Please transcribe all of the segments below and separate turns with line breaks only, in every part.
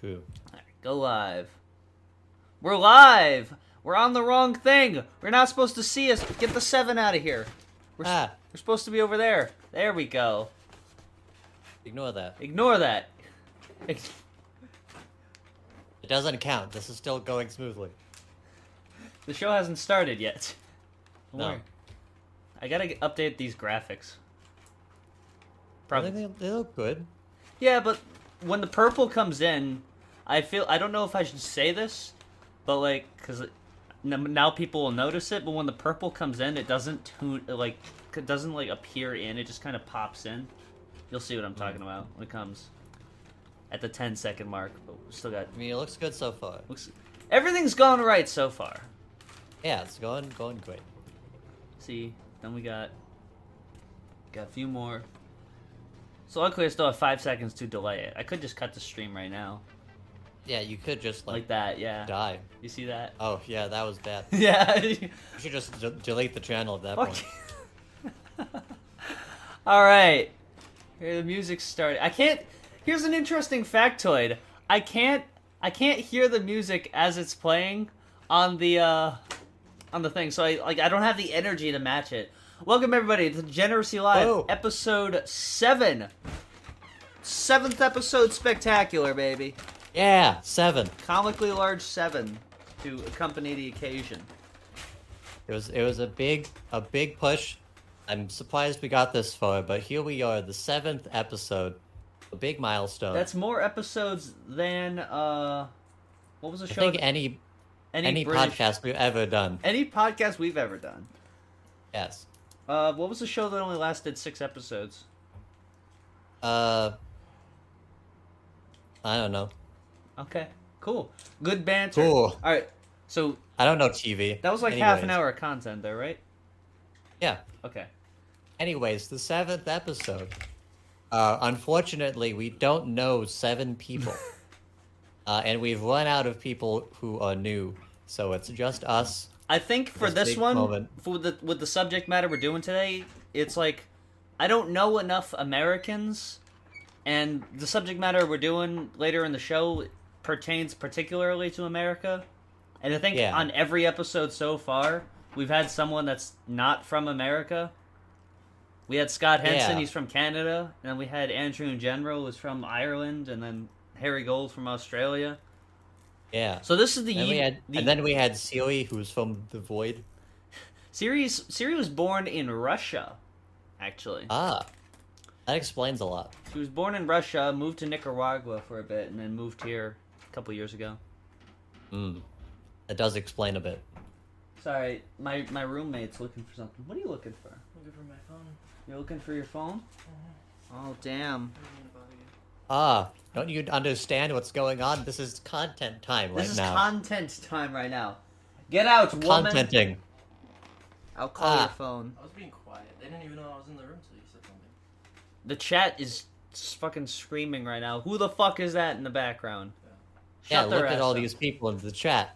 Cool.
Go live. We're live. We're on the wrong thing. We're not supposed to see us. Get the seven out of here. We're, s-
Ah.
we're supposed to be over there. There we go.
Ignore that.
Ignore that. Ig-
It doesn't count. This is still going smoothly.
The show hasn't started yet. Don't
No.
worry. I gotta g- update these graphics. Probably.
They, they look good.
Yeah, but when the purple comes in, I feel I don't know if I should say this, but like because now people will notice it. But when the purple comes in, it doesn't tune it, like it doesn't like appear in. It just kind of pops in. You'll see what I'm talking about when it comes at the 10 second mark. But we still got
I mean, it looks good so far.
looks everything's gone right so far.
Yeah, it's going going great.
See, then we got got a few more. So luckily, I still have five seconds to delay it. I could just cut the stream right now,
Yeah, you could just
like
like,
that. Yeah,
die.
you see that?
Oh yeah, that was bad. you
Yeah.
should just d- delete the channel at that
Fuck.
point.
All right. Here the music started. I can't. Here's an interesting factoid. I can't. I can't hear the music as it's playing on the uh, on the thing. So I like. I don't have the energy to match it. Welcome everybody to Generosity Live,
Whoa.
episode seven. Seventh episode, spectacular, baby.
Yeah, seven.
Comically large seven to accompany the occasion.
It was it was a big a big push. I'm surprised we got this far, but here we are, the seventh episode, a big milestone.
That's more episodes than uh, what was the
I
show?
think
that-
any any,
British-
podcast we've ever done.
any podcast we've ever done.
Yes.
Uh, what was the show that only lasted six episodes?
Uh, I don't know.
Okay, cool, good banter.
Cool.
All right, so
I don't know TV.
that was like half an
Anyways.
hour of content there, right?
Yeah.
Okay.
Anyways, the seventh episode. Uh, unfortunately, we don't know seven people, uh, and we've run out of people who are new. So it's just us.
I think for
This
this,
big
one,
moment.
for the with the subject matter we're doing today, it's like I don't know enough Americans, and the subject matter we're doing later in the show pertains particularly to America. And I think
Yeah.
on every episode so far, we've had someone that's not from America. We had Scott Henson,
Yeah.
he's from Canada, and then we had Andrew in general, who's from Ireland, and then Harry Gold from Australia.
Yeah.
So this is the,
And,
ye-
we had,
the
and then we had Sealy, who's from The Void.
Siri is- Siri was born in Russia, actually.
Ah, that explains a lot.
She was born in Russia, moved to Nicaragua for a bit, and then moved here a couple years ago.
Mm. That does explain a bit.
Sorry, my my roommate's looking for something. What are you looking for?
Looking for my phone.
You're looking for your phone? Oh damn!
I don't want to bother you.
Ah, don't you understand what's going on? This is content time right
this is
now.
content time right now. Get out, woman!
Contenting.
I'll call
Ah.
your phone.
I was being quiet. They didn't even know I was in the room until you said something.
The chat is s- fucking screaming right now. Who the fuck is that in the background?
Yeah,
Shut their
look at
ass
all
up.
these people in the chat.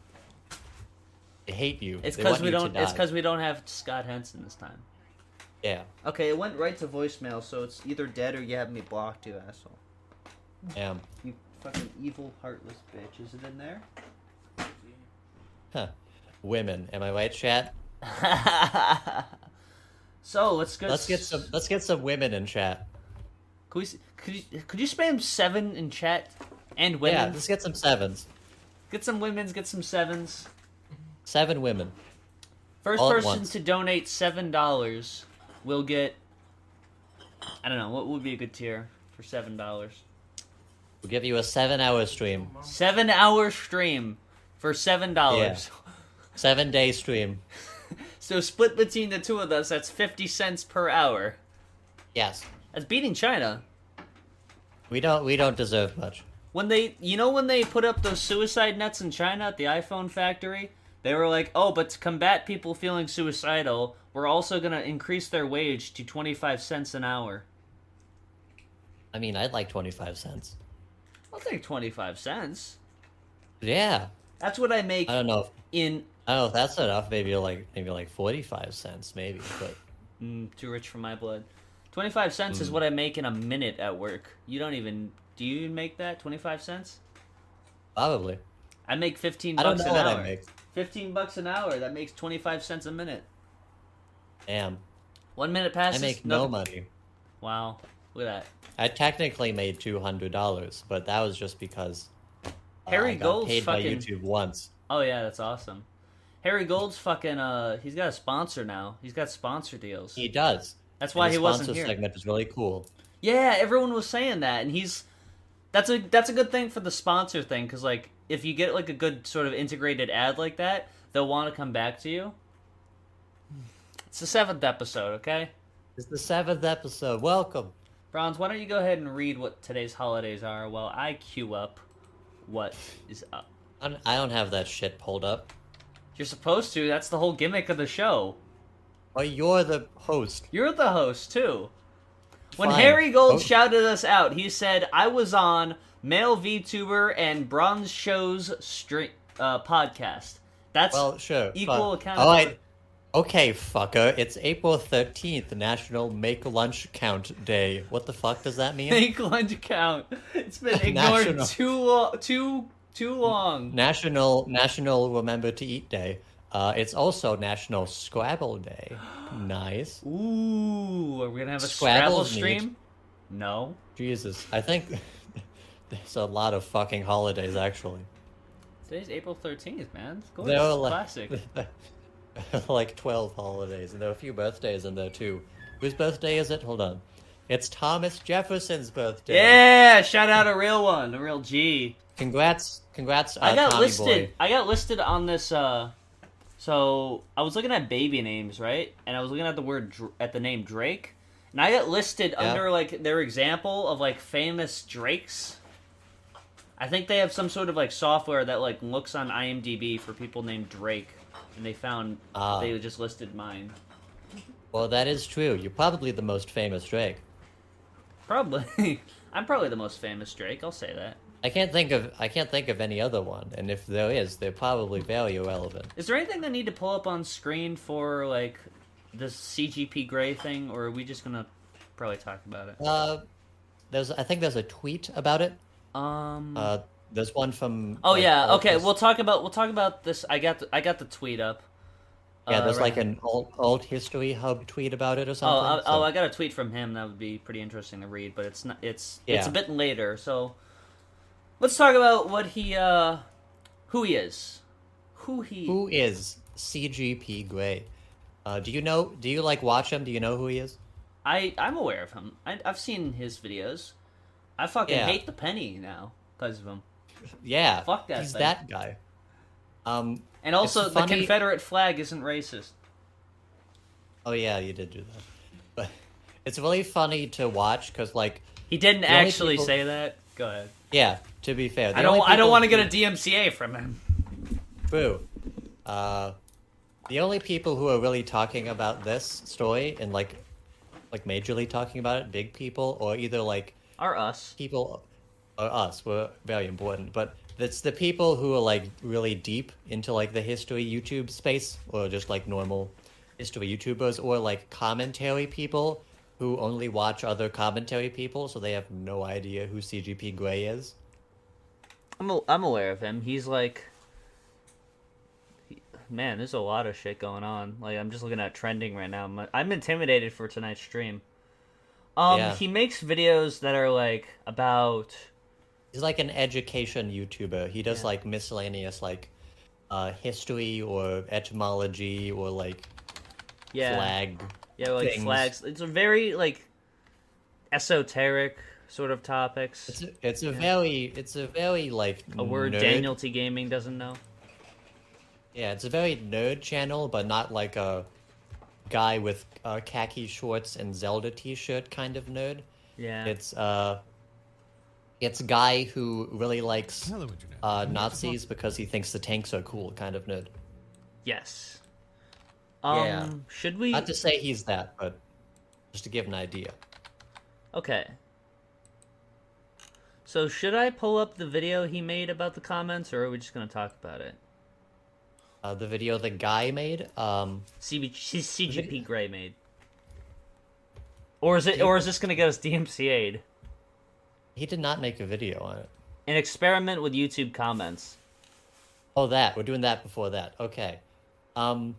They hate you.
It's
They
because
want
we
you to
don't. It's
die.
because we don't have Scott Henson this time.
yeah,
Okay, it went right to voicemail, so it's either dead or you have me blocked, you asshole.
damn.
You fucking evil, heartless bitch. Is it in there?
Women, am I right, chat?
so let's go.
Let's get some. Let's get some women in chat.
Could, we, s- could you could you spam seven in chat and
Yeah,
women?
let's get some sevens.
Get some women's. Get some sevens.
Seven women.
First
All at
person
once.
to donate seven dollars will get. I don't know what would be a good tier for seven dollars.
We'll give you a seven-hour stream,
Seven hour stream for seven dollars.
seven-day stream.
So split between the two of us, that's fifty cents per hour.
Yes,
That's beating China.
we don't. We don't deserve much.
When they, you know, when they put up those suicide nets in China at the iPhone factory, they were like, "Oh, but to combat people feeling suicidal, we're also gonna increase their wage to twenty-five cents an hour."
I mean, I'd like twenty-five cents.
I'll take twenty-five cents.
Yeah,
That's what I make
I don't know. If,
in.
I don't know if that's enough. Maybe like maybe like forty-five cents, maybe. But
Mm, too rich for my blood. Twenty-five cents is what I make in a minute at work. You don't even. Do you even make that twenty-five cents?
Probably.
I make fifteen
I don't
bucks
know
an
what
hour.
I make.
Fifteen bucks an hour. That makes twenty five cents a minute.
Damn.
One minute
I
passes.
make no
nothing-
money.
Wow, look at that.
I technically made two hundred dollars, but that was just because uh,
Harry
I got
Gold's
paid by
fucking-
YouTube once.
Oh yeah, that's awesome. Harry Gold's fucking. Uh, he's got a sponsor now. He's got sponsor deals.
He does.
that's
And
why
the
he wasn't
sponsor
here.
segment is really cool.
Yeah, everyone was saying that, and he's that's a that's a good thing for the sponsor thing because like if you get like a good sort of integrated ad like that, they'll want to come back to you. It's the seventh episode, okay?
It's the seventh episode. Welcome.
Bronze, why don't you go ahead and read what today's holidays are while I queue up what is up?
I don't- I don't have that shit pulled up.
You're supposed to. That's the whole gimmick of the show.
Oh, you're the host.
You're the host too. When
Fine.
Harry Gold
Oh.
shouted us out, he said, "I was on male VTuber and Bronze Show's stream uh, podcast." That's
Well, sure.
equal
fuck.
accountability.
All right. Okay, fucker. It's April 13th, National Make Lunch Count Day. What the fuck does that mean?
make lunch count. It's been ignored
National.
too lo- too too long.
National National Remember to Eat Day. Uh, it's also National Scrabble Day. Nice.
Ooh, are we gonna have a Scrabble,
Scrabble's
stream?
neat.
No.
Jesus. I think there's a lot of fucking holidays, actually.
Today's April thirteenth, man. Go
There are
to
like,
Oh, classic.
like 12 holidays, and there are a few birthdays in there, too. Whose birthday is it? Hold on. It's Thomas Jefferson's birthday.
Yeah, shout out a real one, a real G.
Congrats, congrats, uh,
I got
Tommy
listed.
Boy.
I got listed on this. uh So I was looking at baby names, right? And I was looking at the word Dr- at the name Drake, and I got listed
Yeah.
under like their example of like famous Drakes. I think they have some sort of like software that like looks on IMDb for people named Drake, and they found
Ah.
they just listed mine.
Well, that is true. You're probably the most famous Drake.
Probably, I'm probably the most famous Drake. I'll say that.
I can't think of I can't think of any other one, and if there is, they're probably very irrelevant.
Is there anything they need to pull up on screen for like this CGP Grey thing, or are we just gonna probably talk about it?
Uh, there's I think there's a tweet about it.
Um.
Uh, there's one from.
oh
like,
yeah.
alt-
Okay. We'll talk about we'll talk about this. I got the, I got the tweet up.
yeah,
uh,
there's
right
like
now.
an alt, alt history hub tweet about it
Oh,
or
I,
something.
oh,
so-
I got a tweet from him. That would be pretty interesting to read, but it's not. It's it's a
Yeah.
bit later. So let's talk about what he uh, who he is, who he.
Who is CGP Grey? Uh, do you know? Do you like watch him? Do you know who he is?
I I'm aware of him. I, I've seen his videos. I fucking
Yeah.
hate the penny now because of him.
Yeah,
Fuck that
He's
thing.
that guy. Um.
And also,
It's
the
funny-
Confederate flag isn't racist.
Oh yeah, you did do that. But it's really funny to watch because, like,
He didn't
only
actually
people-
say that. Go ahead.
yeah. To be fair, the
I don't.
only
I don't
people
want to get
who-
a DMCA from him.
Boo. Uh, the only people who are really talking about this story and like, like majorly talking about it, big people or either like
Or us.
people or us were very important, but it's the people who are like really deep into like the history YouTube space or just like normal history YouTubers or like commentary people who only watch other commentary people, so they have no idea who CGP Grey is.
I'm. A, I'm aware of him. He's like. he- Man, there's a lot of shit going on. Like I'm just looking at trending right now. I'm, I'm intimidated for tonight's stream. Um,
Yeah.
he makes videos that are like about.
He's like an education YouTuber. He does
Yeah.
like miscellaneous like uh, history or etymology or like
Yeah.
flag.
Yeah, like
things.
flags. It's a very like esoteric sort of topics.
It's a, it's a very it's a very like
a word
nerd
Daniel T Gaming doesn't know.
Yeah, it's a very nerd channel, but not like a guy with uh, khaki shorts and Zelda T-shirt kind of nerd.
Yeah.
It's uh, it's a guy who really likes
Hello, Internet.
uh, Nazis because he thinks the tanks are cool kind of nerd.
yes. Um
Yeah.
should we
Not to say he's that, but just to give an idea.
Okay. So should I pull up the video he made about the comments or are we just gonna talk about it?
Uh, the video the guy made. Um,
CB- C- CGP Grey made. Or is it or is this gonna get us DMCA'd?
he did not make a video on it.
An experiment with YouTube comments.
Oh, that we're doing that before that. Okay. Um.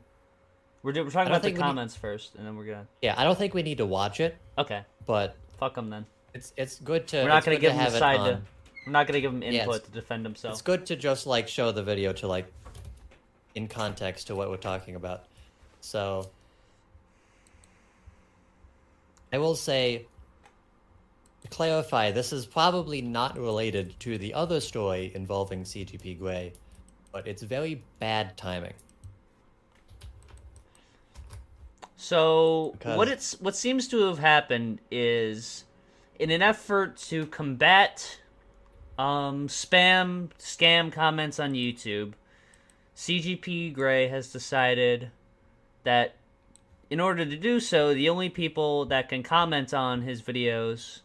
We're, do- we're talking
I don't
about the
think we need-
comments first, and then we're gonna.
Yeah, I don't think we need to watch it,
Okay,
but
fuck them then.
it's it's good to.
We're not
it's
gonna
good
give
to
them
have
the
it
side
on.
to. We're not gonna give them
Yeah,
input
it's-
to defend
It's
himself.
good to just like show the video to like in context to what we're talking about. So I will say to clarify, this is probably not related to the other story involving CGP Grey, but it's very bad timing.
So what
Because-
it's what seems to have happened is, in an effort to combat um, spam scam comments on YouTube, CGP Grey has decided that in order to do so, the only people that can comment on his videos,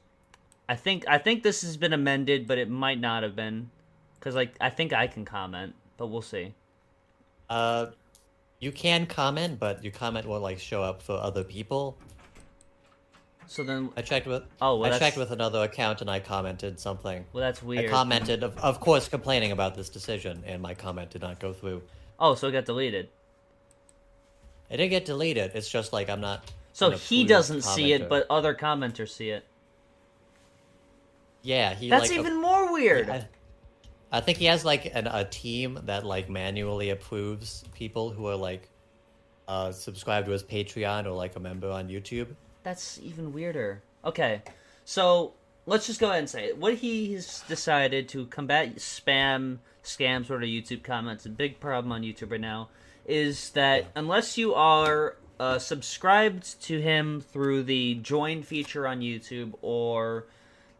I think I think this has been amended, but it might not have been, because like I think I can comment, but we'll see.
Uh you can comment, but your comment won't like show up for other people.
So then,
I checked with
Oh, well,
I
that's-
checked with another account and I commented something.
well, that's weird.
I commented, of, of course, complaining about this decision, and my comment did not go through.
Oh, so it got deleted.
It didn't get deleted. It's just like I'm not.
So
an
he
approved
doesn't see it,
commenter.
but other commenters see it.
yeah, he.
That's
like,
even more weird.
I, I think he has like an, a team that like manually approves people who are like uh, subscribed to his Patreon or like a member on YouTube.
That's even weirder. Okay, so let's just go ahead and say it. What he has decided to combat spam, scam sort of YouTube comments, a big problem on YouTube right now, is that unless you are uh, subscribed to him through the join feature on YouTube or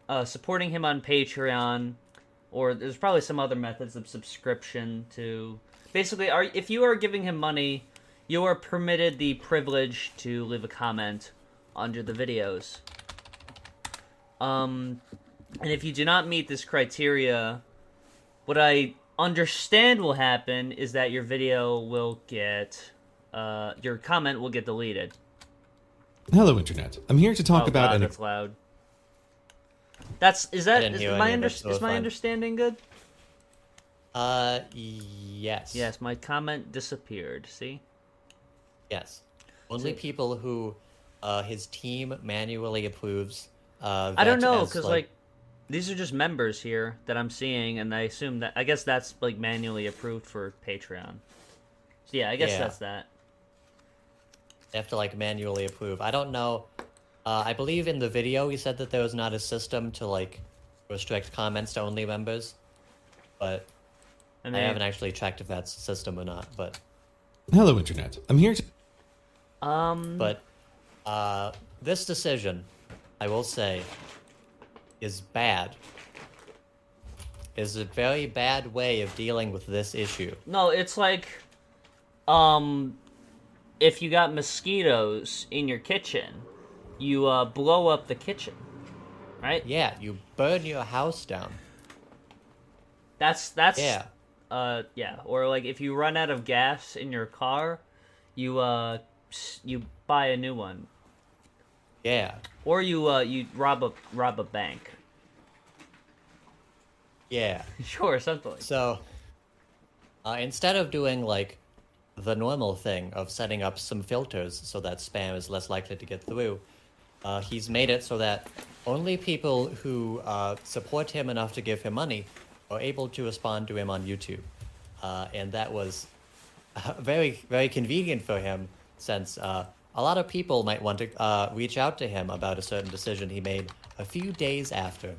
uh, supporting him on Patreon, or there's probably some other methods of subscription to. Basically, are if you are giving him money, you are permitted the privilege to leave a comment under the videos. Um, and if you do not meet this criteria, what I understand will happen is that your video will get, uh, your comment will get deleted.
Hello, internet. I'm here to talk
oh,
about
God,
an
that's loud. That's is that
didn't
is
hear
my
any of
under,
it,
is
so
my
it's fine.
understanding good?
Uh, yes.
Yes, my comment disappeared. See,
Yes. Only
So-
people who uh, his team manually approves. Uh,
I don't
vet
know
as,
because like these are just members here that I'm seeing, and I assume that I guess that's like manually approved for Patreon. So yeah, I guess
Yeah.
that's that.
They have to like manually approve. I don't know. Uh, I believe in the video he said that there was not a system to like restrict comments to only members, but
I
I
mean,
haven't actually checked if that's a system or not. But
Hello, internet. I'm here to
um,
but uh, this decision, I will say, is bad. Is a very bad way of dealing with this issue.
no, it's like, um, if you got mosquitoes in your kitchen, you uh, blow up the kitchen, right?
Yeah, you burn your house down.
That's that's
Yeah.
uh yeah or like if you run out of gas in your car you uh s- you buy a new one
Yeah.
or you uh you rob a rob a bank
Yeah.
sure something like
So, uh, instead of doing like the normal thing of setting up some filters so that spam is less likely to get through, uh, he's made it so that only people who uh, support him enough to give him money are able to respond to him on YouTube. Uh, and that was uh, very, very convenient for him since uh, a lot of people might want to uh, reach out to him about a certain decision he made a few days after.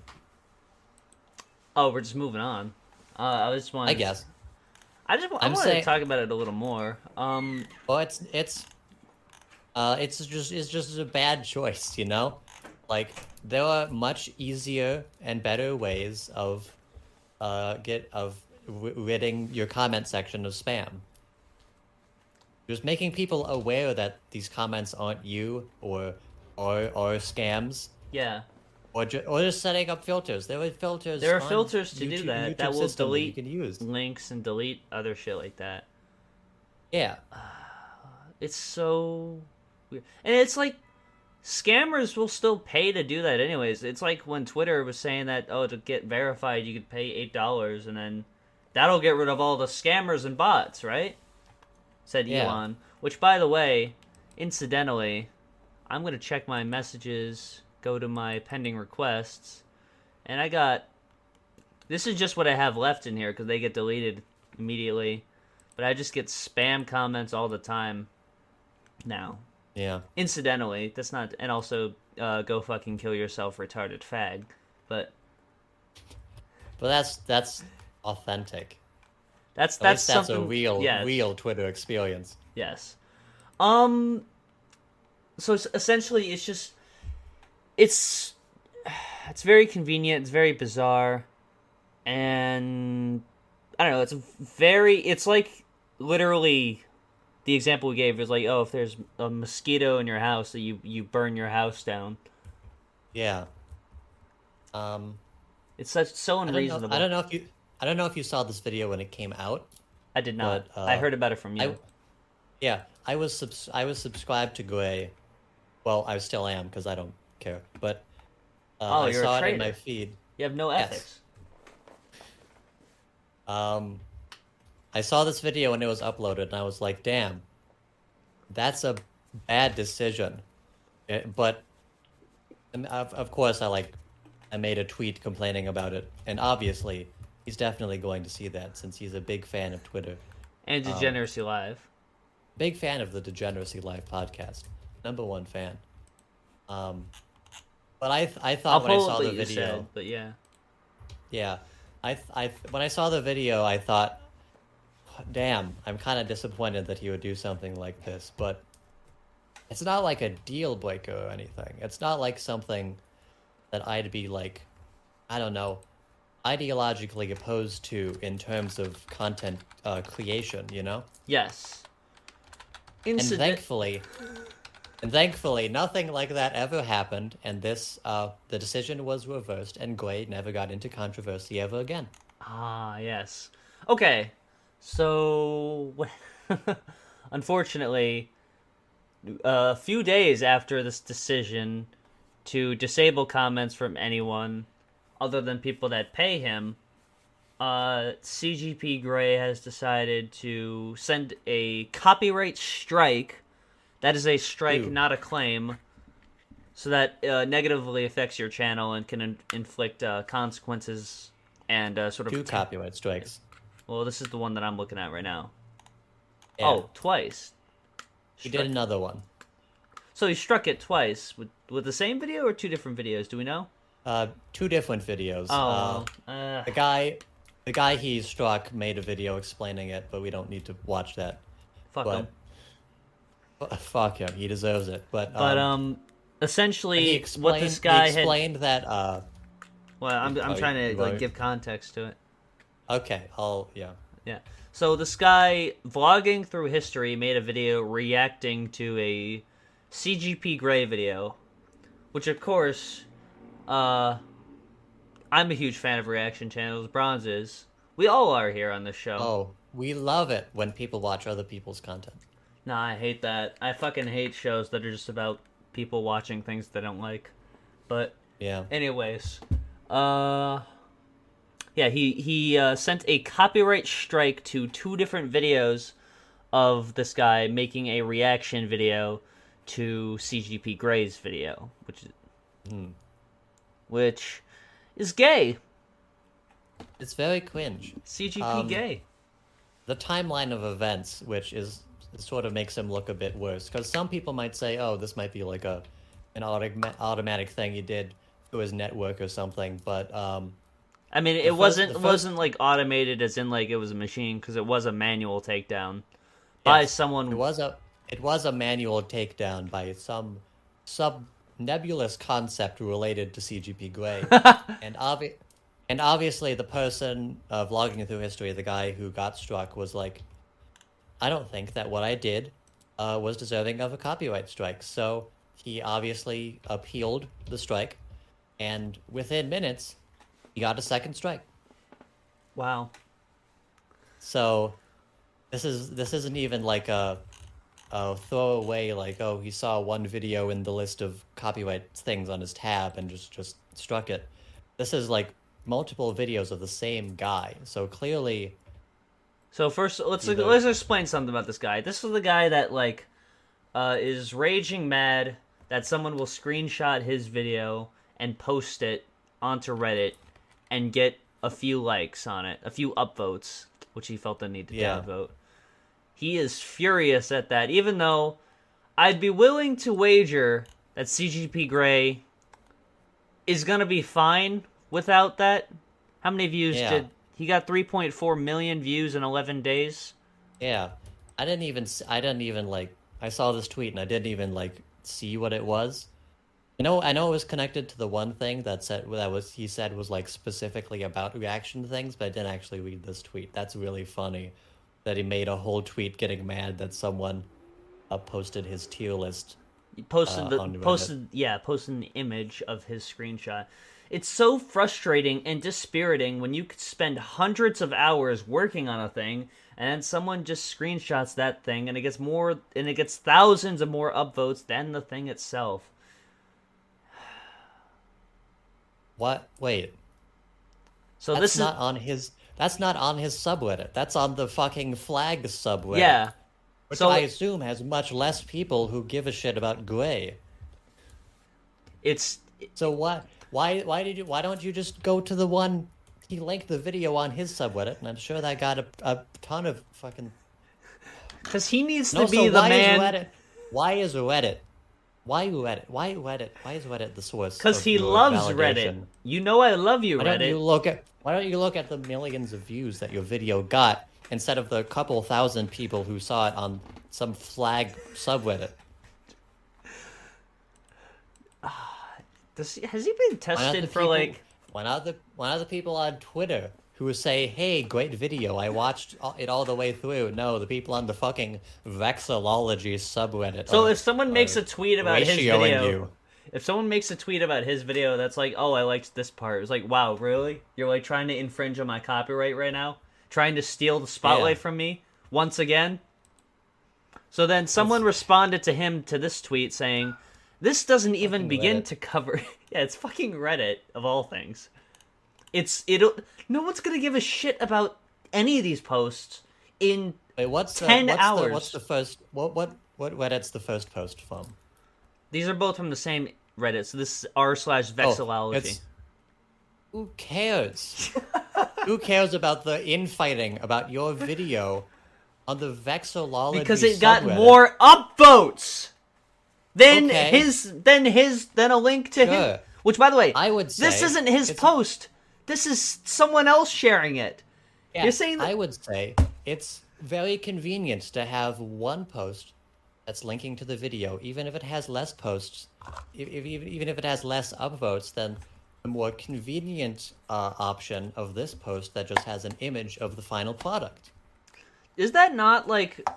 oh we're just moving on uh i just want
I guess.
i just wa- I
I'm
wanted
saying-
to talk about it a little more um
Well, it's it's uh it's just it's just a bad choice, you know? Like there are much easier and better ways of uh get of ri ridding your comment section of spam. Just making people aware that these comments aren't you or are are scams
yeah
or ju- or just setting up filters. There are filters.
There are
on
filters to do
YouTube-
that
YouTube
that will
system you
delete
can use.
links and delete other shit like that
Yeah,
It's so weird. And it's like scammers will still pay to do that anyways. It's like when Twitter was saying that oh to get verified you could pay eight dollars and then that'll get rid of all the scammers and bots, right? Said
Yeah.
Elon. Which by the way, incidentally, I'm gonna check my messages, go to my pending requests, and I got this is just what I have left in here because they get deleted immediately. But I just get spam comments all the time now
Yeah.
incidentally that's not and also uh, go fucking kill yourself retarded fag but
But that's that's authentic.
that's
At
that's
least that's
something
a real
yes,
real Twitter experience.
yes um so it's, essentially it's just it's it's very convenient it's very bizarre and i don't know it's very it's like literally the example we gave is like oh if there's a mosquito in your house that you you burn your house down
Yeah. Um
it's such so
I don't, know,
unreasonable
I don't know if you I don't know if you saw this video when it came out.
I did not.
But, uh,
I heard about it from you.
I Yeah, I was subs- I was subscribed to Gray. Well, I still am cuz I don't care. But uh,
Oh,
I
you're a
saw it in my
traitor.
feed.
you have no
yes.
ethics.
Um, I saw this video when it was uploaded, and I was like, "Damn, that's a bad decision." It- but, and of, of course, I like, I made a tweet complaining about it, and obviously, he's definitely going to see that since he's a big fan of Twitter,
And
Um,
degeneracy live.
big fan of the Degeneracy Live podcast, number one fan. Um, but I, th- I
I'll
thought when I
pull
saw
up
the
what you
video.
said, but yeah.
Yeah, I, th- I th- when I saw the video, I thought, "Damn, I'm kind of disappointed that he would do something like this." But it's not like a deal breaker or anything. It's not like something that I'd be like, I don't know, ideologically opposed to in terms of content uh, creation. You know,
Yes.
and
Incident.
thankfully, and thankfully, nothing like that ever happened. And this, uh, the decision was reversed, and Gray never got into controversy ever again.
ah, yes. Okay. So, unfortunately, a few days after this decision to disable comments from anyone other than people that pay him, uh, CGP Grey has decided to send a copyright strike. That is a strike,
Ew.
not a claim. So that uh, negatively affects your channel and can in- inflict uh, consequences and uh, sort of.
Two copyright strikes.
Well, this is the one that I'm looking at right now.
Yeah.
Oh, twice.
he did another one.
So he struck it twice with with the same video or two different videos? Do we know?
Uh, two different videos.
Oh,
Uh,
uh,
the guy, the guy he struck made a video explaining it, but we don't need to watch that.
fuck
But
him.
F- fuck him, he deserves it. But um,
But um, essentially,
he
what
explained,
this guy
he
had.
explained that. Uh,
Well, I'm I'm
Oh,
trying to
right.
like give context to it.
okay, I'll yeah.
Yeah. So this guy vlogging through history made a video reacting to a CGP Grey video, which of course, uh, I'm a huge fan of reaction channels. Bronze is. We all are here on this show.
Oh, we love it when people watch other people's content.
Nah, I hate that. I fucking hate shows that are just about people watching things they don't like. But
Yeah,
anyways, uh yeah, he he uh, sent a copyright strike to two different videos of this guy making a reaction video to CGP Grey's video, which is
Hmm.
which is gay.
it's very cringe.
CGP
Um,
gay.
the timeline of events, which is sort of makes him look a bit worse, because some people might say, "Oh, this might be like a an automa- automatic thing he did through his network or something," but um,
I mean, it
fir-
wasn't
the
it
fir-
wasn't like automated as in like it was a machine because it was a manual takedown by
Yes.
someone.
it was a it was a manual takedown by some sub nebulous concept related to CGP Grey, and obvi- and obviously the person uh, vlogging through history, the guy who got struck, was like, "I don't think that what I did uh, was deserving of a copyright strike." So he obviously appealed the strike, and within minutes, he got a second strike.
Wow.
So this is this isn't even like a uh, throw away like, oh, he saw one video in the list of copyright things on his tab and just just struck it. This is like multiple videos of the same guy, so clearly,
So first, let's
Either.
let's explain something about this guy. This is the guy that like uh, is raging mad that someone will screenshot his video and post it onto Reddit and get a few likes on it, a few upvotes, which he felt the need to
Yeah.
downvote. He is furious at that, even though I'd be willing to wager that CGP Grey is gonna be fine without that. How many views
Yeah.
did he got? Three point four million views in eleven days.
yeah. I didn't even s- I didn't even like I saw this tweet and I didn't even like see what it was. I know I know it was connected to the one thing that said that was he said was like specifically about reaction things, but I didn't actually read this tweet. That's really funny that he made a whole tweet getting mad that someone uh, posted his tier list.
He posted
Uh,
the
on Reddit.
posted yeah posted an image of his screenshot. It's so frustrating and dispiriting when you could spend hundreds of hours working on a thing and then someone just screenshots that thing and it gets more and it gets thousands of more upvotes than the thing itself.
What? Wait,
So
that's
this is
not on his. That's not on his subreddit. That's on the fucking flag subreddit.
yeah.
which
so-
I assume has much less people who give a shit about Gray.
It's
So what? Why? Why did you? Why don't you just go to the one he linked the video on his subreddit? And I'm sure that got a, a ton of fucking.
because he needs
No,
to be
so
the
why
man.
Is Reddit, why is Reddit? Why Reddit? Why Reddit? Why is Reddit the source?
Because
of
he
your
loves
validation?
Reddit. You know I love you,
Why don't
Reddit.
you look at? Why don't you look at the millions of views that your video got instead of the couple thousand people who saw it on some flag subreddit?
Does, has he been
Why not the
tested for
people-
like?
why not the why not the people on Twitter who would say, "Hey, great video! I watched all- it all the way through." No, the people on the fucking vexillology subreddit.
So
are-
if someone makes
are
a tweet about his
ratioing
video,
you.
if someone makes a tweet about his video that's like, "Oh, I liked this part," it's like, "Wow, really? You're like trying to infringe on my copyright right now, trying to steal the spotlight
Yeah.
from me once again." So then someone responded to him to this tweet saying, "This doesn't even
Fucking
begin
Reddit.
to cover." yeah, it's fucking Reddit of all things. It's it'll no one's gonna give a shit about any of these posts in
Wait, what's the,
10
what's
hours.
The, what's the first? What what what Reddit's the first post from?
These are both from the same Reddit. So this is r slash
Oh,
vexillology.
it's- who cares? who cares about the infighting about your video on the vexillology?
because it got
subreddit?
more upvotes than
Okay.
his than his than a link to him.
Sure.
Which, by the way,
I would
this
say
isn't his
it's-
post. This is someone else sharing it.
Yeah,
You're saying that-
I would say it's very convenient to have one post that's linking to the video, even if it has less posts, if, if, even even if it has less upvotes than the more convenient uh, option of this post that just has an image of the final product.
Is that not like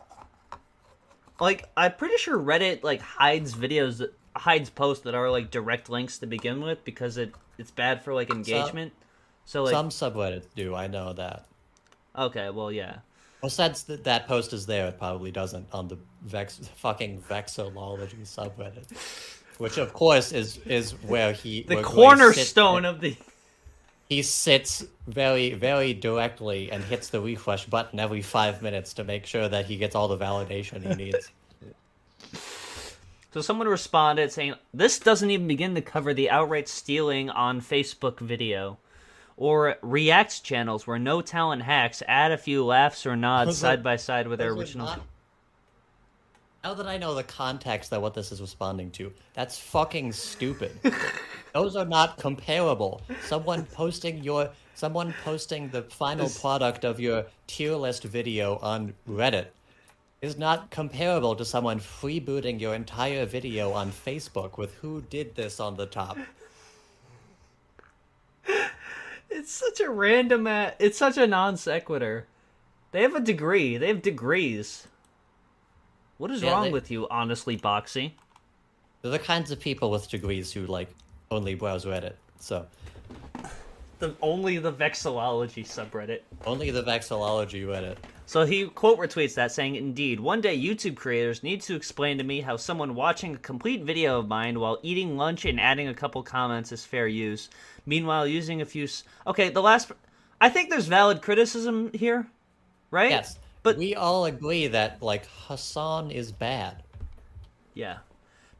like I'm pretty sure Reddit like hides videos that hides posts that are like direct links to begin with because it it's bad for like engagement. So, like
Some subreddits do, I know that.
okay, well yeah.
Well, since th- that post is there, it probably doesn't on the vex fucking vexillology subreddit, which of course is is where he
The
where Grace sits
cornerstone
and-
of the
he sits very very directly and hits the refresh button every five minutes to make sure that he gets all the validation he needs
So someone responded saying, "This doesn't even begin to cover the outright stealing on Facebook video or React's channels where no talent hacks add a few laughs or nods
Those are-
side by side with their
Those are
original."
not- now that i know the context that what this is responding to that's fucking stupid those are not comparable someone posting your someone posting the final product of your tier list video on reddit is not comparable to someone freebooting your entire video on facebook with who did this on the top
It's such a random. a it's such a non sequitur. They have a degree. They have degrees. What is
Yeah,
wrong
they-
with you, honestly, Boxy?
They're the kinds of people with degrees who like only browse Reddit. So
the only the vexillology subreddit.
Only the vexillology Reddit.
So he quote retweets that saying, Indeed, one day YouTube creators need to explain to me how someone watching a complete video of mine while eating lunch and adding a couple comments is fair use. Meanwhile, using a few. S- okay, the last. I think there's valid criticism here, right?
Yes,
But
we all agree that like Hassan is bad.
yeah.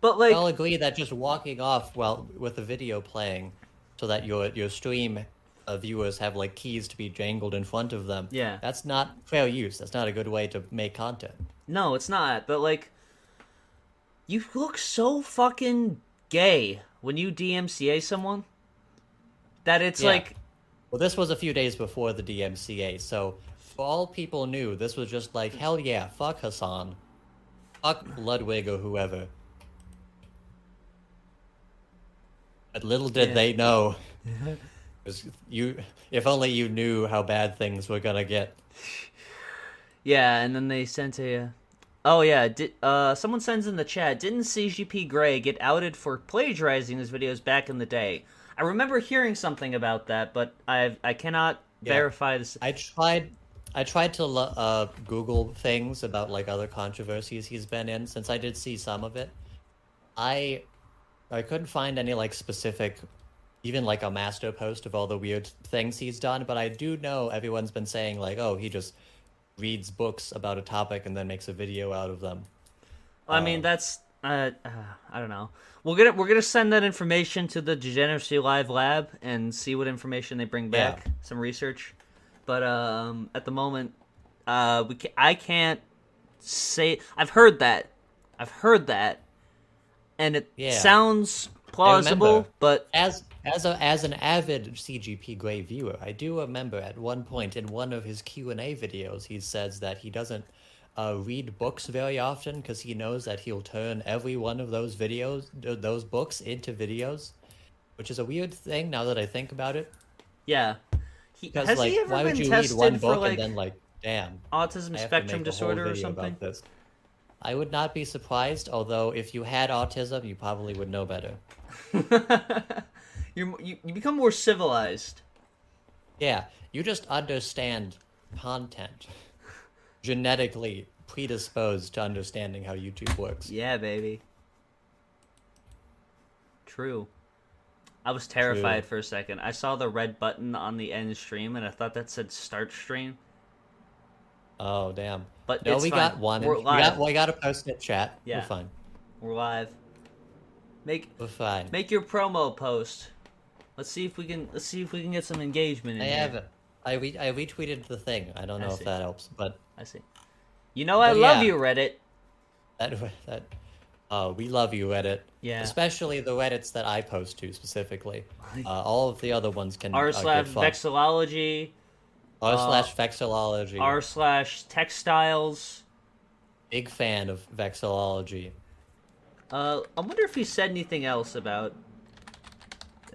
But
We
like.
all agree that just walking off while with the video playing, so that your your stream uh, viewers have like keys to be jangled in front of them.
Yeah.
that's not fair use. That's not a good way to make content.
No, it's not. But like, you look so fucking gay when you DMCA someone that it's
Yeah.
like,
Well, this was a few days before the DMCA, so for all people knew, this was just like hell yeah, fuck Hassan, fuck Ludwig or whoever. But little did
Yeah.
they know. 'Cause You, if only you knew how bad things were gonna get.
yeah. And then they sent a, uh, oh yeah, di- uh, someone sends in the chat. Didn't CGP Grey get outed for plagiarizing his videos back in the day? I remember hearing something about that, but I I cannot
Yeah.
verify this.
I tried, I tried to lo- uh, Google things about like other controversies he's been in since I did see some of it. I, I couldn't find any like specific, even like a master post of all the weird things he's done. But I do know everyone's been saying like, oh, he just reads books about a topic and then makes a video out of them.
I
Um,
mean, that's uh, uh, I don't know. We're gonna we're gonna send that information to the Degeneracy Live Lab and see what information they bring
Yeah.
back. Some research, but um, at the moment, uh, we ca- I can't say I've heard that I've heard that, and it
Yeah.
sounds plausible,
remember.
but
As as a, as an avid CGP Grey viewer, I do remember at one point in one of his Q and A videos, he says that he doesn't uh, read books very often because he knows that he'll turn every one of those videos, th- those books, into videos, which is a weird thing now that I think about it.
yeah. He,
Because
has
like,
he ever
why
been
would you read
tested
one
for
book
like
and then like, damn, I
autism
have to
spectrum
make a whole
disorder or
video about
something?
this. I would not be surprised, although if you had autism, you probably would know better.
You're, mo- you you become more civilized.
Yeah, you just understand content. Genetically predisposed to understanding how YouTube works.
Yeah, baby. True. I was terrified
True.
for a second. I saw the red button on the end stream and I thought that said start stream.
Oh damn.
But
no,
it's
we
fine.
got one.
We're
we got
live.
we got a post it chat.
Yeah.
We're fine.
We're live. Make
We're fine.
make your promo post. Let's see if we can let's see if we can get some engagement in
I
here.
haven't. I re- I retweeted the thing. I don't
I
know
see.
if that helps, but
I see. You know I
But
love
yeah.
you, Reddit.
that that uh, we love you Reddit.
Yeah.
Especially the Reddits that I post to specifically. Uh, all of the other ones can
R
are good
slash
fun.
vexillology,
R
uh,
slash vexillology.
R slash textiles.
Big fan of vexillology.
Uh, I wonder if he said anything else about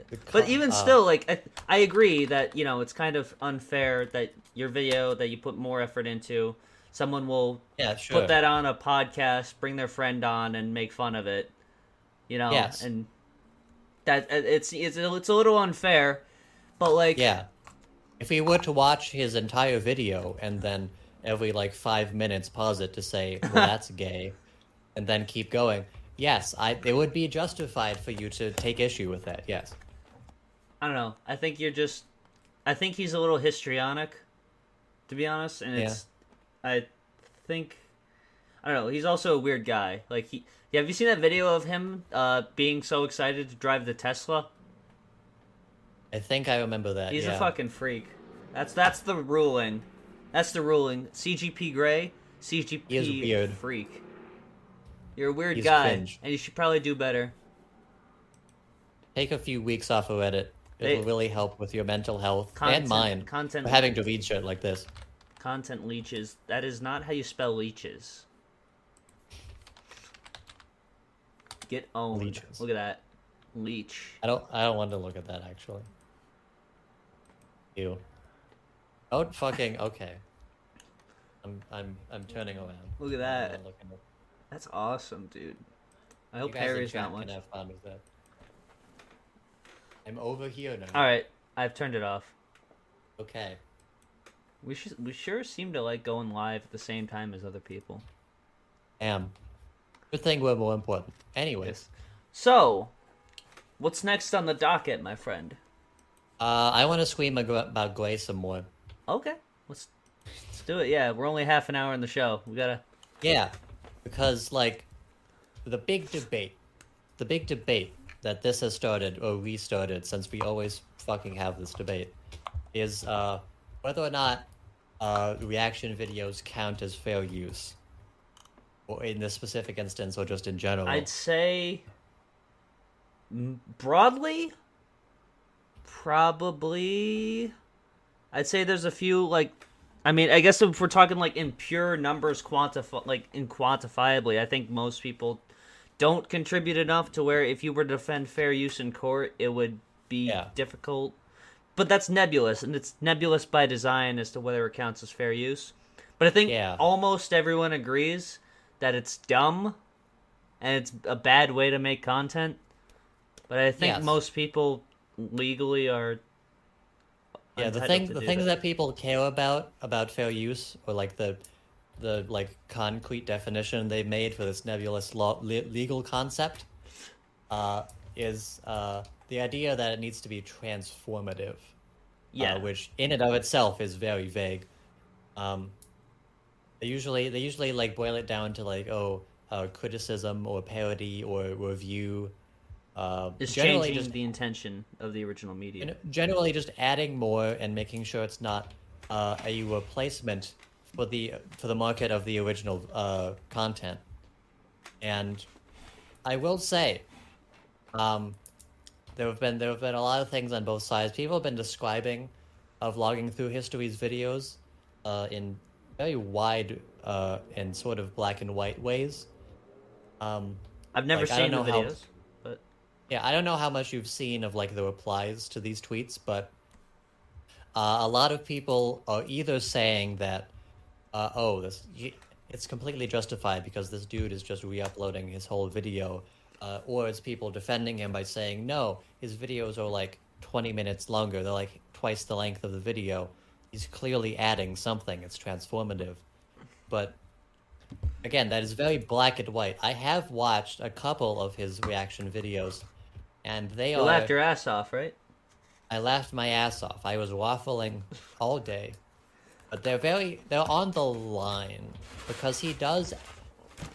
The
But
co-
even
uh,
still, like I, I agree that you know it's kind of unfair that your video that you put more effort into, someone will
yeah, sure.
put that on a podcast, bring their friend on, and make fun of it. You know,
Yes.
and that it- it's it's a- it's a little unfair, but like
Yeah. If we were to watch his entire video and then every like five minutes pause it to say, well, that's gay, and then keep going, yes, I it would be justified for you to take issue with that, yes.
I don't know. I think you're just, I think he's a little histrionic, to be honest, and it's, I think, I don't know. He's also a weird guy. Like he, yeah, have you seen that video of him uh, being so excited to drive the Tesla?
I think I remember that.
He's
yeah.
a fucking freak. That's that's the ruling. That's the ruling. CGP Grey, CGP
He is weird.
freak. You're a weird
He's
guy,
cringe.
and you should probably do better.
Take a few weeks off of Reddit.
They-
It'll really help with your mental health
Content-
and mine.
content-
for having to read shit like this.
Content leeches. That is not how you spell leeches. Get owned.
Leeches.
Look at that. Leech.
I don't. I don't want to look at that actually. Ew. Don't fucking. Okay. I'm. I'm. I'm turning around.
Look at
I'm
that.
not looking at-
That's awesome, dude. I
You
hope
guys in
Harry's
chat
not
can
watching.
have fun with that. I'm over here now.
All right. I've turned it off.
Okay.
We should, we sure seem to like going live at the same time as other people.
Am. Good thing we're more important. Anyways,
So, what's next on the docket, my friend?
uh, I want to scream ag- about Gray some more.
Okay, let's let's do it. Yeah, we're only half an hour in the show. We gotta.
Yeah, because like the big debate, the big debate that this has started or restarted since we always fucking have this debate is uh, whether or not uh, reaction videos count as fair use, or in this specific instance, or just in general.
I'd say m- broadly, probably. I'd say there's a few like, I mean, I guess if we're talking like in pure numbers, quantify like in quantifiably, I think most people don't contribute enough to where if you were to defend fair use in court, it would be
Yeah.
difficult. But that's nebulous, and it's nebulous by design as to whether it counts as fair use. But I think
Yeah.
almost everyone agrees that it's dumb and it's a bad way to make content. But I think
Yes.
most people legally are.
yeah the
entitled
thing
to
the
do
things
that.
that people care about about fair use or like the the like concrete definition they made for this nebulous law le- legal concept uh, is uh, the idea that it needs to be transformative
Yeah,
uh, which in and of itself is very vague. Um, they usually they usually like boil it down to like oh uh, criticism or parody or review. Uh,
it's
generally
changing
just
the intention of the original media.
you know, generally just adding more and making sure it's not uh, a replacement for the for the market of the original uh, content. And I will say, um, there have been there have been a lot of things on both sides. People have been describing of logging through history's videos uh, in very wide uh, and sort of black and white ways. Um,
I've never
like, I
seen
don't
the
know how-
videos, but
yeah, I don't know how much you've seen of like the replies to these tweets, but uh, a lot of people are either saying that, uh, oh, this y- it's completely justified because this dude is just re-uploading his whole video, uh, or it's people defending him by saying no, his videos are like twenty minutes longer. They're like twice the length of the video. He's clearly adding something. It's transformative, but again, that is very black and white. I have watched a couple of his reaction videos, and they
you
are.
laughed your ass off, right?
I laughed my ass off. I was waffling all day, but they're very they're on the line because he does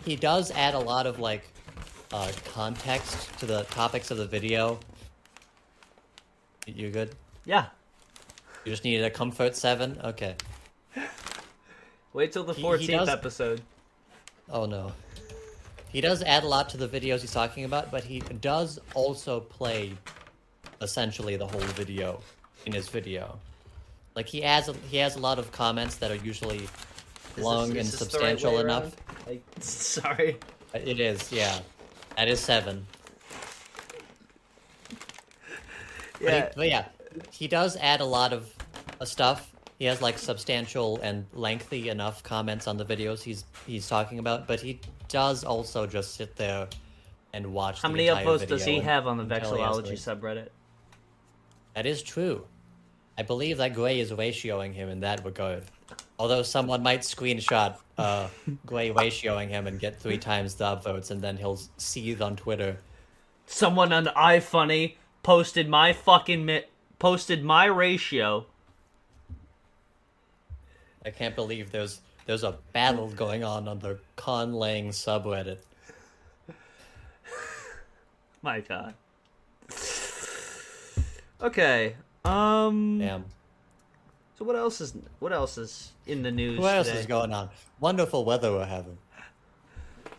he does add a lot of like uh, context to the topics of the video. You good?
Yeah.
You just needed a comfort seven. Okay.
Wait till the
He- he
fourteenth
does-
episode.
Oh no. He does add a lot to the videos he's talking about, but he does also play essentially the whole video in his video. Like he has a, he has a lot of comments that are usually
Is
long
this-
and
is this the right
substantial
way
enough.
around? Like, sorry.
It is, yeah. That is seven. But he-
Yeah.
but yeah, he does add a lot of uh, stuff. He has like substantial and lengthy enough comments on the videos he's he's talking about, but he does also just sit there and watch.
How
the
many
entire
upvotes does
video
he
and-
have on the
and tell
vexillology
us.
subreddit?
That is true. I believe that Gray is ratioing him in that regard. Although someone might screenshot uh, Gray ratioing him and get three times the upvotes, and then he'll seethe on Twitter.
someone on iFunny posted my fucking mi- posted my ratio.
I can't believe there's there's a battle going on on the Conlang subreddit.
My god. Okay. Um
Damn.
so what else is what else is in the news
What else
today?
is going on? Wonderful weather we're having.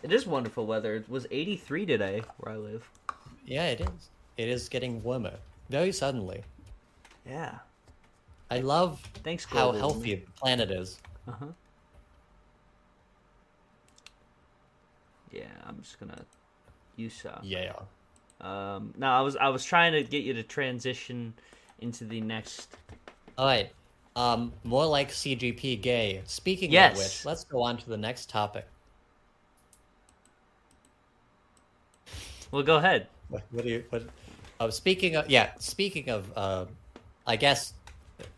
It is wonderful weather. It was 83 today where I live.
Yeah, it is. It is getting warmer very suddenly.
Yeah.
I love
Thanks
how
global
healthy the planet is.
Uh-huh. Yeah, I'm just going to you suck.
Yeah.
Um no, I was I was trying to get you to transition into the next
All right. Um, more like CGP gay. Speaking
Yes.
of which, let's go on to the next topic.
Well, go ahead.
What, what do you? What? Uh, speaking of yeah, speaking of uh, I guess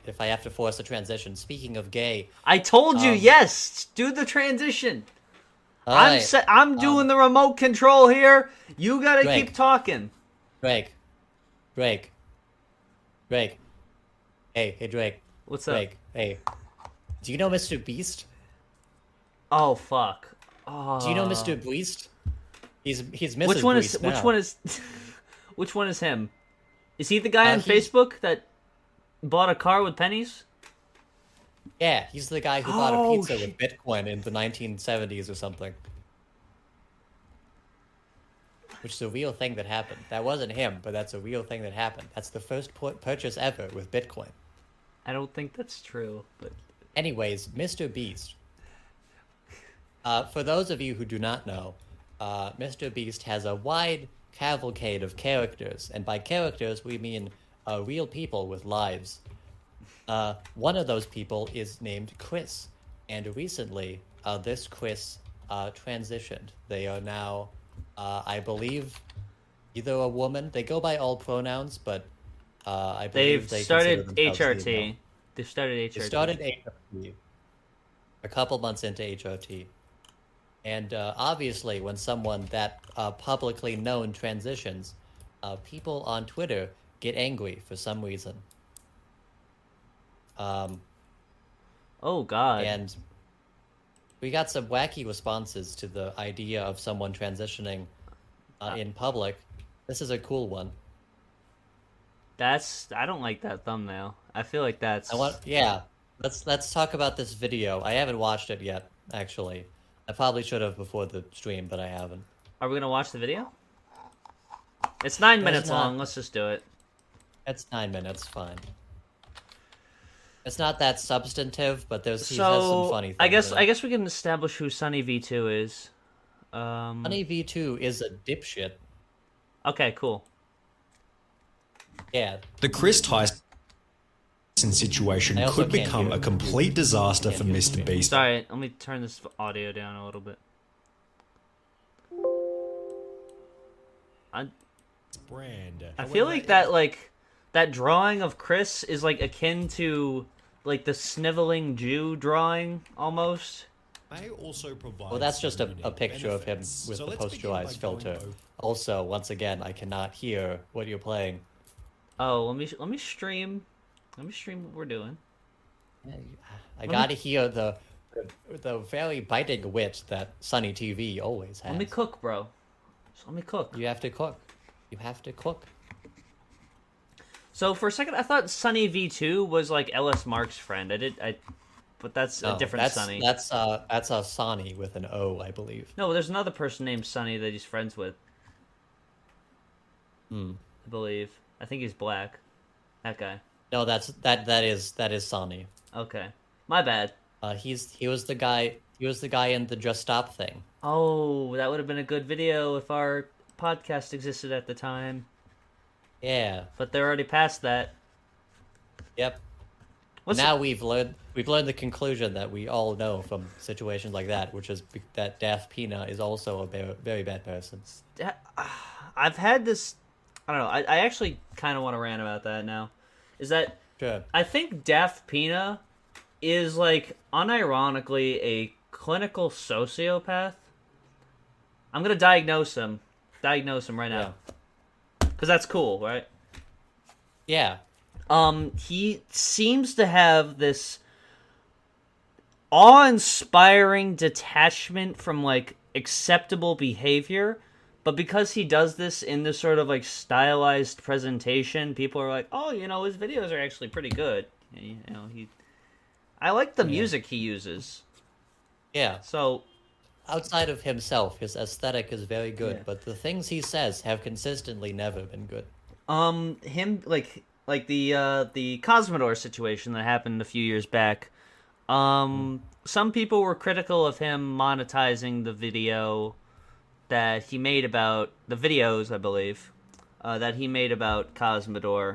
if I have to force a transition. Speaking of gay,
I told you,
Um,
yes, do the transition. I'm
alright,
se- I'm doing the remote control here. You gotta
um, Greg.
keep talking.
Drake, Drake, Drake. Hey, hey, Drake,
What's up?
Drake. Hey, do you know Mr. Beast?
Oh fuck. Oh.
Do you know Mr. Beast? He's he's Mrs.
Which one
Beast
is which
now.
one is which one is him? Is he the guy
Uh,
on
he's-
Facebook that bought a car with pennies?
Yeah, he's the guy who bought
Oh,
a pizza
shit.
with Bitcoin in the 1970s or something. Which is a real thing that happened. That wasn't him, but that's a real thing that happened. That's the first pu- purchase ever with Bitcoin.
I don't think that's true, but
Anyways, Mr. Beast. Uh, for those of you who do not know, uh, Mr. Beast has a wide cavalcade of characters, and by characters we mean uh, real people with lives. Uh, one of those people is named Chris, and recently uh, this Chris uh, transitioned. They are now, uh, I believe, either a woman. They go by all pronouns, but uh, I believe
they've
they
started
consider themselves female.
HRT. They've started HRT.
They started HRT a couple months into HRT. And uh, obviously, when someone that uh, publicly known transitions, uh, people on Twitter get angry for some reason. Um,
Oh god.
and we got some wacky responses to the idea of someone transitioning uh, in public. This is a cool one.
That's I don't like that thumbnail. I feel like that's
I want, yeah. Let's let's talk about this video. I haven't watched it yet, actually. I probably should have before the stream, but I haven't.
Are we gonna watch the video? It's nine
There's
minutes
not-
long. Let's just do it.
That's nine minutes, fine. It's not that substantive, but there's he says
so
some funny things.
I guess
in it.
I guess we can establish who Sunny V two is. Um,
Sunny V two is a dipshit.
okay, cool.
Yeah,
The Chris Tyson situation
I also
could
can't
become
hear
a
it.
complete disaster for
Can't hear
Mr.
it.
Beast.
Sorry, let me turn this audio down a little bit. I
Brand.
I feel like that like that drawing of Chris is like akin to like the sniveling Jew drawing almost.
May also provide
well, that's
some
just a, a
unique
picture of him
benefits.
with
So
the
let's begin by
posterized filter.
going over-
Also, once again, I cannot hear what you're playing.
Oh, let me let me stream. Let me stream what we're doing.
I gotta hear the the very biting wit that Sunny TV always has.
Let me cook, bro. Just let me cook.
You have to cook. You have to cook.
So for a second, I thought Sunny V two was like LS Mark's friend. I did, I, but that's
No,
a different
Oh, that's,
Sunny.
That's uh, that's a Sonny with an O, I believe.
No, there's another person named Sunny that he's friends with. I believe. I think he's black. That guy.
No, that's that that is that is Sonny.
Okay, my bad.
Uh, he's he was the guy he was the guy in the Just Stop thing.
Oh, that would have been a good video if our podcast existed at the time.
Yeah.
But they're already past that.
Yep.
What's
now we've learned we've learned the conclusion that we all know from situations like that, which is be- that Daft Pina is also a very, very bad person.
Yeah, I've had this. I don't know. I, I actually kind of want to rant about that now. Is that
Sure.
I think Daft Pina is like unironically a clinical sociopath. I'm gonna diagnose him. Diagnose him right now. Cause that's cool, right?
Yeah.
Um, he seems to have this awe-inspiring detachment from like acceptable behavior, but because he does this in this sort of like stylized presentation, people are like, "Oh, you know, his videos are actually pretty good." And, you know, he I like the music he uses.
Yeah.
So,
Outside of himself, his aesthetic is very good,
Yeah.
but the things he says have consistently never been good.
um him like like the uh the cosmodor situation that happened a few years back um some people were critical of him monetizing the video that he made about the videos i believe uh, that he made about cosmodor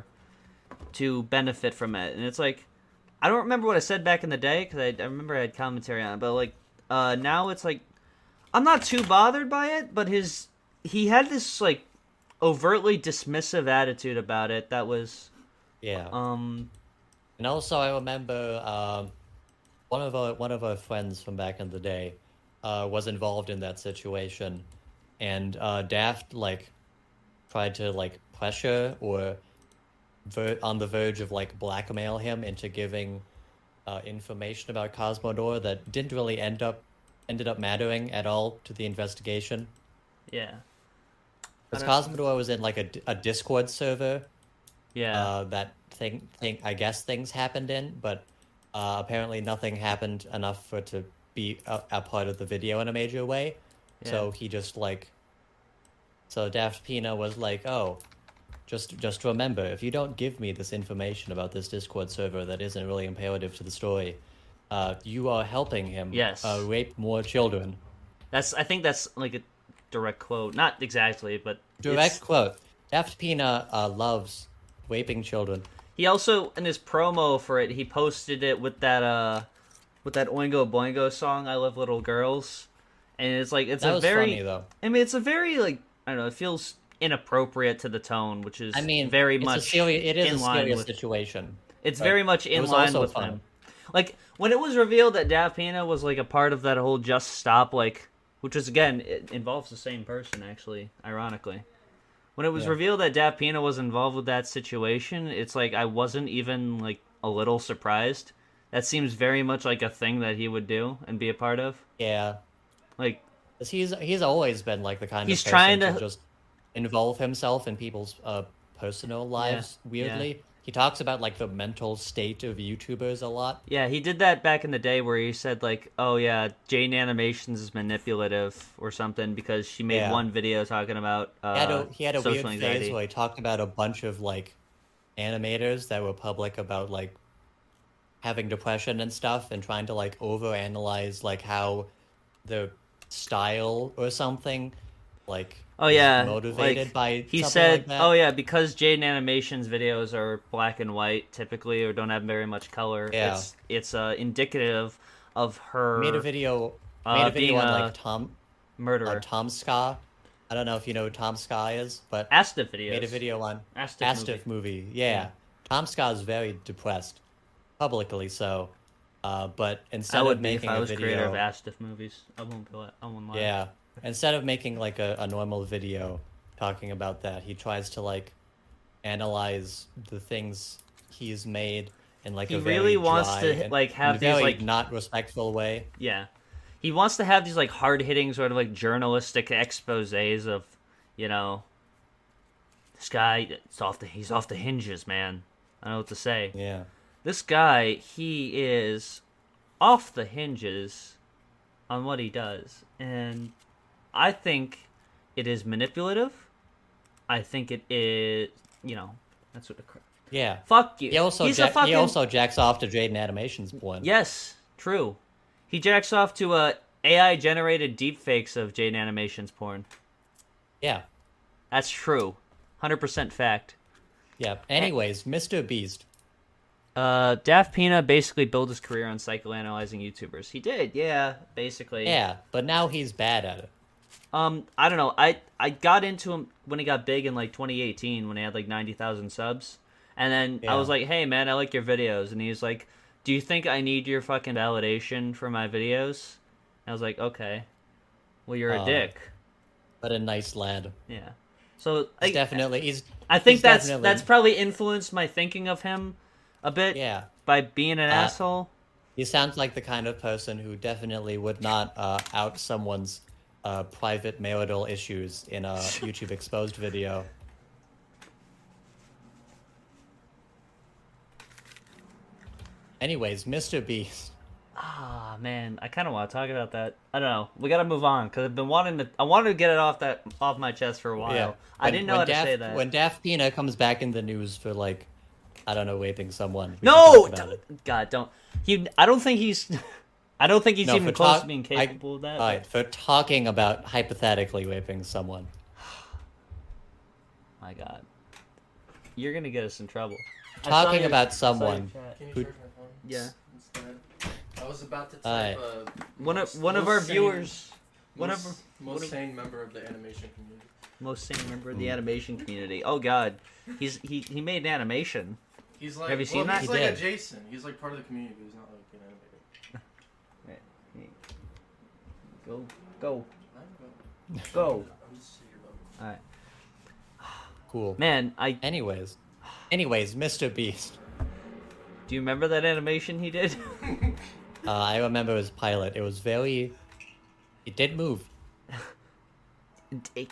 to benefit from it and it's like i don't remember what i said back in the day because I, I remember i had commentary on it but like uh now it's like i'm not too bothered by it but his he had this like overtly dismissive attitude about it that was
Yeah.
Um,
And also, I remember um, one of our one of our friends from back in the day uh, was involved in that situation, and uh, Daft like tried to like pressure or ver- on the verge of like blackmail him into giving uh, information about Cosmodor that didn't really end up ended up mattering at all to the investigation.
yeah,
Because
I don't-
Cosmodor was in like a, d- a Discord server
yeah.
uh, that thing thing I guess things happened in, but uh, apparently nothing happened enough for it to be a, a part of the video in a major way. So
Yeah.
he just like, so Daft Pina was like, oh, just just remember if you don't give me this information about this Discord server that isn't really imperative to the story. Uh, you are helping him
Yes.
uh, rape more children.
that's. I think that's like a direct quote. Not exactly, but
Direct
it's-
quote. Daft Pina uh, loves raping children.
He also in his promo for it, he posted it with that uh with that Oingo Boingo song, I Love Little Girls. And it's like it's
That
a
was
very
funny though.
I mean it's a very like I don't know, it feels inappropriate to the tone, which is
I mean,
very
it's
much
a serious, it
in
is a
line
serious
with-
situation.
it's
but
very much
it
in
was
line
also
with
fun.
him. Like when it was revealed that Daft Pina was like a part of that whole Just Stop, like which is again it involves the same person actually, ironically. When it was
Yeah.
revealed that Daft Pina was involved with that situation, it's like I wasn't even like a little surprised. That seems very much like a thing that he would do and be a part of.
Yeah,
Like
'Cause he's he's always been like the kind
He's
of
trying
person
to-
just involve himself in people's uh, personal lives.
yeah.
weirdly, he talks about like the mental state of YouTubers a lot.
Yeah, he did that back in the day where he said like, "Oh yeah, Jane Animations is manipulative or something because she made
Yeah.
one video talking about uh,
He had a, he had a weird
social anxiety."
phase where he talked about a bunch of like animators that were public about like having depression and stuff and trying to like overanalyze like how the style or something like
oh
is
yeah,
motivated
like,
by
he
something
said,
like that.
"Oh yeah, because Jane Animations videos are black and white typically or don't have very much color.
Yeah.
It's it's uh, indicative of her
made a video
Uh,
made a video
being
on
a
like Tom
murderer."
uh, Tom Ska. I don't know if you know who Tom Ska is, but
Asta videos.
made a video on
Astif
Astif movie. Yeah.
Yeah.
Tom Ska is very depressed, publicly so. Uh, but instead
I would
of
be if
making
I
a
was creator
video,
of Astif movies. I won't. be li- I won't lie.
yeah, instead of making like a, a normal video talking about that, he tries to like analyze the things he's made in like
He
a very
really wants
dry
to,
and-
like, have
and
these,
very
like-
not respectful way.
Yeah. He wants to have these like hard hitting sort of like journalistic exposés of, you know, this guy it's off the he's off the hinges, man. I don't know what to say.
Yeah.
This guy, he is off the hinges on what he does. And I think it is manipulative. I think it is, you know, that's what the cr-
Yeah.
Fuck you.
He also
he's
ja-
a fucking
he also jacks off to Jaden Animations porn.
Yes, true. He jacks off to uh, AI generated deepfakes of Jade Animations porn.
yeah,
That's true. 100% fact.
yeah. Anyways, Mr. Beast.
Uh, Daft Pina basically built his career on psychoanalyzing YouTubers. He did, yeah, basically.
Yeah, but now he's bad at it.
Um, I don't know. I I got into him when he got big in like 2018 when he had like 90,000 subs, and then I
Yeah.
was like, "Hey man, I like your videos," and he's like, "Do you think I need your fucking validation for my videos?" And I was like, "Okay, well you're a
Uh,
dick."
But a nice lad.
Yeah. So I,
He's definitely he's.
I think
he's
that's
definitely-
that's probably influenced my thinking of him a bit
Yeah,
by being an
Uh,
asshole.
he sounds like the kind of person who definitely would not uh, out someone's uh, private marital issues in a YouTube exposed video. Anyways, Mr. Beast.
Ah man, I kind of want to talk about that. I don't know. We got to move on because I've been wanting to. I wanted to get it off that off my chest for a while. I
When-
didn't know
when
how
Daft,
to say that.
When Daft Pina comes back in the news for like, I don't know, raping someone. we can
no,
talk about it.
don't- God, don't. He. I don't think he's. I don't think he's
No,
even
for
close
talk-
to being
I-
capable of that.
All right, for talking about hypothetically raping someone.
but- My God, you're gonna get us in trouble. I saw
Talking
your-
about
I saw your
someone.
chat.
Can you
Who-
charge my phone?
Yeah.
Instead. I was about to
Alright.
type uh,
One of
Most-
one of
most
our
sane-
viewers. One of
most,
one of-
most sane member of the animation community.
most sane member of the animation community. Oh God, he's he he made an animation.
He's like,
Have you
well,
seen that?
He's
He
like
did.
a Jason. He's like part of the community, but he's not like an animator.
Go, go,
I'm
go.
just here,
All right,
Cool.
man. I
Anyways, anyways, Mr. Beast.
do you remember that animation he did?
Uh, I remember his pilot. It was very. It did move.
it,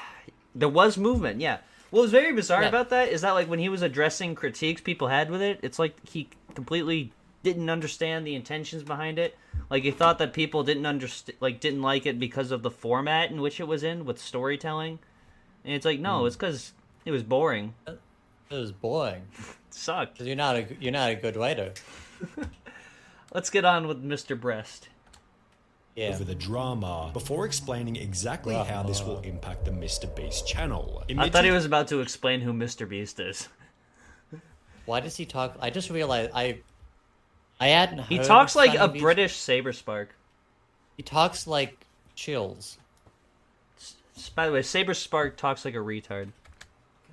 there was movement, yeah. What was very bizarre
Yeah.
about that is that like when he was addressing critiques people had with it, it's like he completely didn't understand the intentions behind it. Like he thought that people didn't understand, like didn't like it because of the format in which it was in with storytelling, and it's like no, it's because it was boring. It
It was boring.
sucked.
'Cause You're not a you're not a good writer.
Let's get on with Mr. Breast.
Yeah.
Over the drama before explaining exactly how this will
Uh-huh.
impact the Mr. Beast channel.
I thought he was about to explain who Mr. Beast is.
Why does he talk? I just realized I. I hadn't.
He
heard
talks like
Sonny
a
Beast-
British saber spark.
He talks like chills.
By the way, saber spark talks like a retard.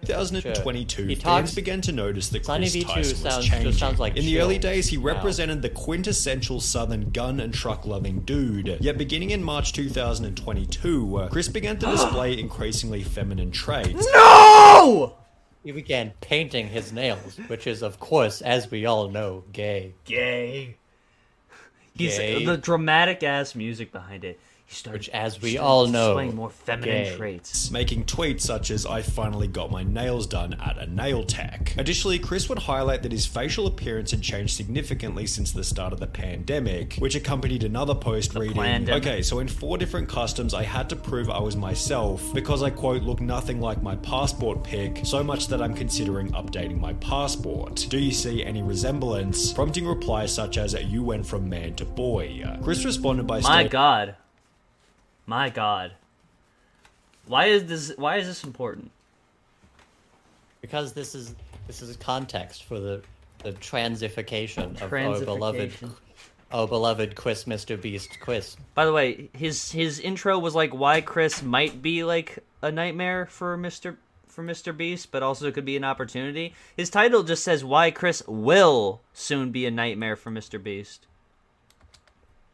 In 2022,
He
fans
talks-
began to notice that
Sonny
Chris
V2
Tyson was
sounds- just
changing.
sounds like
In the
chill
early days, he
now.
represented the quintessential Southern gun and truck loving dude. Yet, beginning in March 2022, uh, Chris began to display increasingly feminine traits.
No!
He began painting his nails, which is, of course, as we all know, gay.
Gay. He's
Gay.
the dramatic ass music behind it. He started,
Which, as
he
we
started
all know,
displaying more feminine
gay.
traits.
making tweets such as I finally got my nails done at a nail tech. Additionally, Chris would highlight that his facial appearance had changed significantly since the start of the pandemic, which accompanied another post reading,
plandemic.
"Okay, so in four different customs I had to prove I was myself because I quote look nothing like my passport pic, so much that I'm considering updating my passport. Do you see any resemblance?" prompting replies such as "You went from man to boy." Chris responded
My
by stating
God. My God. Why is this? Why is this important?
Because this is this is context for the the transification of our beloved
Transification.
our beloved Chris Mr. Beast Chris.
By the way, his his intro was like why Chris might be like a nightmare for Mr. for Mr. Beast, but also could be an opportunity. His title just says why Chris will soon be a nightmare for Mr. Beast.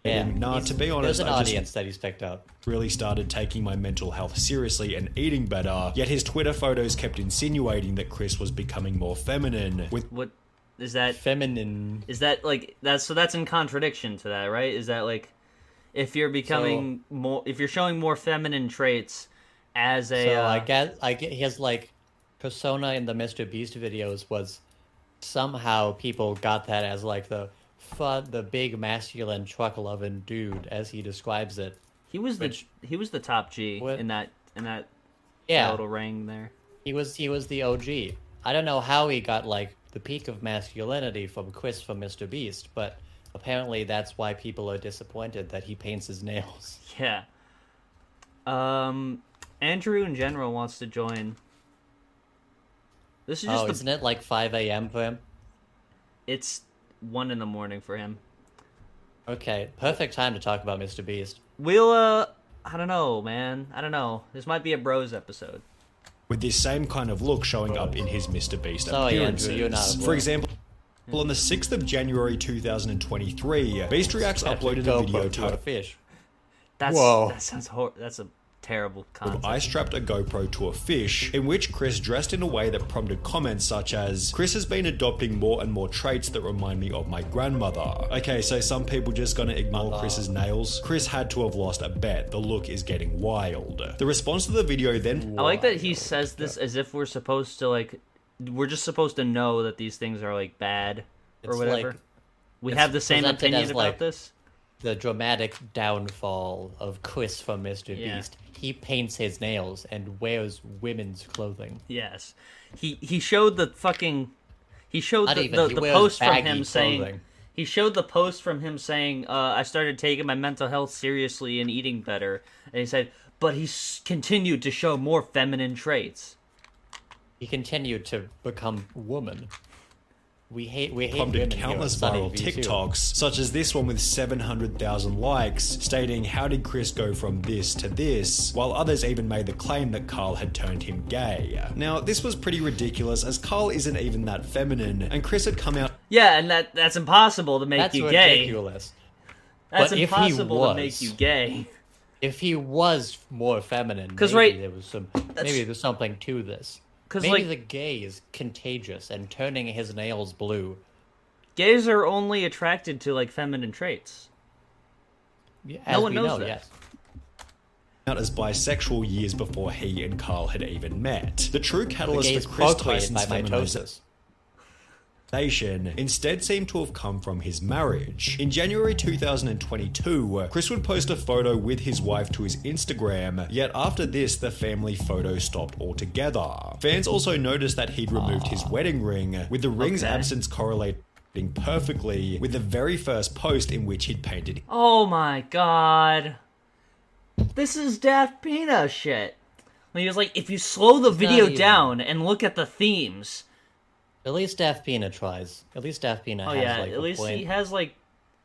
Yeah.
Nah,
he's-
to be honest,
there's an
I just-
audience that he's picked up.
really started taking my mental health seriously and eating better, yet his Twitter photos kept insinuating that Chris was becoming more feminine. With
What is that?
Feminine.
Is that like that's so that's in contradiction to that, right? Is that like if you're becoming more if you're showing more feminine traits as a
So
uh,
I guess I get his like persona in the Mr. Beast videos was somehow people got that as like the fun, the big masculine truck loving dude as he describes it.
he was the
which-
he was the top G
What?
in that in that
Yeah,
little ring there.
he was he was the OG. I don't know how he got like the peak of masculinity from Chris from Mr. Beast, but apparently that's why people are disappointed that he paints his nails.
Yeah. Um Andrew in general wants to join. This is just
Oh,
the
isn't it like 5 a.m. for him?
it's one in the morning for him.
Okay, perfect time to talk about Mr. Beast.
We'll uh I don't know, man. I don't know. This might be a bros episode.
with this same kind of look showing up in his Mr. Beast
Oh, yeah,
appearances.
so you're not a boy.
For example, on the 6th of January 2023, Beast Reacts uploaded a
Go
video
put you a
titled
fish.
That's
Whoa.
that sounds hor- that's a terrible concept.
I strapped a GoPro to a fish, in which Chris dressed in a way that prompted comments such as, Chris has been adopting more and more traits that remind me of my grandmother. Okay, so some people just gonna ignore Chris's nails. Chris had to have lost a bet. The look is getting wild. The response to the video then
I like that he says this as if we're supposed to like we're just supposed to know that these things are like bad or
It's
whatever.
like-
we have the same
presented
opinion
as,
about
like,
this.
The dramatic downfall of Chris from Mr.
Yeah.
Beast. He paints his nails and wears women's clothing.
Yes. He he showed the fucking he showed
Not
the,
even,
the,
he
the
wears
post from
baggy
him saying
clothing.
he showed the post from him saying uh, I started taking my mental health seriously and eating better and he said but he s- continued to show more feminine traits.
He continued to become woman. we hate we hate women
prompted
here on
countless
Sunny
viral
V2.
TikToks, such as this one with 700,000 likes, stating how did Chris go from this to this, while others even made the claim that Carl had turned him gay. Now, this was pretty ridiculous as Carl isn't even that feminine, and Chris had come out
Yeah, and that that's impossible to make
That's
you gay.
ridiculous.
That's
But if he
impossible to make
was-
you gay.
If he was more feminine,
'Cause,
maybe
right,
there was some maybe there's something to this.
'Cause,
maybe
like-
the gay is contagious and turning his nails blue.
Gays are only attracted to like feminine traits.
Yeah,
No
as
one
we
knows
know,
that.
Yes.
out as bisexual years before he and Carl had even met. The true
The
catalyst
gays
for Chris
procreate by
Tyson's feminization
mitosis.
Nation instead seemed to have come from his marriage. In January 2022, Chris would post a photo with his wife to his Instagram, yet after this, the family photo stopped altogether. Fans also noticed that he'd removed his wedding ring, with the ring's
Ah. Okay.
absence correlating perfectly with the very first post in which he'd painted
Oh my god. This is Daft Pina shit. When he was like, if you slow the
not
video
even-
down and look at the themes.
At least Daphina tries. At least Daphina
Oh
has
yeah,
like
at
a
least
point.
he has like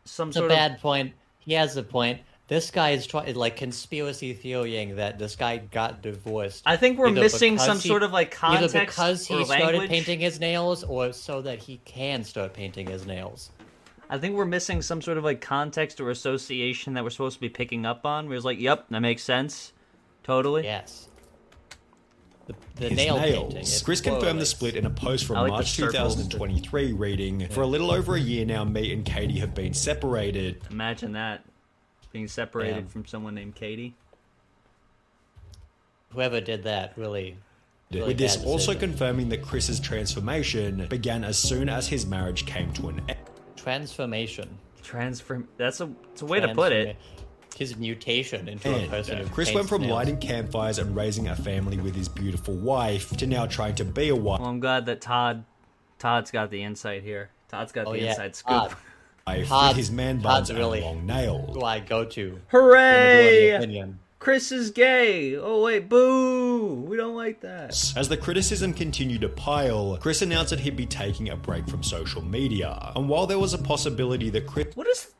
some
It's a
sort of
bad point. He has a point. This guy is trying like conspiracy theorying that this guy got divorced.
I think we're
either
missing
because
some
he-
sort of, like, Uh, context
either because he
or
started
language.
painting his nails, or so that he can start painting his nails.
I think we're missing some sort of like context or association that we're supposed to be picking up on. We're just like, yep, that makes sense. Totally.
Yes. The, the
his
nail
nails.
painting. it
Chris confirmed the
correlates.
split in a post from
I like the
March
circles.
2023, reading, For a little over a year now, me and Katie have been separated.
Imagine that. Being separated
Damn.
from someone named Katie.
Whoever did that really. really
With this
bad
also
decision.
confirming that Chris's transformation began as soon as his marriage came to an end.
transformation.
Transform. That's a. It's a way to put it.
Transforma- His mutation into a person. who
Chris
paints
went from
nails.
lighting campfires and raising a family with his beautiful wife to now trying to be a wife.
Well, I'm glad that Todd. Todd's got the insight here. Todd's got
Oh
the
yeah.
inside scoop.
Todd,
with
Todd-
his man
Todd's
buns
really-
and long nails.
who I go to. Majority
Hooray!
opinion.
Chris is gay. Oh wait, boo! We don't like that.
As the criticism continued to pile, Chris announced that he'd be taking a break from social media. And while there was a possibility that Chris
What is?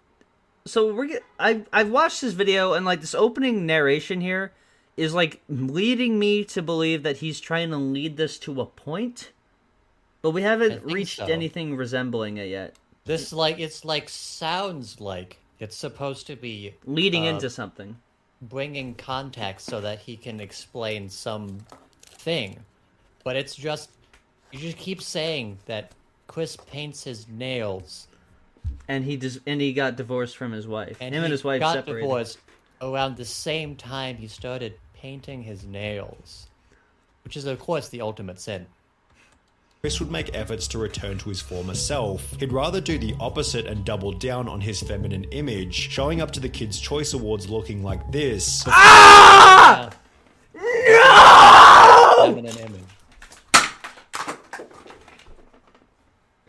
So we're get, I I've watched this video and like this opening narration here is like leading me to believe that he's trying to lead this to a point, but we haven't
think
reached
so.
anything resembling it yet.
This like it's like sounds like it's supposed to be
Leading into something.
bringing context so that he can explain some thing, but it's just you just keep saying that Chris paints his nails
and he dis- and he got divorced from his wife.
and
Him
he
and his wife
got
separated.
divorced around the same time he started painting his nails, which is of course the ultimate sin.
Chris would make efforts to return to his former self. He'd rather do the opposite and double down on his feminine image, showing up to the Kids' Choice Awards looking like this.
Oh!
feminine image.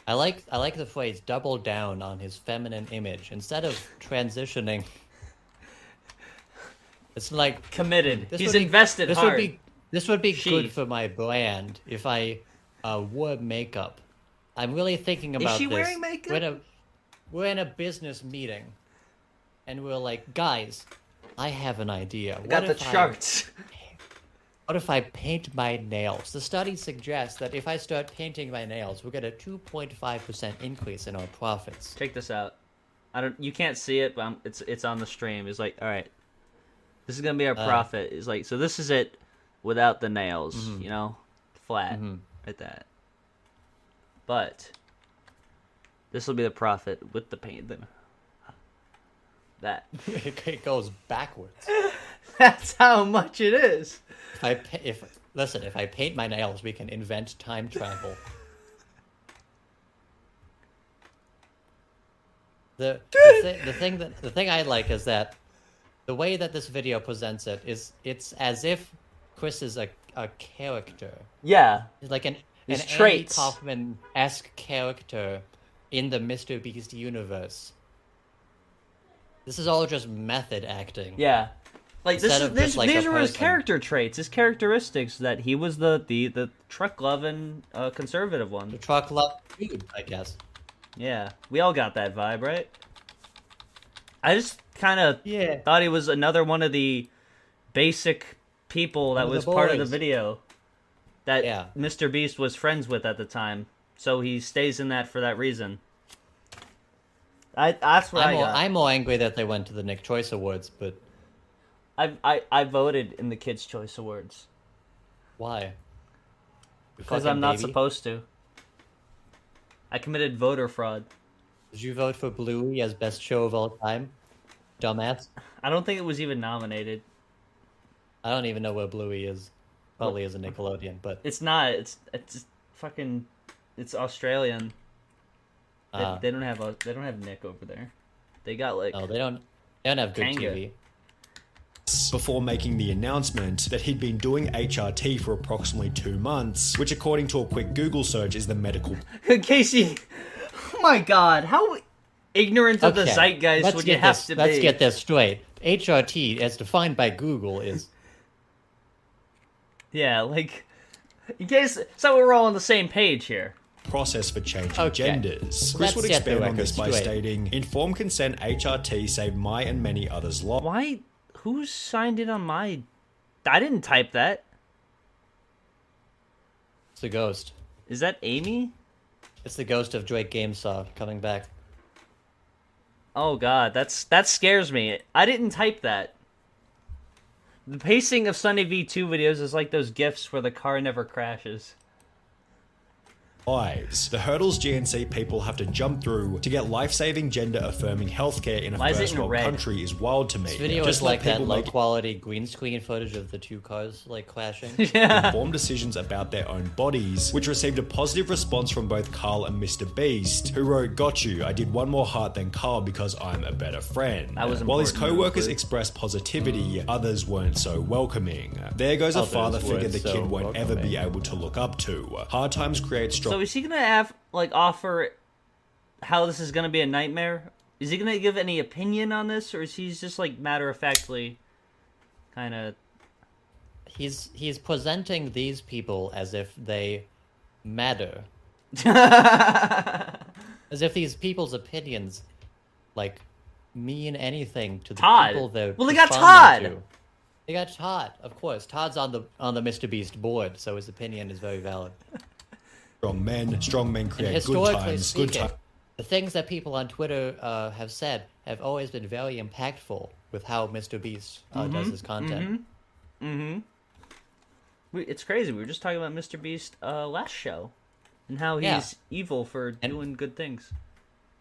I like I like the phrase double down on his feminine image instead of transitioning. It's like
Committed.
this
he's
would be-
invested
this
hard.
would be this would be
She.
good for my brand if I uh, wore makeup. I'm really thinking about
she
this.
wearing makeup?
We're in, a, we're in a business meeting, and we're like, guys, I have an idea.
got
What
the
if I-
charts.
what if I paint my nails? The study suggests that if I start painting my nails, we'll get a 2.5% increase in our profits.
Check this out. I don't. You can't see it, but I'm, it's it's on the stream. It's like, all right, this is gonna be our
Uh.
profit. It's like, so this is it without the nails.
Mm-hmm.
You know, flat like that. But this will be the profit with the paint. Then that
it goes backwards.
that's how much it is.
If I pa- if listen, if I paint my nails, we can invent time travel. The the, thi- the thing that the thing I like is that the way that this video presents it is it's as if Chris is a a character.
Yeah,
He's like an
His
an
traits.
Andy Kaufman esque character in the Mr. Beast universe. This is all just method acting.
yeah. Like this
Instead
is
of
this,
just, like, a
these were his
person.
character traits, his characteristics that he was the the the truck loving uh, conservative one.
The truck love dude, I guess.
Yeah, we all got that vibe, right? I just kind of
Yeah.
thought he was another one of the basic people that
One
was
of the
part of the
boys.
video that
Yeah.
Mr. Beast was friends with at the time, so he stays in that for that reason. I that's what
I'm
I
more,
got.
I'm more angry that they went to the Nick Choice Awards, but
I, I I voted in the Kids Choice Awards
why?
because
fucking
I'm not
baby.
supposed to. I committed voter fraud.
Did you vote for Bluey as best show of all time? Dumbass.
I don't think it was even nominated.
I don't even know where Bluey is. Probably is a Nickelodeon, but
It's not. It's it's fucking. It's Australian. They,
uh,
they don't have a, they don't have Nick over there. They got like
no, they don't. They don't have good
Kanga.
TV.
before making the announcement that he'd been doing HRT for approximately two months, which, according to a quick Google search, is the medical
Casey. Oh my God! How ignorant of the
Okay,
zeitgeist
let's
would
get
you have
this-
to
Let's
be?
get this straight. HRT, as defined by Google, is
Yeah, like in case so we're all on the same page here.
process for changing
Okay.
genders. Chris
Let's
would
set the
expand on
record
this by
straight.
stating, "Informed consent HRT saved my and many others' lives."
Why? Who signed it on my? I didn't type that.
it's the ghost.
Is that Amy?
It's the ghost of Drake Gamesaw coming back.
Oh God, that's that scares me. I didn't type that. The pacing of Sunny V two videos is like those gifs where the car never crashes.
lives. The hurdles GNC people have to jump through to get life-saving gender-affirming healthcare in a
Why is it in
first-world
red?
country is wild to me.
This video
Just
is like that
let people
low
make
quality green screen footage of the two cars like clashing.
informed decisions about their own bodies, which received a positive response from both Carl and Mr. Beast, who wrote, Got you, I did one more heart than Carl because I'm a better friend.
That was
While his
important,
co workers
Rupert.
expressed positivity, others weren't so welcoming. There goes
Hmm. Others
a father figure
weren't
the
so
kid won't ever be
welcoming.
able to look up to. Hard times create strong.
So is he gonna have like offer how this is gonna be a nightmare? Is he gonna give any opinion on this, or is he just like matter of factly, kind of?
he's he's presenting these people as if they matter. as if these people's opinions like mean anything to the
Todd.
people they're
Well, they got
responding
Todd.
to. They got Todd, of course. Todd's on the on the Mr. Beast board, so his opinion is very valid.
strong men, strong men
And
create good
historically
times, good
speaking,
times.
the things that people on Twitter uh, have said have always been very impactful with how Mr. Beast uh,
Mm-hmm.
does his content.
We, it's crazy. We were just talking about Mr. Beast uh, last show, and how he's
Yeah.
evil for
And-
doing good things.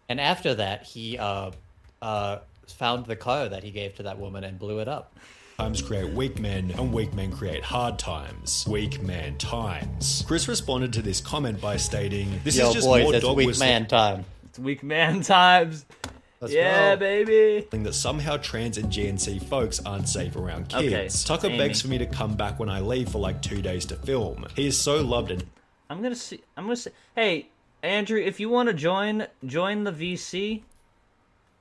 And after that, he uh, uh, found the car that he gave to that woman and blew it up.
Times create weak men, and weak men create hard times. Weak man times. Chris responded to this comment by stating, "This
Yo,
is just
boys,
more
it's
dog
weak
whistling
man time.
It's weak man times.
Let's
yeah,
go.
baby.
that somehow trans and GNC folks aren't safe around
Okay,
kids. Tucker
Amy.
begs for me to come back when I leave for like two days to film. He is so loved and
I'm gonna see. I'm gonna say, hey, Andrew, if you want to join, join the VC.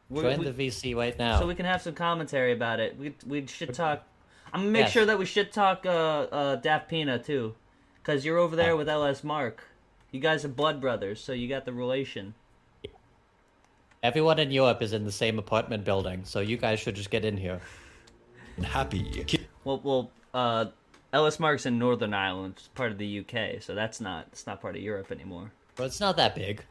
We're,
Join
we-
the VC right now.
so we can have some commentary about it. We we should talk. I'm gonna make
Yes.
sure that we should talk uh, uh, Daft Pina too, because you're over there with LS Mark. You guys are blood brothers, so you got the relation.
Everyone in Europe is in the same apartment building, so you guys should just get in here.
happy. Kids
Well, well, uh, LS Mark's in Northern Ireland, it's part of the UK, so that's not it's not part of Europe anymore.
But it's not that big.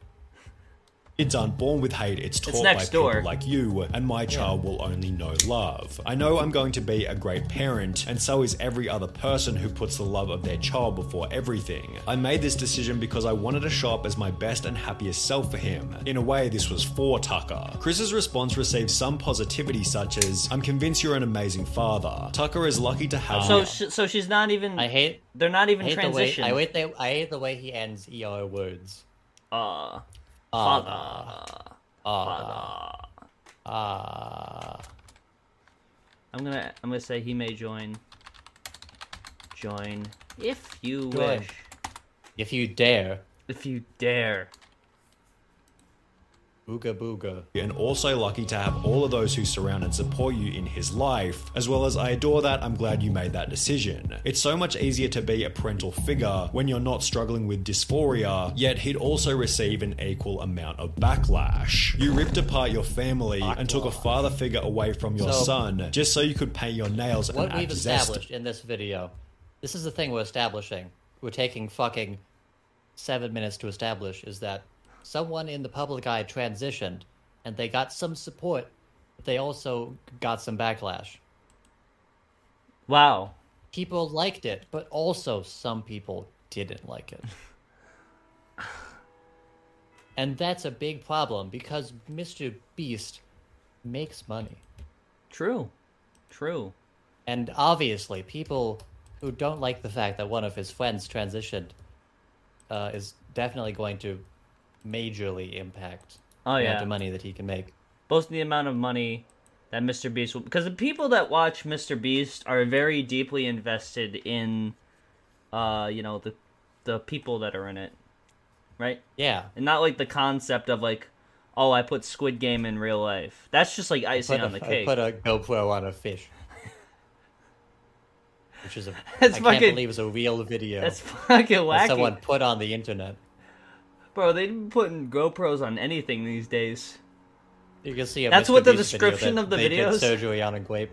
Kids aren't born with hate, it's taught by
next
people
door.
like you, and my child will only know love. I know I'm going to be a great parent, and so is every other person who puts the love of their child before everything. I made this decision because I wanted to show up as my best and happiest self for him. In a way, this was for Tucker. Chris's response received some positivity, such as, I'm convinced you're an amazing father. Tucker is lucky to have
So
you."
sh- so she's not even.
I hate,
They're not even
I hate the way
transitioned.
I hate the, I hate the way he ends ER words.
Uh, Ah.
Ah,
I'm gonna I'm gonna say he may join. Join if you
Join.
wish,
if you dare.
if you dare.
Booga booga.
and also lucky to have all of those who surround and support you in his life. As well as I adore that, I'm glad you made that decision. It's so much easier to be a parental figure when you're not struggling with dysphoria, yet he'd also receive an equal amount of backlash. You ripped apart your family and took a father figure away from your
So-
son just so you could paint your nails
What
and
we've
act zest.
established in this video, this is the thing we're establishing. We're taking fucking seven minutes to establish is that someone in the public eye transitioned and they got some support, but they also got some backlash.
Wow.
People liked it, but also some people didn't like it. and that's a big problem because Mr. Beast makes money.
True. True.
And obviously, people who don't like the fact that one of his friends transitioned uh, is definitely going to majorly impact
Oh,
the
yeah.
amount of money that he can make.
both the amount of money that Mr. Beast will because the people that watch Mr. Beast are very deeply invested in uh you know the the people that are in it. Right?
Yeah,
And not like the concept of like oh I put Squid Game in real life. That's just like icing
put
on
a-
the
I
cake.
put a GoPro on a fish, which is a I
That's
can't
fucking-
believe it's a real video
That's fucking wacky.
that someone put on the internet.
Bro, they've been putting GoPros on anything these days.
You can see a
That's
Mr.
what the
Beast
description
video that
of the
they did
videos-
surgery on a grape.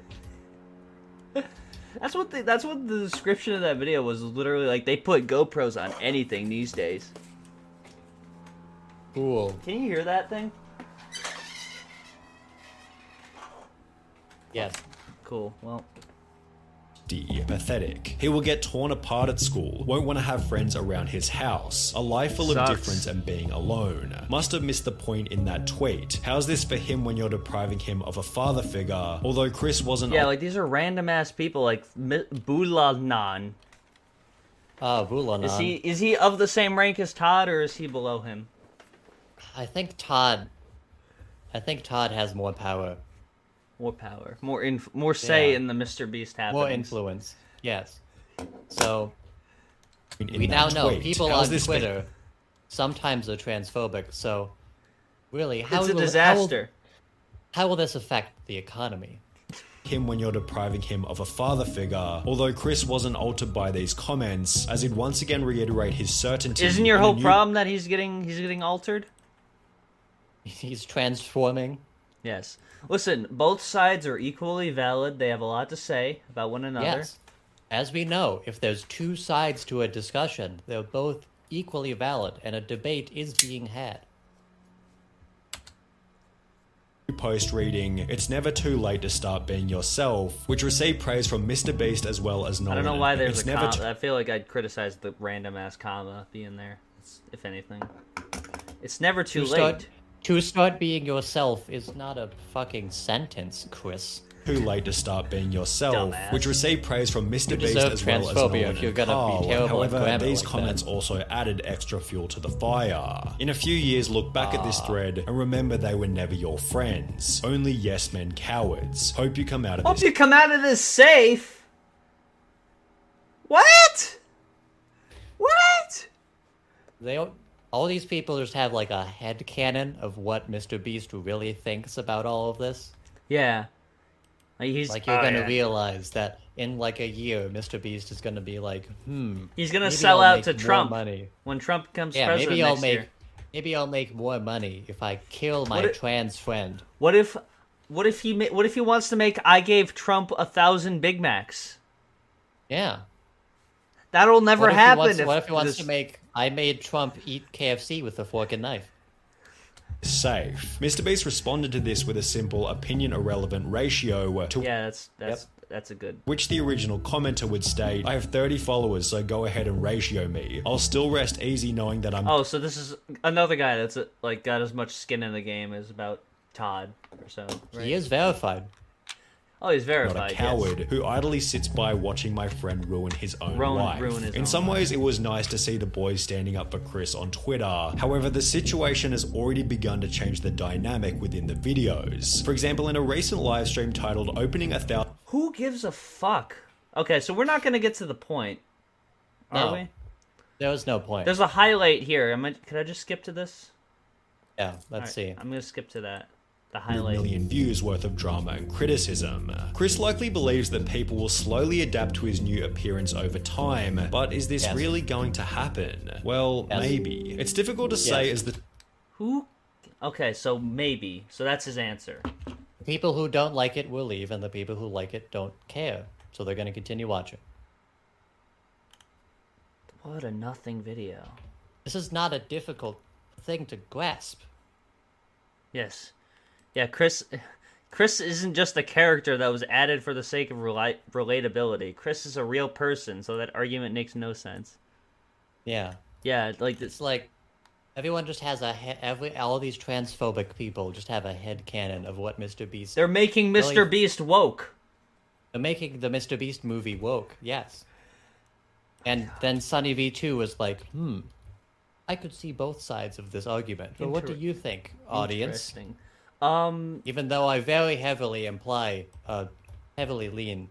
That's what they, that's what the description of that video was literally like they put GoPros on anything these days.
Cool.
Can you hear that thing?
Yes.
Cool. Well,
D. Pathetic. He will get torn apart at school, won't want to have friends around his house, a life full
Sucks.
of difference and being alone. Must have missed the point in that tweet. How's this for him when you're depriving him of a father figure? Although Chris wasn't
Yeah, like these are random ass people. Like Mi- Bulanan.
Ah, Bulanan.
Is he is he of the same rank as Todd, or is he below him?
I think Todd. I think Todd has more power,
More power, more inf- more say
Yeah.
in the Mr. Beast happenings.
more influence. Yes. So
in
we now
that
know
tweet.
people
How's
on
this for-
Twitter sometimes are transphobic. So really,
It's a
how will- how will-
disaster.
How will, this affect the economy?
him when you're depriving him of a father figure. Although Chris wasn't altered by these comments, as he'd once again reiterate his certainty.
Isn't your
in a
whole
new-
problem that he's getting he's getting altered?
He's transforming.
Yes. Listen, both sides are equally valid. They have a lot to say about one another.
Yes. As we know, if there's two sides to a discussion, they're both equally valid, and a debate is being had.
post reading it's never too late to start being yourself which received praise from mr beast as well as
I
Nolan.
don't know why there's
it's
a
never
com-
too-
I feel like I'd criticize the random ass comma being there. It's, if anything, it's never too
To
late.
start, to start being yourself is not a fucking sentence, Chris.
too late to start being yourself
Dumbass.
which received praise from mr beast
deserve
as well as
transphobia
Nolan
if you're
and
gonna be
Carl.
terrible at
however
grammar
these
like that.
comments also added extra fuel to the fire in a few years look back at
Ah.
this thread and remember they were never your friends only yes men cowards hope you come out of
Hope
this
you come out of this safe. What? What?
They don't, all these people just have like a head cannon of what Mr. Beast really thinks about all of this.
Yeah. Like he's
Like you're
oh,
gonna
yeah.
realize that in like a year, Mr. Beast is gonna be like, hmm,
he's gonna
maybe
sell
I'll
out to
make more
Trump
money.
when Trump becomes
yeah,
president
maybe I'll
next
make,
year.
maybe I'll make more money if I kill my
What if-
trans friend.
What if? What if he? Ma- what if he wants to make? I gave Trump a thousand Big Macs.
Yeah.
That'll never
What if, he
happen.
wants, what if he wants
this-
to make? I made Trump eat KFC with a fork and knife.
safe mr beast responded to this with a simple opinion irrelevant ratio to
Yeah, that's that's that's a good.
which the original commenter would state, I have 30 followers, so go ahead and ratio me. I'll still rest easy knowing that I'm
Oh, so this is another guy that's uh like got as much skin in the game as about Todd or so. Right?
He is verified.
Oh, he's
not
verified.
a
yes.
coward who idly sits by watching my friend ruin his own
Ruin-
life.
ruin his
In
own
some
life.
ways, it was nice to see the boys standing up for Chris on Twitter. However, the situation has already begun to change the dynamic within the videos. For example, in a recent live stream titled Opening a Thousand
Who gives a fuck? Okay, so we're not gonna get to the point, are
No.
we?
There was no point.
There's a highlight here. Am I, could I just skip to this?
Yeah, let's see.
I'm gonna skip to that. The
Million
highlight.
views worth of drama and criticism. Chris likely believes that people will slowly adapt to his new appearance over time, but is this
Yes.
really going to happen? Well,
Yes.
maybe. It's difficult to say
Yes.
as the
Who? Okay, so maybe. So that's his answer.
People who don't like it will leave, and the people who like it don't care. So they're going to continue watching.
What a nothing video.
This is not a difficult thing to grasp.
Yes. Yeah, Chris. Chris isn't just a character that was added for the sake of reli- relatability. Chris is a real person, so that argument makes no sense.
Yeah.
Yeah, like
It's
this.
like everyone just has a he- every all these transphobic people just have a head canon of what Mr. Beast.
They're making Mr.
Really?
Beast woke.
They're making the Mr. Beast movie woke. Yes. And then Sunny V two was like, hmm. I could see both sides of this argument, but what do
Inter-
you think, audience?
Interesting. Um,
Even though I very heavily imply, uh, heavily lean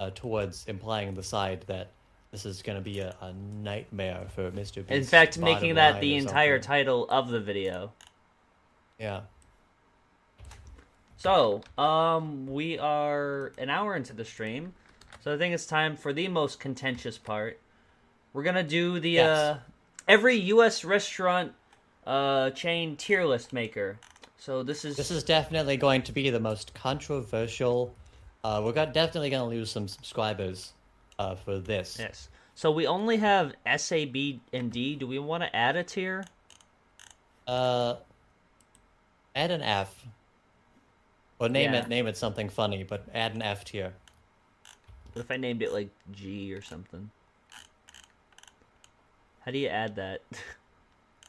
uh, towards implying the side that this is going to be a, a nightmare for Mr. Beast.
in fact, making that the entire title of the video.
Yeah.
So, um, we are an hour into the stream, so I think it's time for the most contentious part. We're gonna do the
Yes.
uh, every U.S. restaurant uh, chain tier list maker. So this is,
This is definitely going to be the most controversial. Uh, we're got, definitely going to lose some subscribers uh, for this.
yes. So we only have S A B and D. Do we want to add a tier?
Uh, add an F. Or name
Yeah.
it name it something funny, but add an F tier.
What if I named it like G or something? How do you add that?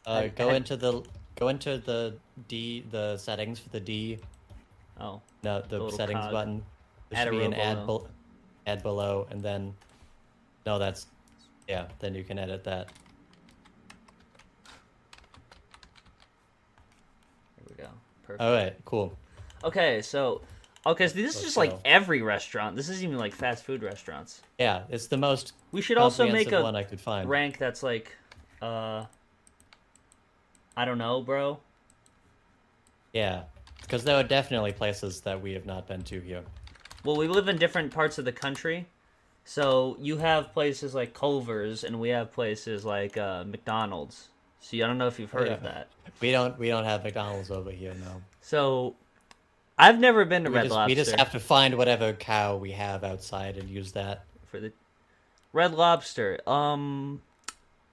Uh,
Add-
go
add-
into the go into the D the settings for the D
oh,
No, the
little
settings
cog.
button. There
Add
should
a
be an
row
add,
below.
bel add below, and then no, that's yeah. Then you can edit that.
here we go. Perfect.
All right, cool.
Okay, so okay, so this is just like
go.
every restaurant. This isn't even like fast food restaurants.
Yeah, it's the most
We should also make
comprehensive one I
a
could find.
rank that's like uh I don't know, bro.
Yeah, because there are definitely places that we have not been to here.
Well, we live in different parts of the country. So you have places like Culver's and we have places like uh McDonald's. So I don't know if you've heard of
Yeah.
that.
We don't we don't have McDonald's over here. No,
So I've never been to
we
Red
just
Lobster
we just have to find whatever cow we have outside and use that.
for the Red Lobster. Um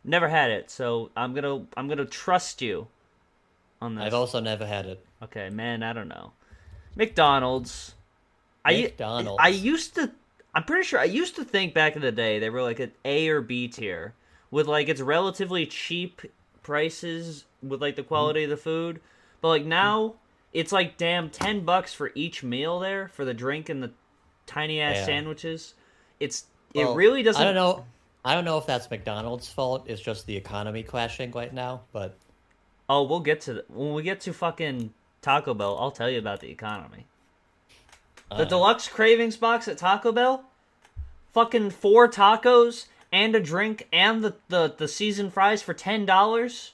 never had it. So I'm going to I'm going to trust you on this.
I've also never had it.
Okay, man, I don't know. McDonald's.
McDonald's.
I I used to I'm pretty sure I used to think back in the day they were like an A or B tier with like its relatively cheap prices with like
Mm-hmm.
the quality of the food. But like now it's like damn 10 bucks for each meal there for the drink and the tiny ass
Yeah.
sandwiches. It's
Well,
it really doesn't
I don't know. I don't know if that's McDonald's fault. It's just the economy crashing right now. But
Oh, we'll get to the, when we get to fucking Taco Bell, I'll tell you about the economy.
Uh.
The deluxe cravings box at Taco Bell, fucking four tacos and a drink and the the, the seasoned fries for ten dollars.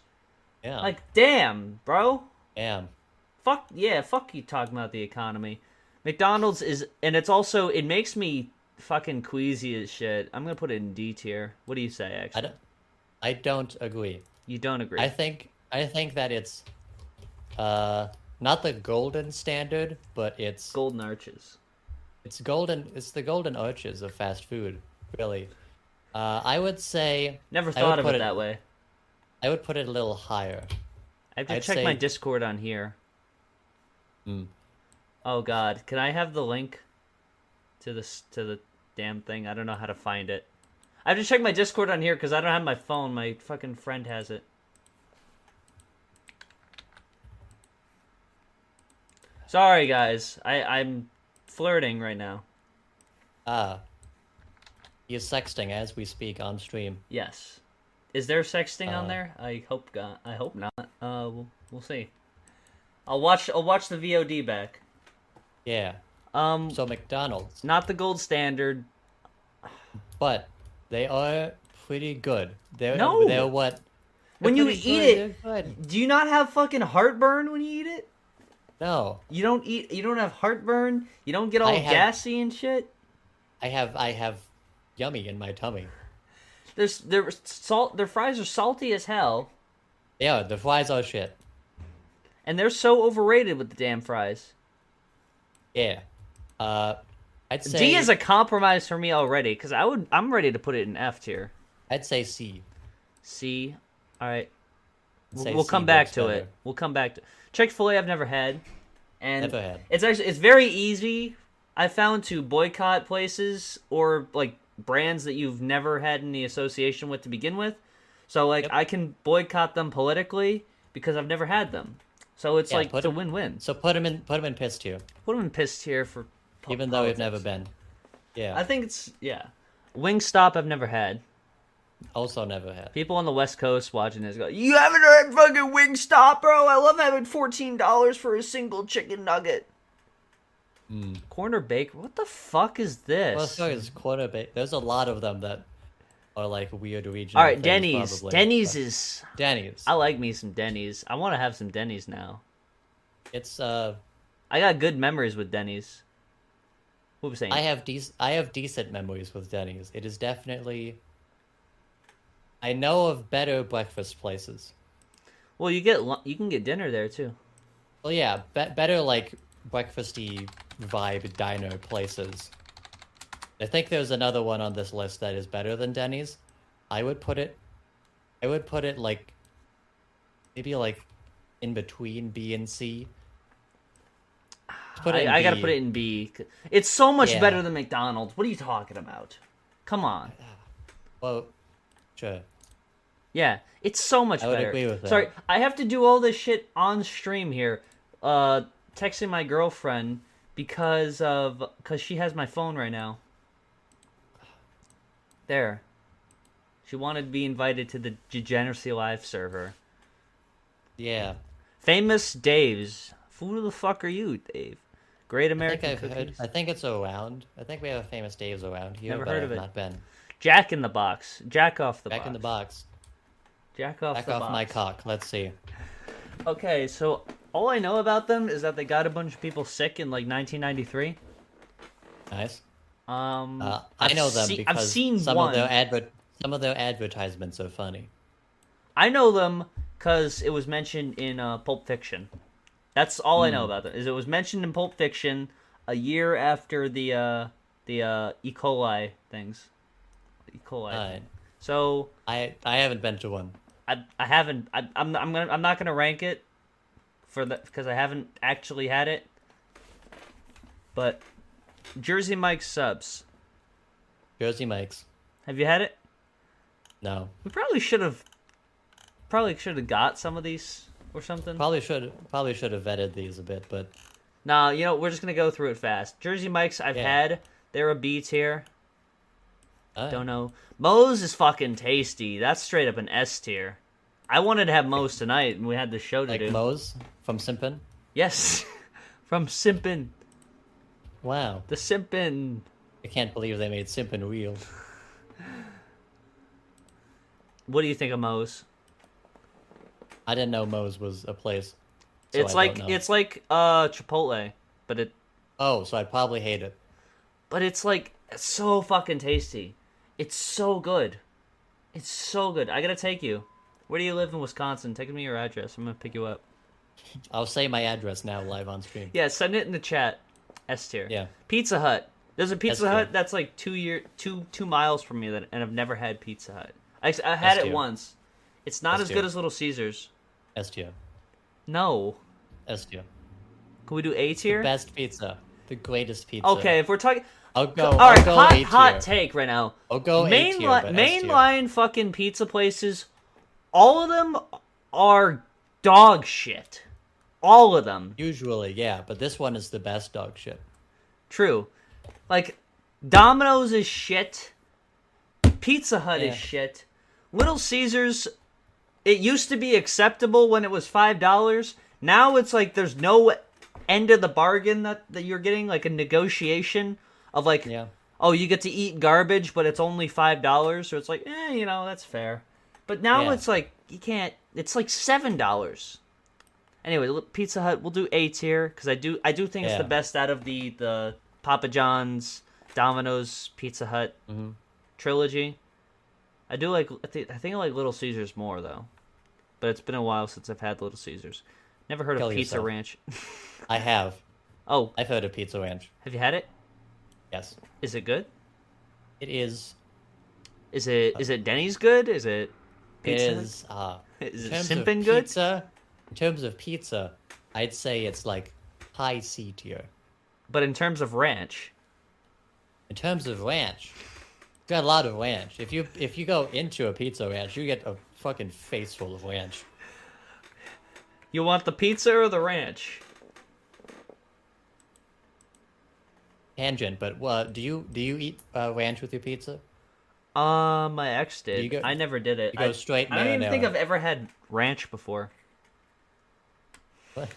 yeah,
Like, damn, bro.
damn.
Fuck yeah, fuck you talking about the economy. McDonald's is, and it's also it makes me fucking queasy as shit. I'm gonna put it in D tier. What do you say?
I
Actually,
don't. I don't agree.
you don't agree.
I think I think that it's uh not the golden standard, but it's
Golden arches.
it's golden. It's the golden arches of fast food, really. Uh, I would say
Never
I would
thought of
put
it, that way.
I would put it a little higher.
I have to
I'd
check my
say- Hmm.
Discord on here. Oh God, can I have the link to this to the damn thing? I don't know how to find it. I have to check my Discord on here because I don't have my phone. My fucking friend has it. Sorry guys, I I'm flirting right now.
Ah, he is sexting as we speak on stream.
Yes, is there sexting on
Uh.
there? I hope God, I hope not. Uh, we'll, we'll see. I'll watch I'll watch the VOD back.
Yeah.
Um,
So McDonald's,
not the gold standard.
but they are pretty good. They're
No!
they're what
When you
pretty
eat
good,
it,
they're good.
do you not have fucking heartburn when you eat it?
No,
You don't eat. You don't have heartburn. You don't get all
I have-
gassy and shit.
I have I have yummy in my tummy.
There's their salt. Their fries are salty as hell,
Yeah, the flies are shit.
and they're so overrated with the damn fries.
Yeah. Uh, I'd say
D is a compromise for me already because I would. I'm ready to put it in F tier.
I'd say C.
C. All right.
I'd
We'll-
say
we'll
C
come back
works
to
better.
it. We'll come back to Chick Fil A. I've never had, and
Never had.
it's actually it's very easy. I found to boycott places or like brands that you've never had any association with to begin with. So like
Yep.
I can boycott them politically because I've never had them. So it's
Yeah,
like
put
it's a
'em-
win-win.
So put him in put him in piss tier,
Put them in piss tier for po-
even though we've
politics.
never been. Yeah,
I think it's yeah. Wingstop I've never had.
also never had.
People on the West Coast watching this go, You haven't had fucking Wingstop, bro. I love having fourteen dollars for a single chicken nugget. Corner bake. What the fuck is this?
Well, so is quarter ba- There's a lot of them that are like weird regional.
All right,
things,
Denny's.
probably,
Denny's
but-
is.
Denny's.
I like me some Denny's. I want to have some Denny's now.
It's uh,
I got good memories with Denny's. What was I saying?
I have dec- I have decent memories with Denny's. It is definitely. I know of better breakfast places.
well, you get lu- you can get dinner there too.
Well, yeah, be- better like breakfasty vibe diner places. I think there's another one on this list that is better than Denny's. I would put it, I would put it like, maybe like, in between B and C. Let's Put
I,
in
I gotta
B.
put it in B. It's so much
Yeah.
better than McDonald's. What are you talking about? Come on.
Well, sure.
Yeah, it's so much
I would
better.
agree with that.
Sorry, I have to do all this shit on stream here. Uh, texting my girlfriend because of because she has my phone right now. There. She wanted to be invited to the Degeneracy Live server.
Yeah,
Famous Dave's. Who the fuck are you, Dave? Great
I think
American
I've heard.
Cookies.
I think it's around. I think we have a famous Dave's around here,
Never
but
heard
I've
of it.
not been.
Jack in the Box. Jack off the
Back
box.
in the box.
Jack off
Back
the
off
box.
my cock. Let's see.
Okay, so all I know about them is that they got a bunch of people sick in like 1993.
Nice.
Um,
Uh, I
I've
know them
see-
because
I've seen
some
one.
of their adver- some of their advertisements are funny.
I know them because it was mentioned in uh, Pulp Fiction. That's all I know about them. Is it was mentioned in Pulp Fiction a year after the uh, the uh, E. coli things. E. coli.
Uh,
thing. So
I I haven't been to one.
I I haven't. I, I'm I'm gonna I'm not gonna rank it for that because I haven't actually had it. But Jersey Mike's subs.
Jersey Mike's.
Have you had it?
No,
We probably should have. Probably should have got some of these or something.
probably should probably should have vetted these a bit, but
Nah, you know we're just gonna go through it fast. Jersey Mike's I've
Yeah.
had. They're a B tier.
uh,
Don't know. Moe's is fucking tasty. That's straight up an S tier. I wanted to have Moe's tonight, and we had the show to
like
do.
Moe's from Simpin.
yes, from Simpin.
Wow,
The Simpin.
I can't believe they made Simpin real.
What do you think of Moe's?
I didn't know Moe's was a place. so
it's
I
like
don't know.
it's like uh Chipotle, but it
oh, so I'd probably hate it.
but it's like so fucking tasty. It's so good. It's so good. I gotta take you. Where do you live in Wisconsin? Take me your address. I'm gonna pick you up.
I'll say my address now live on stream.
Yeah, send it in the chat. S tier.
Yeah.
Pizza Hut. There's a Pizza
S tier.
Hut that's like two year two two miles from me that and I've never had Pizza Hut. I, I had
S
it
tier.
once. It's not
S
as
tier.
good as Little Caesars.
S tier,
No.
S tier.
Can we do A tier?
Best pizza, the greatest pizza.
Okay, if we're talking
I'll go.
All
I'll
right,
go
hot
A tier.
hot take right now.
I'll go A
Main
tier,
li-
but S tier.
mainline fucking pizza places, all of them are dog shit. All of them.
Usually, yeah, but this one is the best dog shit.
True. Like Domino's is shit. Pizza Hut
Yeah.
is shit. Little Caesars it used to be acceptable when it was $5. Now it's like there's no end of the bargain that, that you're getting like a negotiation of like
Yeah.
oh, you get to eat garbage, but it's only five dollars, so it's like, eh, you know, that's fair. But now
Yeah.
it's like you can't. It's like seven dollars. Anyway, look, Pizza Hut. We'll do A tier because I do. I do think it's
Yeah.
the best out of the the Papa John's, Domino's, Pizza Hut
Mm-hmm.
trilogy. I do like. I think, I think I like Little Caesars more though, but it's been a while since I've had Little Caesars. Never heard
Kill
of Pizza
yourself.
Ranch.
I have.
oh,
I've heard of Pizza Ranch.
have you had it?
Yes.
Is it good?
It is.
Is it is it Denny's good? Is it
It
Pizza? Hut?
is. Uh,
Is it
in terms
simping
of
good?
pizza, in terms of pizza, I'd say it's like high C tier.
But in terms of ranch,
In terms of ranch, you got a lot of ranch. If you if you go into a pizza ranch, you get a fucking face full of ranch.
you want the pizza or the ranch?
Tangent, but uh, do you do you eat uh, ranch with your pizza?
Uh, my ex did.
You go-
I never did it.
you go
I,
straight
I don't even
marinara.
think I've ever had ranch before.
What?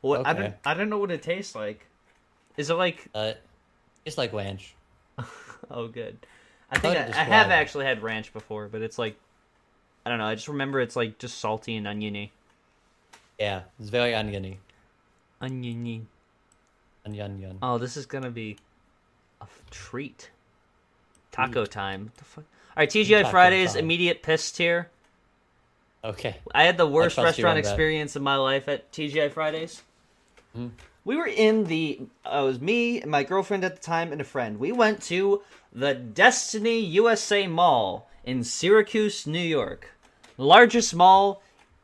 What? I
Okay.
don't. I don't know what it tastes like. Is it like?
Uh, it's like ranch.
Oh, good. I
How
think
to
I, I
describe
have
it?
actually had ranch before, but it's like, I don't know. I just remember it's like just salty and oniony.
Yeah, it's very oniony.
Oniony.
Onion, onion.
Oh, this is gonna be a f- treat. Taco time. What the fuck? All right, TGI
Taco
Fridays
time.
immediate piss tier.
Okay.
I had the worst
trust you
restaurant
on that. Hmm.
experience in my life at TGI Fridays. We were in the. Uh, it was me, and my girlfriend at the time, and a friend. We went to the Destiny USA Mall in Syracuse, New York, largest mall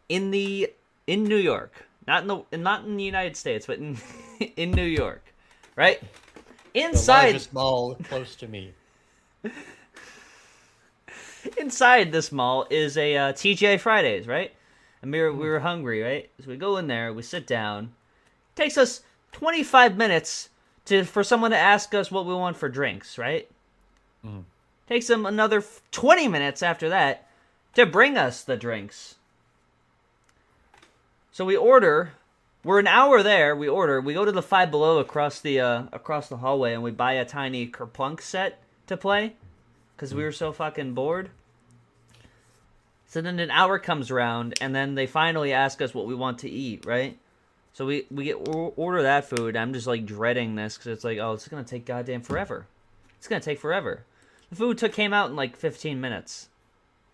in the in New York. Not in the not in the United States, but in in New York, right?
The
Inside
largest mall close to me.
inside this mall is a uh, TGI Fridays, right? And we were, we were hungry, right? So we go in there, we sit down. Takes us 25 minutes to for someone to ask us what we want for drinks, right? Takes them another f- 20 minutes after that to bring us the drinks. So we order. We're an hour there. We order. We go to the Five Below across the uh, across the hallway, and we buy a tiny Kerplunk set to play because we were so fucking bored. So then an hour comes around, and then they finally ask us what we want to eat, right? So we we get or- order that food. I'm just like dreading this because it's like, oh, it's gonna take goddamn forever. It's gonna take forever. The food took came out in like 15 minutes.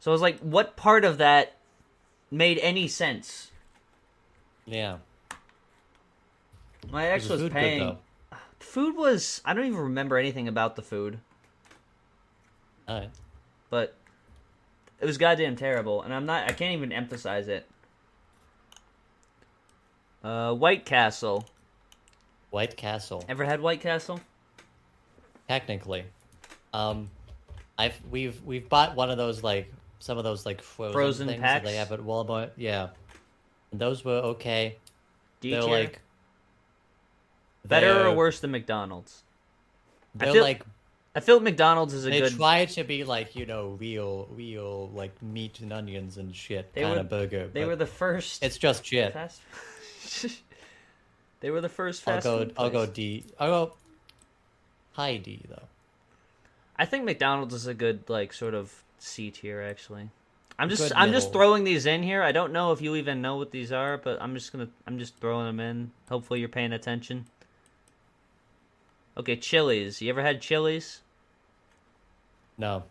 So I was like, what part of that made any sense?
Yeah.
My ex
the
was
food good,
paying.
though?
food was I don't even remember anything about the food.
All right.
but it was goddamn terrible, and I'm not. I can't even emphasize it. Uh, White Castle.
White Castle.
Ever had White Castle?
Technically, um, I've we've we've bought one of those like some of those like frozen,
Frozen
things that they
packs?
have at Walmart. Yeah, and those were okay.
D
They're
tier?
like
better or
they're-
worse than McDonald's.
They're
feel-
like
I feel McDonald's is a
they
good.
try to be like you know real real like meat and onions and shit
They
kind
were-
of burger.
they
but
were the first.
It's just shit.
fast. they were the first
I'll
fast.
go.
food
I'll go
place.
D. I'll go high D though.
I think McDonald's is a good like sort of C tier actually. I'm just
Good
I'm just
middle.
throwing these in here. I don't know if you even know what these are, but I'm just gonna I'm just throwing them in. Hopefully you're paying attention. Okay, Chili's. You ever had Chili's?
No,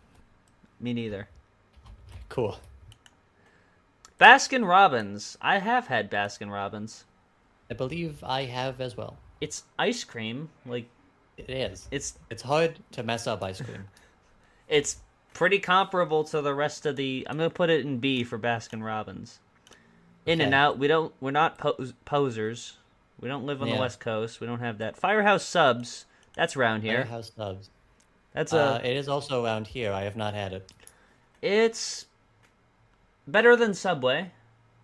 Me neither.
cool.
Baskin Robbins. I have had Baskin Robbins.
I believe I have as well.
It's ice cream. Like
It is.
it's
It's hard to mess up ice cream.
it's pretty comparable to the rest of the. I'm gonna put it in B for Baskin Robbins. In and
Okay.
out. We don't. We're not pos- posers. We don't live on the
Yeah.
West Coast. We don't have that. Firehouse Subs. That's around here.
Firehouse subs.
That's a.
Uh, it is also around here. I have not had it.
it's better than Subway.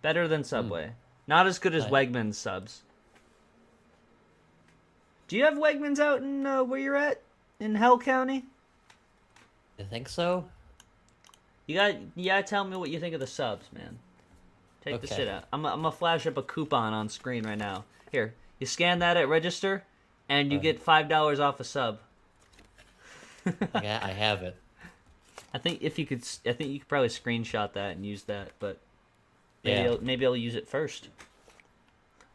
Better
Hmm.
than Subway. Not as good as
Right.
Wegmans subs. Do you have Wegmans out in uh, where you're at in Hell County?
I think so.
You got yeah. Tell me what you think of the subs, man. Take the
Okay.
shit out. I'm I'm gonna flash up a coupon on screen right now. Here, you scan that at register, and you get five dollars off a sub.
Yeah, I have it.
I think if you could, s- I think you could probably screenshot that and use that. But maybe
Yeah.
I'll, maybe I'll use it first.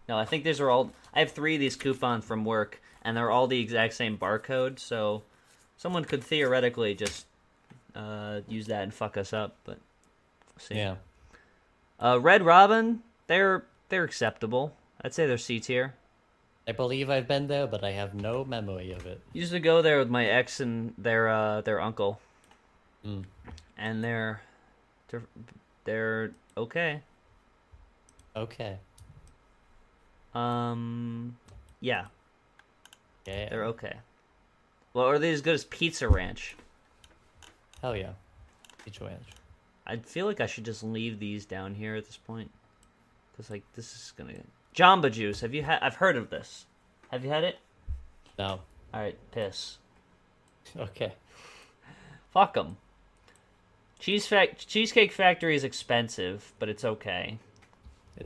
No, I think these are all. I have three of these coupons from work, and they're all the exact same barcode. So someone could theoretically just uh, use that and fuck us up. But we'll see.
Yeah.
Uh, Red Robin, they're they're acceptable. I'd say they're C tier.
I believe I've been there, but I have no memory of it.
used to go there with my ex and their uh their uncle Hmm. and they're they're they're okay
Okay.
um yeah
Yeah.
they're okay well are they as good as pizza ranch
Hell yeah. Peach Ranch.
i feel like i should just leave these down here at this point because like this is gonna jamba juice have you had i've heard of this have you had it
No.
all right piss
Okay.
Fuck them. Cheese fac- Cheesecake Factory is expensive, but it's okay.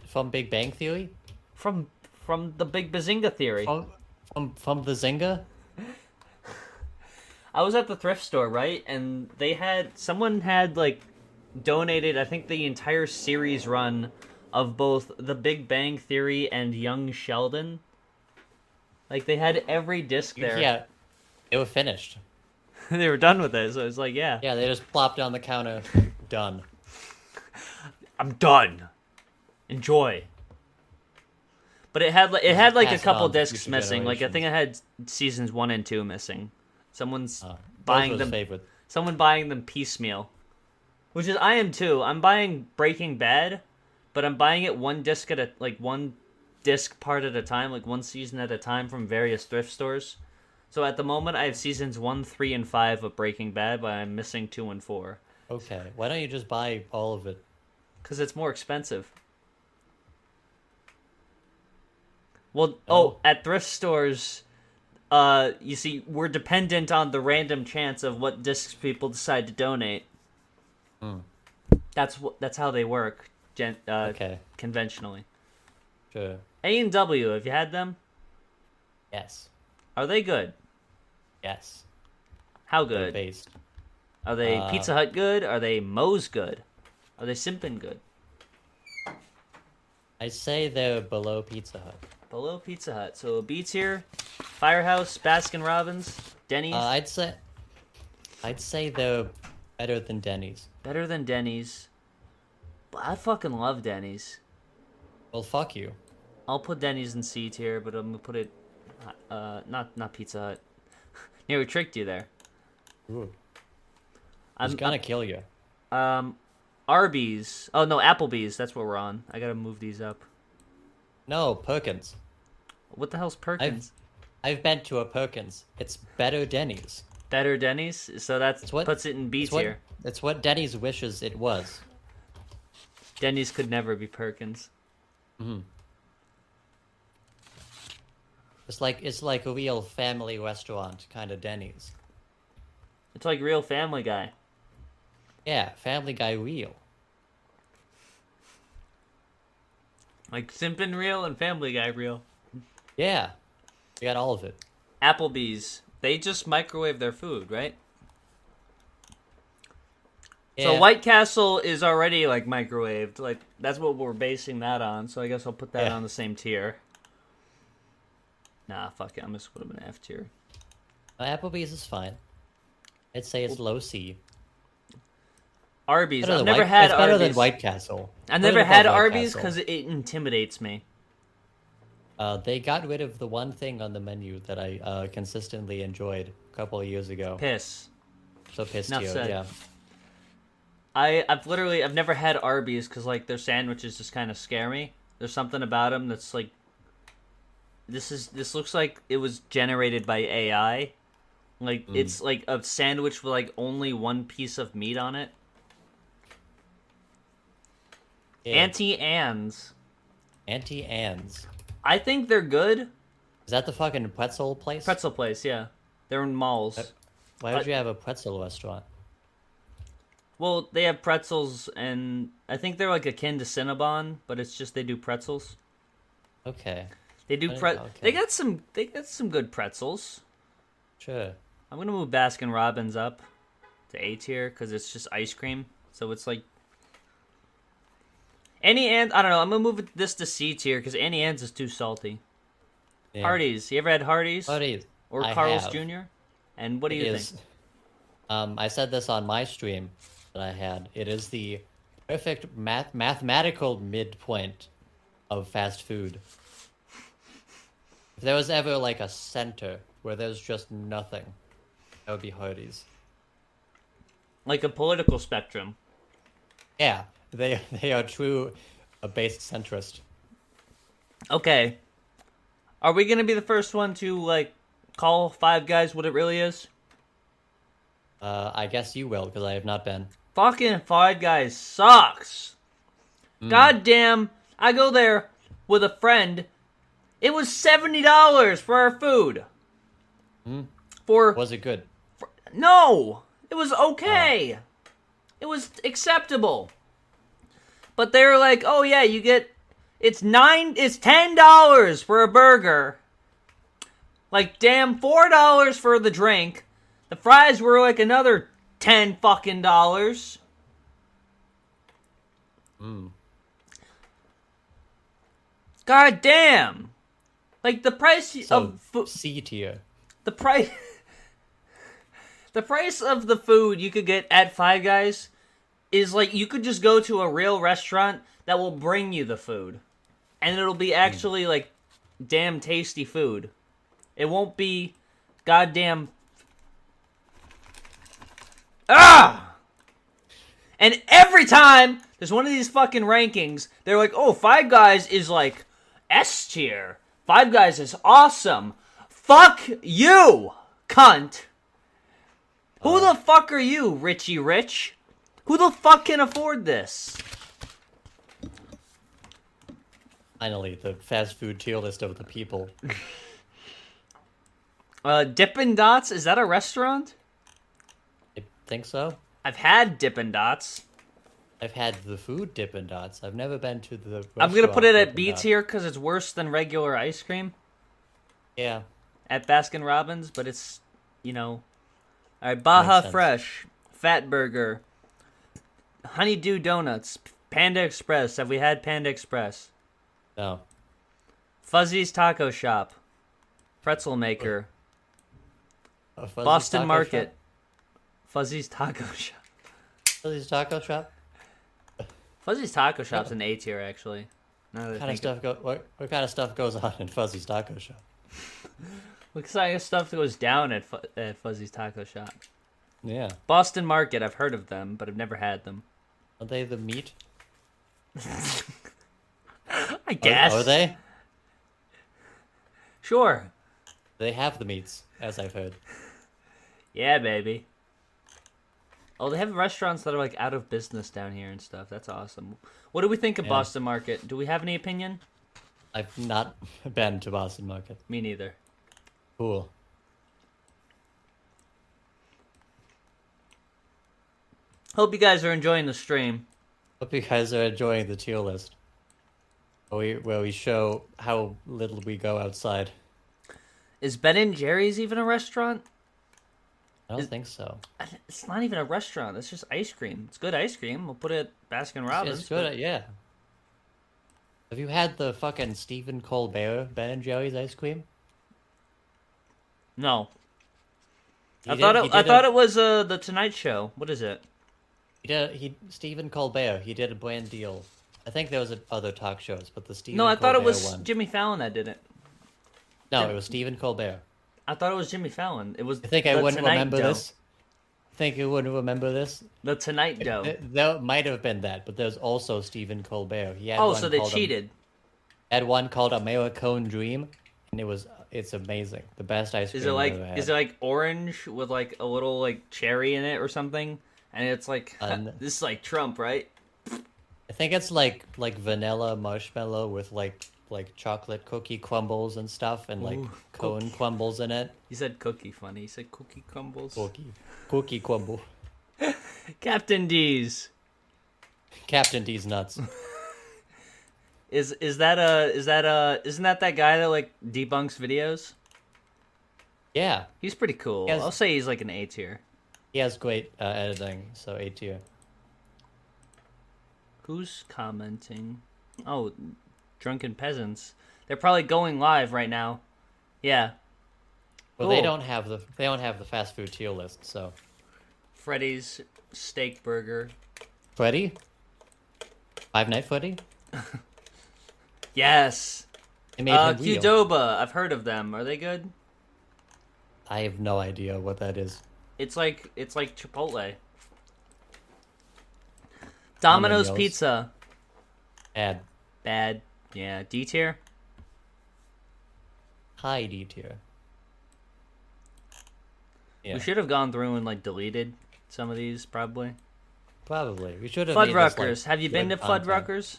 From Big Bang Theory?
From from the Big Bazinga Theory.
From from, from the Zynga?
I was at the thrift store, right? And they had someone had like donated I think the entire series run of both The Big Bang Theory and Young Sheldon. Like they had every disc there.
Yeah. They were finished.
they were done with it, so it's like, yeah.
Yeah, they just plopped on the counter. Done.
I'm done. Enjoy. But it had like it had like a
pass it
couple
on to
discs
future
missing. Like I think I had seasons one and two missing. Someone's buying
Uh, Those were
them.
the favorite.
Someone buying them piecemeal, which is I am too. I'm buying Breaking Bad, but I'm buying it one disc at a like one disc part at a time, like one season at a time from various thrift stores. So at the moment, I have seasons one, three, and five of Breaking Bad, but I'm missing two and four
Okay. Why don't you just buy all of it?
because it's more expensive. Well, oh,
Oh.
at thrift stores, uh, you see, we're dependent on the random chance of what discs people decide to donate. That's wh- that's how they work, gen- uh,
Hmm. Okay.
conventionally.
Sure.
A and W, have you had them?
Yes.
Are they good?
Yes.
How
They're
good?
based.
Are they
Uh,
Pizza Hut good? Are they Moe's good? Are they Simpin good?
I say they're below Pizza Hut. Uh,
Below Pizza Hut, so a B tier, Firehouse, Baskin Robbins, Denny's.
Uh, I'd say, I'd say they're better than Denny's.
Better than Denny's. But I fucking love Denny's.
Well, fuck you.
I'll put Denny's in C tier, but I'm gonna put it, uh, not not Pizza Hut. Nearly tricked you there.
I'm
I'm,
gonna kill you.
um, Arby's. Oh no, Applebee's. That's what we're on. I gotta move these up.
No, Perkins.
What the hell's
I've
Perkins?
I've been to a Perkins. It's better Denny's.
Better Denny's. So that's
It's
what
what-
puts it in B
It's what,
tier.
it's what Denny's wishes it was.
Denny's could never be Perkins.
It's like it's like a real family restaurant kind of Denny's.
It's like Real Family Guy.
Yeah, Family Guy real.
Like Simpin Real and Family Guy Real.
Yeah, we got all of it.
Applebee's. They just microwave their food, right? So
Yeah,
White Castle is already like microwaved. Like that's what we're basing that on. So I guess I'll put that
Yeah.
on the same tier. Nah, fuck it. I'm just put them in F tier.
Uh, Applebee's is fine. I'd say it's low C.
Arby's.
Better
I've
than
never
White-
had
it's better
Arby's.
than White Castle.
I've
Better
never
than
had
White
Arby's
Castle.
because it intimidates me.
Uh, they got rid of the one thing on the menu that I uh, consistently enjoyed a couple of years ago.
Piss.
So pissed
Enough
you,
said.
yeah.
I I've literally I've never had Arby's because like their sandwiches just kind of scare me. There's something about them that's like. This is this looks like it was generated by AI, like
Mm.
it's like a sandwich with like only one piece of meat on it.
yeah.
Auntie Anne's.
Auntie Anne's.
I think they're good.
Is that the fucking pretzel place?
Pretzel place, yeah. They're in malls.
Uh, Why would you have a pretzel restaurant?
Well, they have pretzels, and I think they're like akin to Cinnabon, but it's just they do pretzels.
Okay,
They do
Oh,
pre.
okay.
They got some. They got some good pretzels.
sure.
I'm gonna move Baskin Robbins up the A tier because it's just ice cream. So it's like Annie and I don't know. I'm gonna move this to C tier because Annie Ann's is too salty.
Yeah.
Hardee's. You ever had Hardee's
Hardee's.
or
I
Carl's
have.
Jr.? And what do you
is
think?
um, I said this on my stream that I had. It is the perfect math- mathematical midpoint of fast food. If there was ever like a center where there's just nothing, that would be Hardee's.
Like a political spectrum.
Yeah, they they are true a base centrist.
Okay. Are we gonna be the first one to like call Five Guys what it really is?
Uh, I guess you will because I have not been.
Fucking Five Guys sucks. God damn, I go there with a friend. It was seventy dollars for our food. For
Was it good?
no, it was okay. It was acceptable. But they were like, "Oh yeah, you get it's nine, it's ten dollars for a burger. Like damn, four dollars for the drink. The fries were like another ten fucking dollars." God damn! Like the price
So
of fo-
C tier.
the price the price of the food you could get at five guys is like you could just go to a real restaurant that will bring you the food and it'll be actually like damn tasty food it won't be goddamn ah and every time there's one of these fucking rankings they're like oh five guys is like s tier five guys is awesome Fuck you, cunt. Who the fuck are you, Richie Rich? Who the fuck can afford this?
Finally, the fast food tier list of the people.
Uh, Dippin' Dots? Is that a restaurant?
I think so.
I've had Dippin' Dots.
I've had the food Dippin' Dots. I've never been to the.
I'm gonna put it
restaurant
at
Dippin'
B
Dots.
tier because it's worse than regular ice cream
Yeah.
at Baskin Robbins, but it's, you know. Alright, Baja
sense.
Fresh, Fat Burger, Honeydew Donuts, Panda Express. Have we had Panda Express?
No.
Fuzzy's Taco Shop, Pretzel Maker.
A Fuzzy's
Boston
Taco
Market. Fuzzy's Taco Shop.
Shop? Fuzzy's Taco Shop.
Fuzzy's Taco Shop's an A tier, actually. Now that I
What kind of
think of-
stuff go? What, what kind of stuff goes on in Fuzzy's Taco Shop?
Looks like stuff that goes down at, Fu- at Fuzzy's Taco Shop.
Yeah.
Boston Market, I've heard of them, but I've never had them.
Are they the meat?
I
Are-
guess.
Are, they?
Sure.
They have the meats, as I've heard.
Yeah, baby. Oh, they have restaurants that are like out of business down here and stuff. That's awesome. What do we think of
Yeah.
Boston Market? Do we have any opinion?
I've not been to Boston Market.
Me neither.
Cool.
Hope you guys are enjoying the stream.
Hope you guys are enjoying the tier list. Where we, where we show how little we go outside.
Is Ben and Jerry's even a restaurant?
I don't think so.
I th- It's not even a restaurant. It's just ice cream. It's good ice cream. We'll put it at Baskin Robbins.
It's good, uh, yeah. Have you had the fucking Stephen Colbert Ben and Jerry's ice cream?
No,
He
I
did-
thought
he
it, I
did
thought
a-
it was uh, the Tonight Show. What is it?
He did. He Stephen Colbert. He did a brand deal. I think there was a, other talk shows, but the Stephen
no, I thought it
Colbert
was
one.
Jimmy Fallon that did it.
no, it was Stephen Colbert.
I thought it was Jimmy Fallon. It was.
I think I
the
wouldn't
Tonight
remember
Dough.
this. I think you wouldn't remember this.
The Tonight Dough.
Th- There might have been that, but there's also Stephen Colbert. He had
Oh,
one
so they
called Am-
cheated.
had one called American Dream, and it was it's amazing. The best ice cream.
Is it like
I've ever had.
is it like orange with like a little like cherry in it or something? And it's like
Un-
this is like Trump, right?
I think it's like like vanilla marshmallow with like like chocolate cookie crumbles and stuff, and like
Ooh,
cone crumbles in it.
He said cookie funny. He said cookie crumbles.
Cookie, cookie crumble.
Captain D's.
Captain D's nuts.
Is is that a is that a isn't that that guy that like debunks videos?
Yeah,
He's pretty cool.
Yes.
I'll say he's like an A tier.
He has great uh, editing, so A tier.
Who's commenting? Oh, drunken peasants. They're probably going live right now. Yeah,
Well, they
Cool.
don't have the they don't have the fast food tier list. So
Freddy's steak burger.
Freddy, Five Night Freddy,
Yes.
they made
Uh,
him real.
Qdoba. I've heard of them. Are they good?
I have no idea what that is.
It's like it's like Chipotle. Domino's
Domino's.
Pizza.
Ad
Bad. Yeah. D tier.
high D tier. Yeah,
We should have gone through and like deleted some of these probably.
probably we should have. made this, like,
Fuddruckers. have you been to
good content.
Fuddruckers?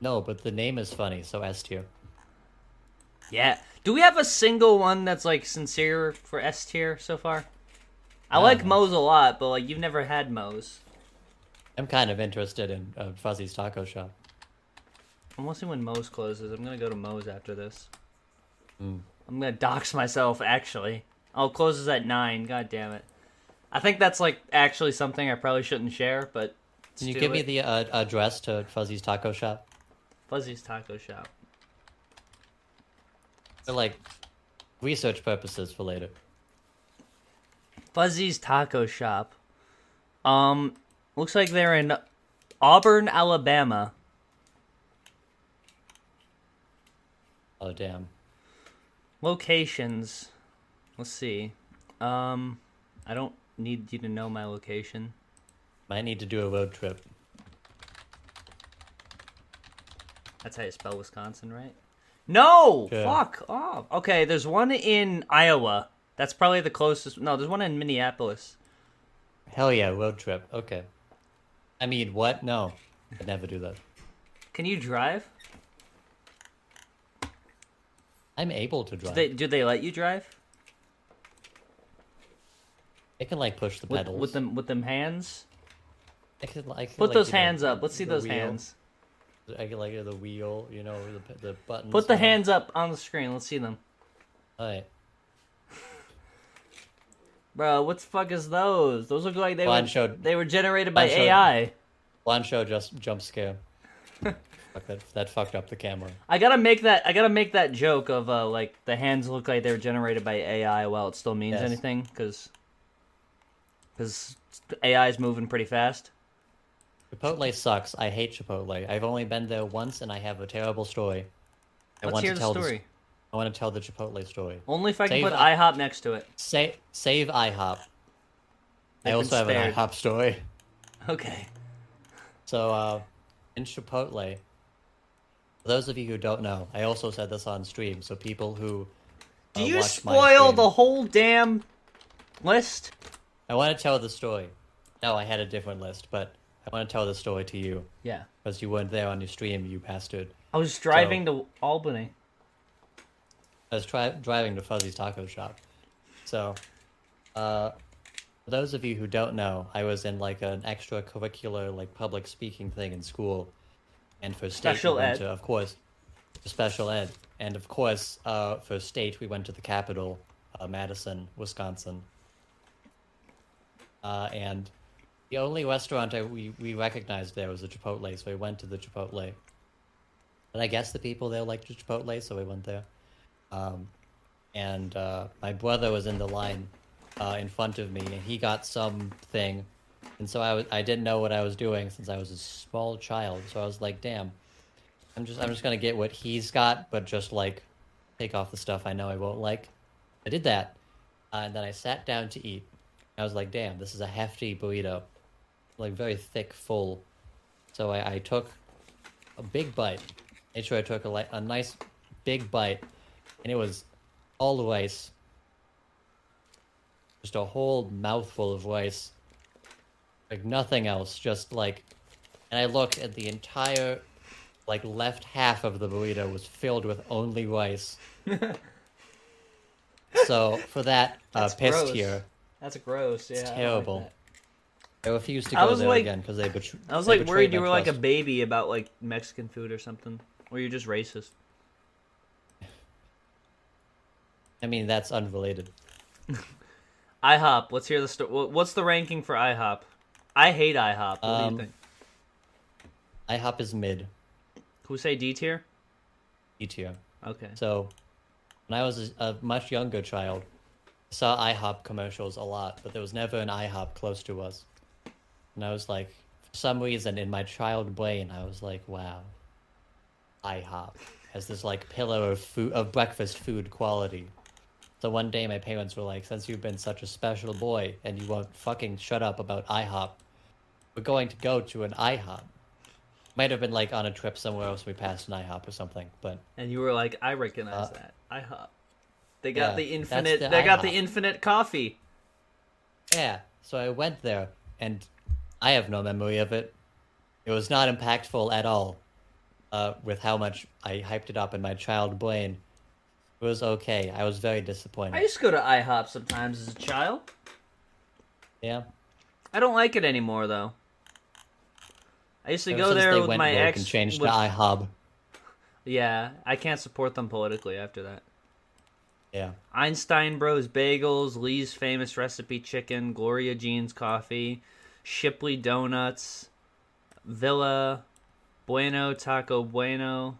No, but the name is funny, so S tier.
Yeah. Do we have a single one that's like sincere for S tier so far? I
Um,
like Moe's a lot, but like you've never had Moe's.
I'm kind of interested in uh, Fuzzy's Taco Shop.
I'm gonna see when Moe's closes. I'm gonna go to Moe's after this.
Mm.
I'm gonna dox myself actually. Oh, it closes at nine. God damn it. I think that's like actually something I probably shouldn't share, but
Can you give me the uh, address to Fuzzy's Taco Shop?
Fuzzy's Taco Shop.
For like research purposes for later.
Fuzzy's Taco Shop. Um, looks like they're in Auburn, Alabama.
Oh damn.
Locations. Let's see. Um, I don't need you to know my location.
Might need to do a road trip.
That's how you spell Wisconsin, right? No!
Okay.
Fuck off. Okay, there's one in Iowa. That's probably the closest. No, there's one in Minneapolis.
Hell yeah, road trip. Okay. I mean, what? No, I'd never do that.
Can you drive?
I'm able to
Do
drive.
they, do they let you drive
I can like push the
with,
pedals.
with them with them hands?
I can, I can,
Put
like,
those
you know,
hands up. Let's see
the
those
wheel.
hands.
I can like the wheel. You know the p- the buttons.
Put the
and all-
hands up on the screen. Let's see them.
All right.
Bro, what the fuck is those? Those look like they
Well, I
were
showed-
they were generated by
I showed-
AI.
One show just jump scare. Fuck that, that fucked up the camera.
I gotta make that. I gotta make that joke of uh, like the hands look like they're generated by AI. While it still means
Yes.
anything, because because AI is moving pretty fast.
Chipotle sucks. I hate Chipotle. I've only been there once, and I have a terrible story. I
Let's
want
hear
to
the
tell
story.
The, I want to tell the Chipotle story.
Only if I can
Save
put
up.
IHOP next to it.
Sa- save IHOP. I
They've
also
been
have an
spared.
IHOP story.
Okay.
So, uh, in Chipotle, for those of you who don't know, I also said this on stream, so people who.
Do
uh,
you
watch my
spoil
stream-
the whole damn list?
I want to tell the story. No, I had a different list, but I want to tell the story to you.
Yeah.
Because you weren't there on your stream, you bastard.
I was driving to Albany.
I was tri- driving to Fuzzy's Taco Shop. So, uh, for those of you who don't know, I was in like an extracurricular, like public speaking thing in school, and for state, we
Special
went
ed.
to- of course, for special ed, and of course, uh, for state, we went to the capital, uh, Madison, Wisconsin, uh, and the only restaurant I, we we recognized there was a Chipotle, so we went to the Chipotle. And I guess the people there liked Chipotle, so we went there um, and uh, my brother was in the line uh, in front of me, and he got something, and so I was I didn't know what I was doing since I was a small child. So I was like, "Damn, I'm just I'm just gonna get what he's got, but just like take off the stuff I know I won't like." I did that, uh, and then I sat down to eat. I was like, "Damn, this is a hefty burrito, like very thick, full." So I, I took a big bite. Made sure I took a, li- a nice big bite, and it was all rice. Just a whole mouthful of rice. Like nothing else, just like. And I looked at the entire, like, left half of the burrito was filled with only rice. so for that, uh,
That's
pissed
gross.
here.
That's gross. Yeah. I
It's
don't like
terrible.
that.
I refuse to
I
go
was
there
like-
again because they betrayed.
I was like worried you were like a baby about like Mexican food or something, or you're just racist.
I mean, that's unrelated.
IHOP. Let's hear the sto- wh- What's the ranking for IHOP? I hate IHOP. What do
Um,
you think?
IHOP is mid,
Can we say D tier?
E tier.
Okay.
So, when I was a, a much younger child, I saw IHOP commercials a lot, but there was never an IHOP close to us. And I was like, for some reason, in my child brain, I was like, wow, IHOP has this like pillar of food of breakfast food quality. So one day, my parents were like, since you've been such a special boy and you won't fucking shut up about IHOP, we're going to go to an IHOP. Might have been like on a trip somewhere else. We passed an IHOP or something, but
And you were like, I recognize
Uh,
that. IHOP. They got
yeah,
the
that's
infinite.
the
they got the
IHOP.
infinite coffee.
Yeah, so I went there, and I have no memory of it. It was not impactful at all, uh, with how much I hyped it up in my child brain. It was okay. I was very disappointed.
I used to go to IHOP sometimes as a child.
Yeah,
I don't like it anymore though. I used to
Ever
go
since
there
they
with
went
my
woke
ex.
and changed
with-
to IHOB.
yeah, I can't support them politically after that.
Yeah,
Einstein Bros Bagels, Lee's Famous Recipe Chicken, Gloria Jean's Coffee, Shipley Donuts, Villa, Bueno Taco Bueno,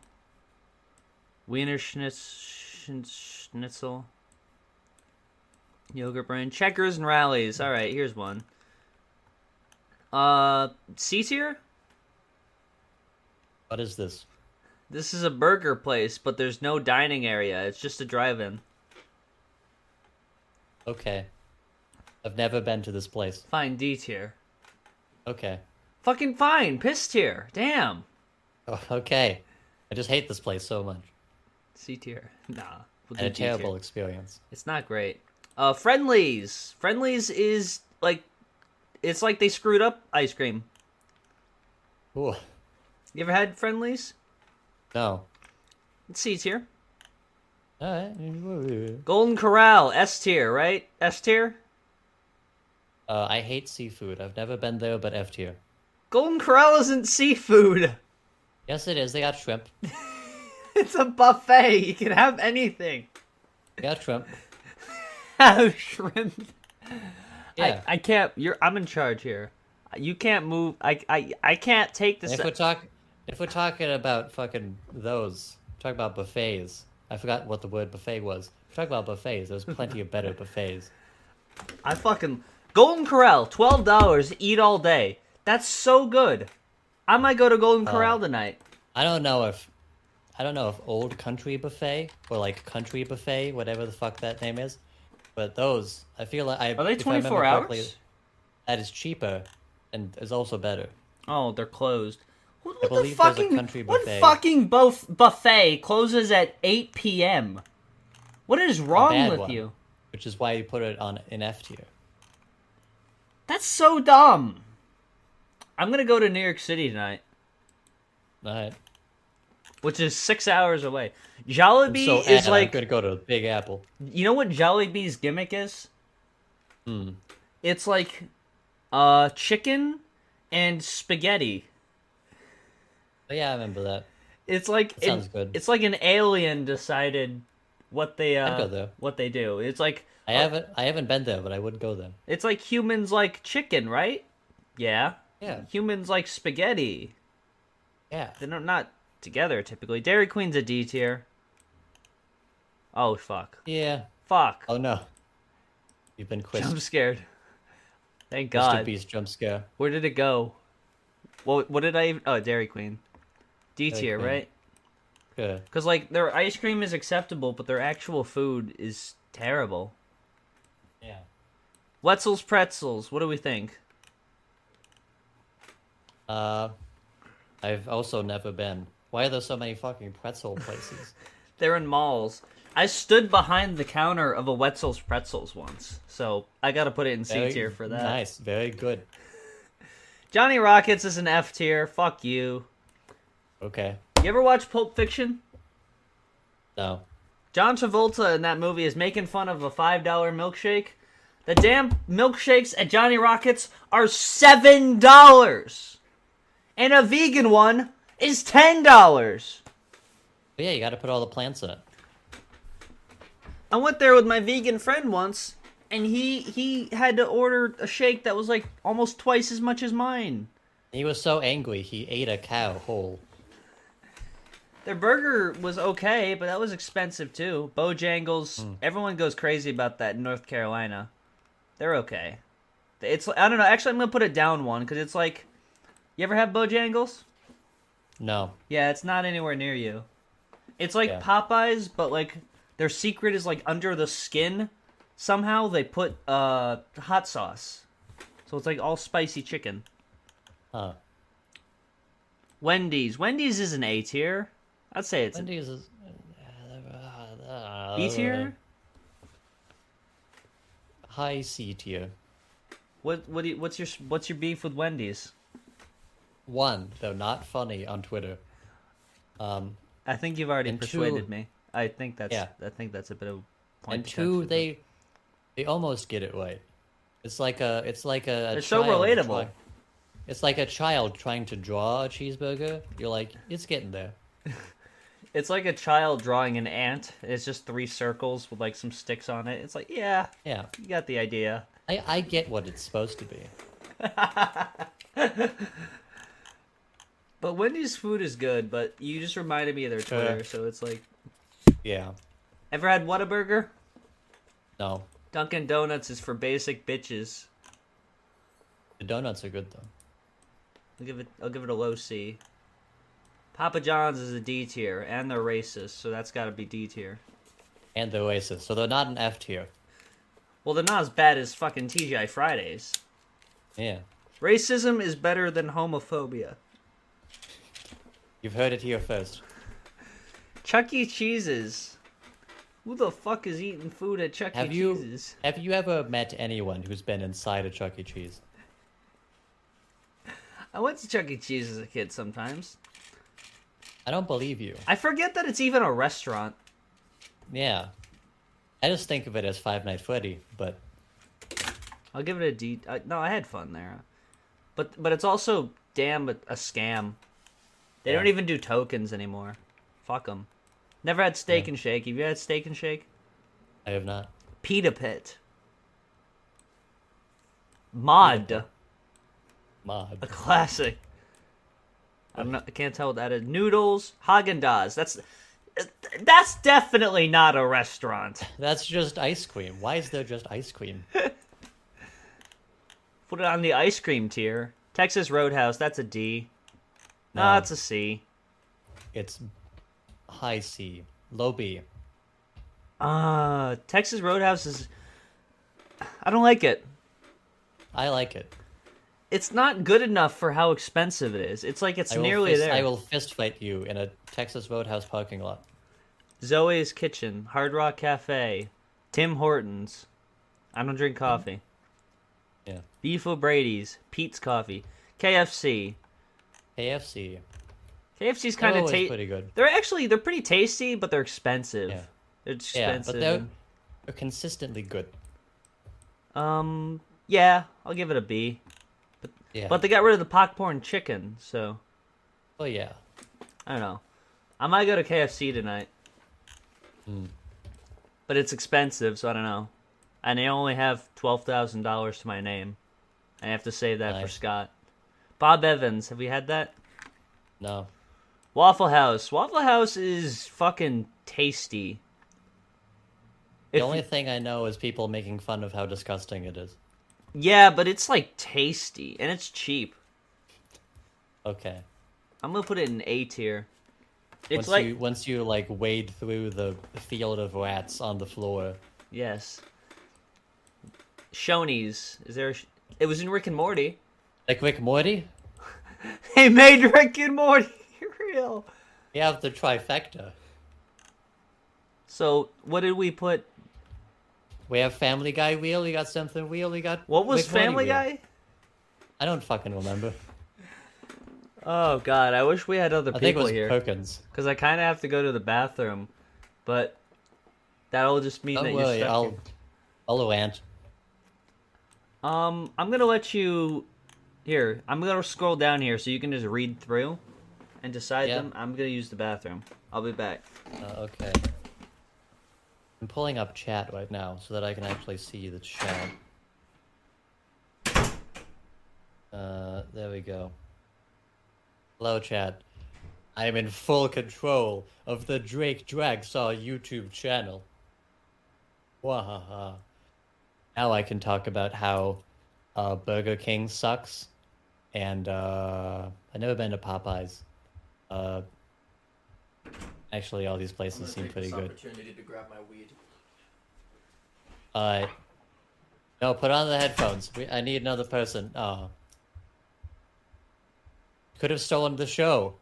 Wiener Schnitz, Schnitzel, Yogurt Brand, Checkers and Rallies. All right, here's one. Uh, C tier?
what is this?
This is a burger place, but there's no dining area. It's just a drive-in.
Okay, I've never been to this place.
Fine, D tier.
Okay,
Fucking fine, piss tier. Damn.
Oh, okay, I just hate this place so much.
C tier. Nah. We'll
I had
do
a
D tier.
terrible experience.
It's not great. Uh, Friendlies. Friendlies is like, it's like they screwed up ice cream.
Ooh,
You ever had Friendlies?
no.
It's C tier.
All right.
Golden Corral. S tier, right? S tier.
Uh, I hate seafood. I've never been there, but F tier.
Golden Corral isn't seafood.
Yes, it is. They got shrimp.
It's a buffet. You can have anything.
They got shrimp.
Have shrimp.
Yeah.
I, I can't. You're. I'm in charge here. You can't move. I. I. I can't take this.
if we're talk, if we're talking about fucking those, talk about buffets. I forgot what the word buffet was. If we're talking about buffets. There's plenty of better buffets.
I fucking Golden Corral, twelve dollars, eat all day. That's so good. I might go to Golden Corral tonight.
I don't know if, I don't know if old country buffet or like country buffet, whatever the fuck that name is, but those I feel like I
Are they
if I
twenty
remember
four
correctly,
hours?
That is cheaper, and is also better.
Oh, they're closed. What, what the
believe there's a
fucking
country
what
buffet.
fucking bof- buffet closes at eight p.m. What is wrong
bad
with
one.
you?
Which is why you put it on in F tier.
That's so dumb. I'm gonna go to New York City tonight,
All right.
which is six hours away. Jollibee
So
is
Ed, I'm
like
gonna go to Big Apple.
You know what Jollibee's gimmick is?
Hmm.
It's like uh chicken and spaghetti.
But yeah, I remember that.
It's like
That sounds good.
it's like an alien decided what they
I'd go
uh
there.
what they do. It's like
I haven't I haven't been there, but I would go there.
it's like humans like chicken, right? Yeah.
Yeah,
Humans like spaghetti.
yeah.
They're not together typically. Dairy Queen's a D tier. Oh fuck.
Yeah.
Fuck.
Oh no. You've been quizzed.
I'm scared. Thank
Mr.
God.
Beast jump scare.
Where did it go? What what did I even Oh, Dairy Queen. D
Dairy
tier,
Queen.
right?
Good.
Cuz like their ice cream is acceptable, but their actual food is terrible.
Yeah.
Wetzel's Pretzels, what do we think?
Uh, I've also never been. Why are there so many fucking pretzel places?
They're in malls. I stood behind the counter of a Wetzel's Pretzels once. So, I got to put it in C
Very
tier for that.
Nice. Very good.
Johnny Rockets is an F tier. Fuck you.
Okay.
You ever watch Pulp Fiction?
No.
John Travolta in that movie is making fun of a five dollar milkshake. The damn milkshakes at Johnny Rockets are seven dollars, and a vegan one is ten dollars.
But yeah, you got to put all the plants in it.
I went there with my vegan friend once, and he he had to order a shake that was like almost twice as much as mine.
He was so angry he ate a cow whole.
Their burger was okay, but that was expensive too. Bojangles, everyone goes crazy about that in North Carolina. They're okay. It's I don't know. Actually, I'm gonna put it down one because it's like, you ever have Bojangles?
No,
Yeah, it's not anywhere near you. It's like
Yeah.
Popeyes, but like their secret is like under the skin. Somehow they put uh hot sauce, so it's like all spicy chicken.
huh?
Wendy's. Wendy's is an A tier. I'd say it's
Wendy's is
an B
Oh,
tier.
high C tier.
What what do you, what's your what's your beef with Wendy's?
One, though not funny on Twitter. Um,
I think you've already
And two-
persuaded me. I think that's
Yeah.
I think that's a bit of a point.
and
potentially,
two,
but-
they they almost get it right. It's like a it's like a.
They're so
child
relatable.
try- it's like a child trying to draw a cheeseburger. You're like, it's getting there.
it's like a child drawing an ant. It's just three circles with like some sticks on it. It's like yeah,
Yeah,
you got the idea.
I I get what it's supposed to be.
But Wendy's food is good. But you just reminded me of their Twitter, so it's like
Yeah.
ever had Whataburger?
No,
Dunkin' Donuts is for basic bitches.
the donuts are good though.
I'll give it. I'll give it a low C. Papa John's is a D tier, and they're racist, so that's got to be D tier.
And the Oasis, so they're not an F tier.
Well, they're not as bad as fucking TGI Fridays.
Yeah,
Racism is better than homophobia.
you've heard it here first.
Chuck E. Cheese's. Who the fuck is eating food at Chuck
Have
E.
you
Cheese's?
have you ever met anyone who's been inside a Chuck E. Cheese?
I went to Chuck E. Cheese as a kid sometimes.
I don't believe you.
I forget that it's even a restaurant.
Yeah, I just think of it as Five Night Freddy, but
I'll give it a D. I, no, I had fun there, but but it's also damn a, a scam. They
Yeah.
don't even do tokens anymore. Fuck them. Never had Steak and Shake. Have you had Steak and Shake?
I have not.
Pita Pit. Mod. A
Mod.
classic. I don't know. I can't tell what that is. Noodles, Haagen Dazs. That's that's definitely not a restaurant.
That's just ice cream. Why is there just ice cream?
Put it on the ice cream tier. Texas Roadhouse. That's a D. No,
No.
it's a C.
It's high C, low B.
Uh, Texas Roadhouse is. I don't like it.
I like it.
It's not good enough for how expensive it is. It's like it's
I will
nearly
fist,
there.
I will fist fight you in a Texas Roadhouse parking lot.
Zoe's Kitchen, Hard Rock Cafe, Tim Hortons. I don't drink coffee.
Yeah.
Beef O'Brady's, Pete's Coffee, KFC.
KFC.
KFC's
They're
kind of
always
ta-
Oh, pretty good.
They're actually they're pretty tasty, but they're expensive.
Yeah.
They're
Yeah,
expensive.
but they're, they're consistently good.
Um, yeah, I'll give it a B.
Yeah.
But they got rid of the popcorn chicken, so
oh yeah.
I don't know. I might go to KFC tonight. But it's expensive, so I don't know. And I only have twelve thousand dollars to my name. I have to save that for
Nice.
Scott. Bob Evans, have we had that?
No.
Waffle House. Waffle House is fucking tasty.
The
If-
only thing I know is people making fun of how disgusting it is.
yeah, but it's like tasty and it's cheap.
Okay.
I'm gonna put it in A tier. It's
once
like
you once you like wade through the field of rats on the floor.
yes. Shoney's. Is there? A sh- it was in Rick and Morty.
Like Rick Morty?
They made Rick and Morty real.
We have the trifecta.
So what did we put?
We have Family Guy wheel, we got something wheel, we got
What was
Rick Morty
Family
wheel.
Guy?
I don't fucking remember.
Oh God, I wish we had other
I think it
people
was
here
Perkins.
because I kind of have to go to the bathroom, but that'll just mean that
Don't
you're
worry,
stuck.
Oh, I'll
here.
I'll rant.
Um, I'm gonna let you. Here, I'm gonna scroll down here so you can just read through, and decide
Yeah. Oh,
them. I'm gonna use the bathroom. I'll be back.
Uh, okay. I'm pulling up chat right now so that I can actually see the chat. Uh, there we go. Hello, chat. I am in full control of the Drake Dragsaw YouTube channel. Wahaha. Now I can talk about how uh, Burger King sucks, and uh, I've never been to Popeyes. Uh, actually, all these
I'm gonna
places seem
take
pretty
this
good.
opportunity to grab my weed.
Uh, no, put on the headphones. We, I need another person. Oh. Could have stolen the show.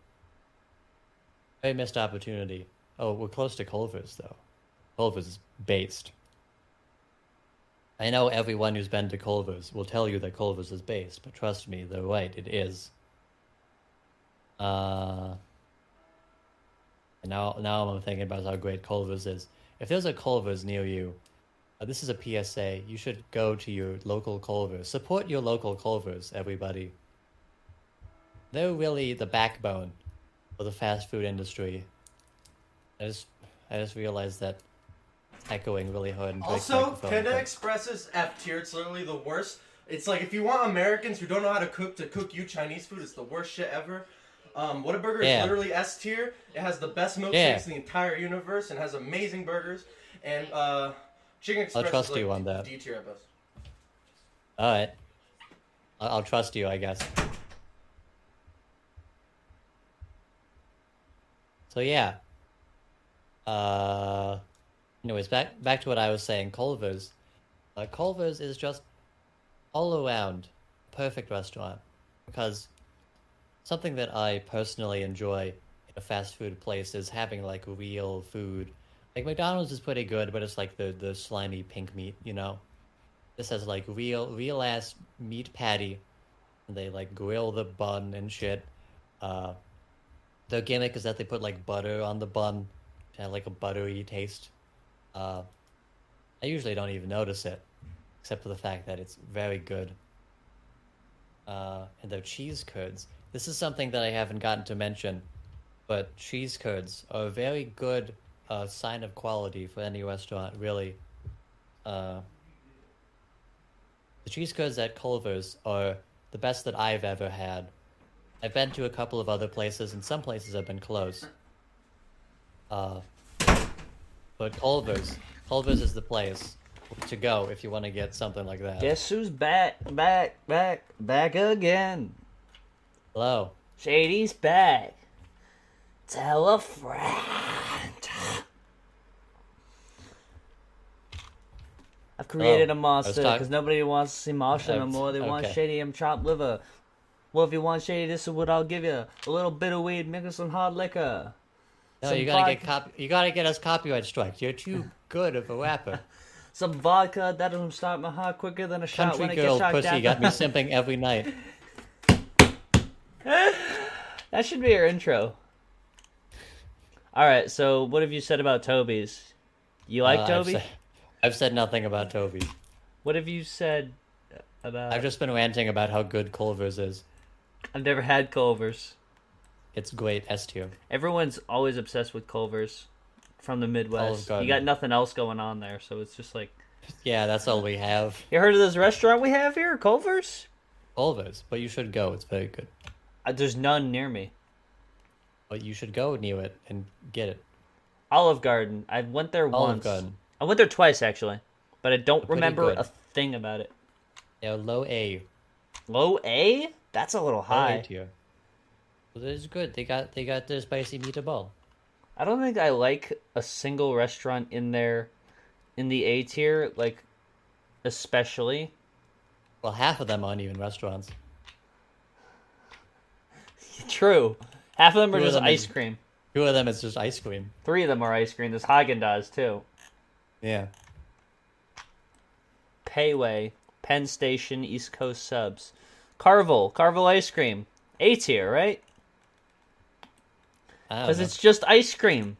Very missed opportunity. Oh, we're close to Culver's, though. Culver's is based. I know everyone who's been to Culver's will tell you that Culver's is based, but trust me, they're right, it is. Uh, and now, now I'm thinking about how great Culver's is. If there's a Culver's near you, uh, this is a PSA. You should go to your local Culver's. Support your local Culver's, everybody. They're really the backbone of the fast food industry. I just, I just realized that it's echoing really hard. in Drake's
Also,
microphone,
Panda
but-
Express is F tier. It's literally the worst. It's like if you want Americans who don't know how to cook to cook you Chinese food, it's the worst shit ever. Um, Whataburger
Yeah.
is literally S tier. It has the best milkshakes
Yeah.
in the entire universe and has amazing burgers. And uh, Chicken Express
trust
is like
you on that.
D tier at best.
All right. I- I'll trust you, I guess. So yeah. Uh, anyways, back back to what I was saying. Culver's, uh, Culver's is just all around perfect restaurant because something that I personally enjoy in a fast food place is having like real food. Like McDonald's is pretty good, but it's like the the slimy pink meat, you know. This has like real real ass meat patty. And they like grill the bun and shit. Uh, the gimmick is that they put like butter on the bun to have like a buttery taste. Uh, I usually don't even notice it, except for the fact that it's very good. Uh, and their cheese curds. This is something that I haven't gotten to mention, but cheese curds are a very good uh, sign of quality for any restaurant, really. Uh, the cheese curds at Culver's are the best that I've ever had. I've been to a couple of other places, and some places have been closed. Uh, but Culver's, Culver's is the place to go if you want to get something like that.
Guess who's back, back, back, back again?
Hello.
Shady's back. Tell a friend. I've created
Oh,
a monster
I was talk-
because nobody wants to see Marsha no
Oh,
more. They want
okay.
Shady and chopped liver. Well, if you want Shady, this is what I'll give you: a little bit of weed, mixed with some hard liquor.
No,
Some
you gotta
vodka-
get copy. You gotta get us copyright strikes. You're too good of a rapper.
Some vodka that'll start my heart quicker than a shot
Country
when I get
girl
shot
pussy
down.
got me simping every night.
That should be our intro. All right, so what have you said about Toby's? You like
Uh, I've
Toby?
said- I've said nothing about Toby.
What have you said about?
I've
I've,
just been ranting about how good Culver's is.
never had Culver's.
It's great, S tier.
Everyone's always obsessed with Culver's from the
Olive
Midwest. You
Garden.
got nothing else going on there, so it's just like
Yeah, that's all we have.
you heard of this restaurant we have here, Culver's?
Culver's, but you should go. It's very good.
Uh, there's none near me.
But you should go near it and get it.
Olive Garden. I went there
Olive
once.
Garden.
I went there twice actually, but I don't
pretty
remember
good.
a thing about it.
Yeah, low A,
Low A? That's a little
low A
high.
tier. But it's good. They got they got their spicy meatball.
I don't think I like a single restaurant in there in the A tier, like especially.
Well, half of them aren't even restaurants.
True. Half of them are
Two of
just
them
ice
is-
cream.
Two of them is just ice cream.
Three of them are ice cream. There's Haagen Dazs too.
Yeah.
Payway, Penn Station, East Coast Subs, Carvel, Carvel ice cream, A tier, right?
I don't
Because
know.
it's just ice cream.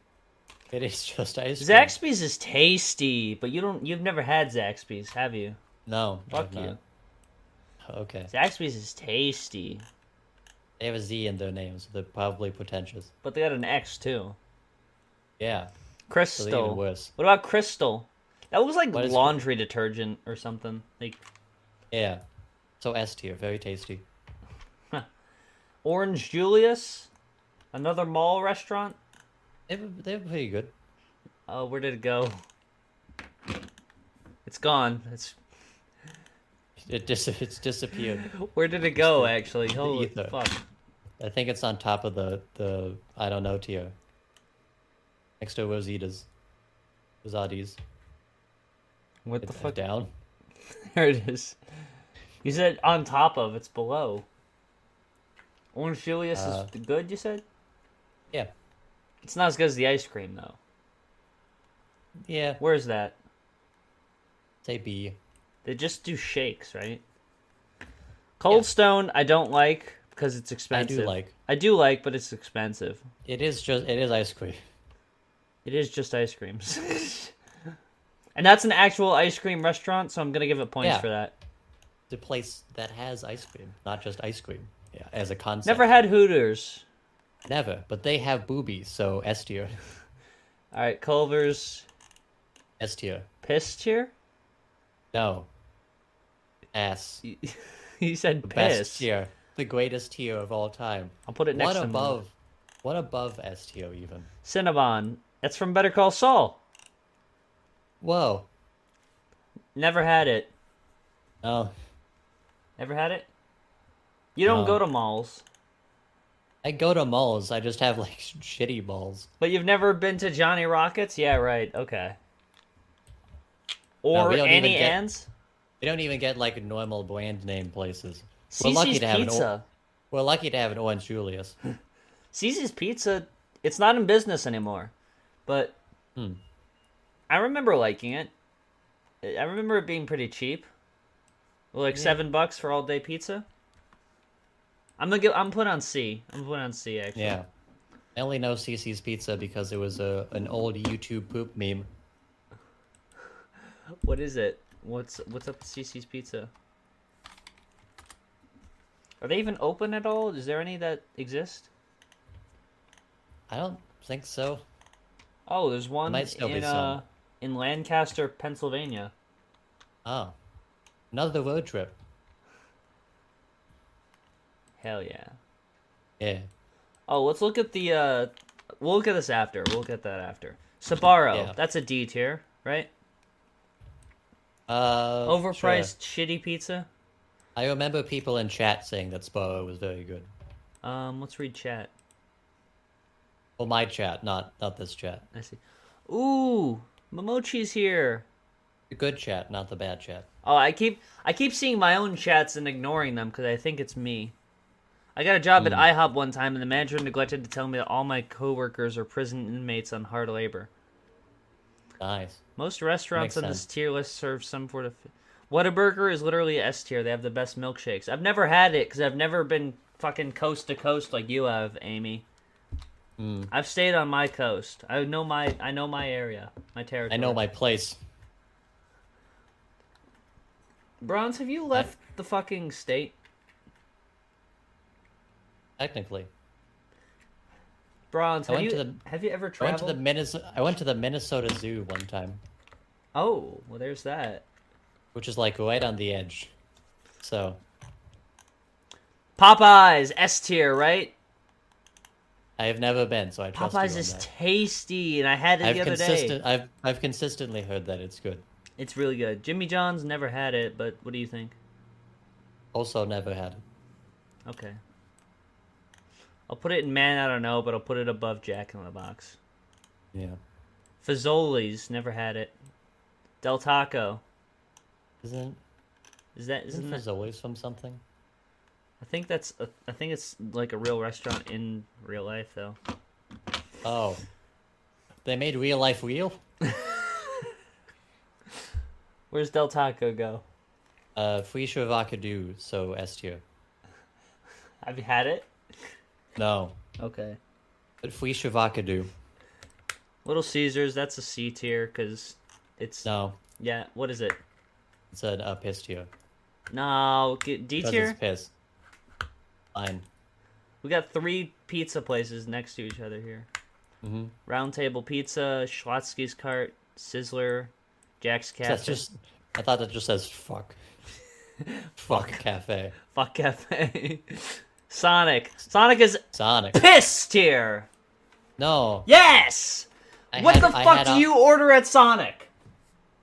It is just ice cream.
Zaxby's is tasty, but you don't. You've never had Zaxby's, have you?
No. I
Fuck
have
you.
not. Okay.
Zaxby's is tasty,
They have a Z in their name, so they're probably pretentious.
but they got an X too.
Yeah. even
Crystal.
worse.
What about Crystal? That was like
What is-
laundry detergent or something. Like
Yeah. So S tier, very tasty.
Orange Julius, another mall restaurant.
They were, they were pretty good.
Oh, where did it go? It's gone. It's
It dis- it's disappeared.
where did it go? Actually, holy
ether.
fuck!
I think it's on top of the the I don't know tier. Next to Rosita's, Rosati's.
What the
It's
fuck?
down.
There it is. You said on top of. It's below. Orange Julius
Uh,
is good. You said
Yeah,
it's not as good as the ice cream though.
yeah.
Where's that?
Say B.
They just do shakes, right? Cold Stone, I don't like because it's expensive.
like.
I do like, but it's expensive.
It is just it is ice cream.
It is just ice creams. and that's an actual ice cream restaurant, so I'm gonna give it points
Yeah.
for that.
The place that has ice cream, not just ice cream. Yeah, as a concept.
Never had Hooters.
Never. But they have boobies, so S tier.
All right, Culver's
S tier.
piss tier.
No. S.
He said
Best
piss.
tier. The greatest tier of all time.
I'll put it next
What
to
above? What above S tier even?
Cinnabon. That's from Better Call Saul.
Whoa.
Never had it.
No.
Ever had it? You don't
No.
go to malls,
I go to malls. I just have like shitty malls.
but you've never been to Johnny Rockets. Yeah, right. Okay. Or
we don't even
Annie
get-
Ann's.
We don't even get like normal brand name places. We're lucky
Cece's
to have an
Pizza.
or- We're lucky to have an Orange Julius.
Cece's Pizza, it's not in business anymore, but
Hmm.
I remember liking it. I remember it being pretty cheap, like seven bucks for all day pizza. I'm gonna give, I'm putting on C. I'm putting on C actually.
Yeah. I only know CC's Pizza because it was a an old YouTube poop meme.
What is it? What's what's up with CC's Pizza? Are they even open at all? Is there any that exist?
I don't think so.
Oh, there's one
Might still be
in
some.
uh, in Lancaster, Pennsylvania.
Oh. Another road trip.
Hell yeah.
Yeah.
Oh, let's look at the. uh We'll look at this after. We'll look at that after. Sabaro.
Yeah.
That's a D tier, right?
Uh sure.
Overpriced, shitty pizza.
I remember people in chat saying that Sparrow was very good.
Um, let's read chat.
Well my chat, not not this chat.
I see. Ooh, Momochi's here.
The good chat, not the bad chat.
Oh, I keep I keep seeing my own chats and ignoring them because I think it's me. I got a job at
Hmm.
IHOP one time, and the manager neglected to tell me that all my coworkers are prison inmates on hard labor.
Nice.
Most restaurants
Makes
on this
sense.
tier list serve some sort of. Whataburger is literally S tier. They have the best milkshakes. I've never had it because I've never been fucking coast to coast like you have, Amy.
Hmm.
I've stayed on my coast. I know my I know my area, my territory.
I know my place.
Bronze. Have you left the fucking state,
Technically.
Bronze?
I
Have you
went to the-
have you ever
I went to
traveled?
the Minnesota I went to the Minnesota Zoo one time,
Oh, well, there's that.
which is like right on the edge. So
Popeyes S tier, right?
I have never been, so I trust you
Popeyes
on
is
that.
tasty, and I had it
I've
the other
consistent
day.
I've I've consistently heard that it's good.
It's really good. Jimmy John's never had it, but what do you think?
Also never had it.
Okay. I'll put it in man, I don't know, but I'll put it above Jack in the Box.
Yeah.
Fazoli's never had it. Del Taco.
Isn't
Is that
isn't
isn't that,
Fazoli's from something?
I think that's a, I think it's like a real restaurant in real life though.
Oh. They made real life real?
Where's Del Taco go?
Uh Fuisha Vakadu, so S tier.
Have you had it?
No.
Okay.
But Fuisha Vakadu.
Little Caesars, that's a C tier cuz it's
No.
yeah, what is it?
It's an up piss tier.
No, g- D
Because
tier.
it's piss. Fine.
We got three pizza places next to each other here.
Mm-hmm.
Round Table Pizza, Schlotsky's Cart, Sizzler, Jack's Cafe.
That's just. I thought that just says fuck. fuck cafe.
Fuck Cafe. Sonic. Sonic is
Sonic.
pissed here.
No.
Yes.
I
what
had-
the
I
fuck
had
do
a-
you order at Sonic?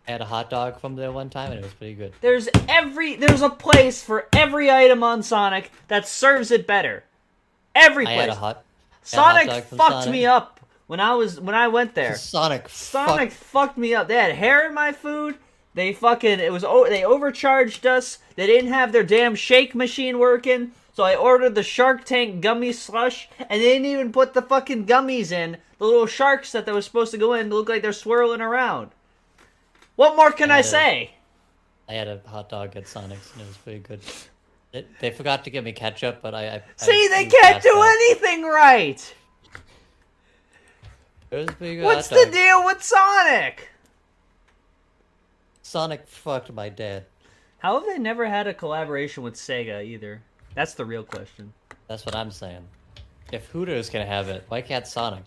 I had a hot dog from there one time and it was pretty good.
There's every there's a place for every item on Sonic that serves it better. Every
I
place.
had a hot. had a hot
Sonic
dog
fucked
from
me
Sonic.
up when I was when I went there.
Sonic.
Sonic
Fuck.
fucked me up. They had hair in my food. They fucking it was o- they overcharged us. They didn't have their damn shake machine working. So I ordered the Shark Tank gummy slush, and they didn't even put the fucking gummies in. The little sharks that they was supposed to go in look like they're swirling around. What more can I
Yeah.
say?
I had a hot dog at Sonic's and it was pretty good. They, they forgot to give me ketchup, but I. I
See,
I
they
moved
can't
past
do
that.
anything right.
It was a pretty good.
What's
hot
the
dog.
deal with Sonic?
Sonic fucked my dad.
How have they never had a collaboration with Sega either? That's the real question.
That's what I'm saying. If Hooters can have it, why can't Sonic?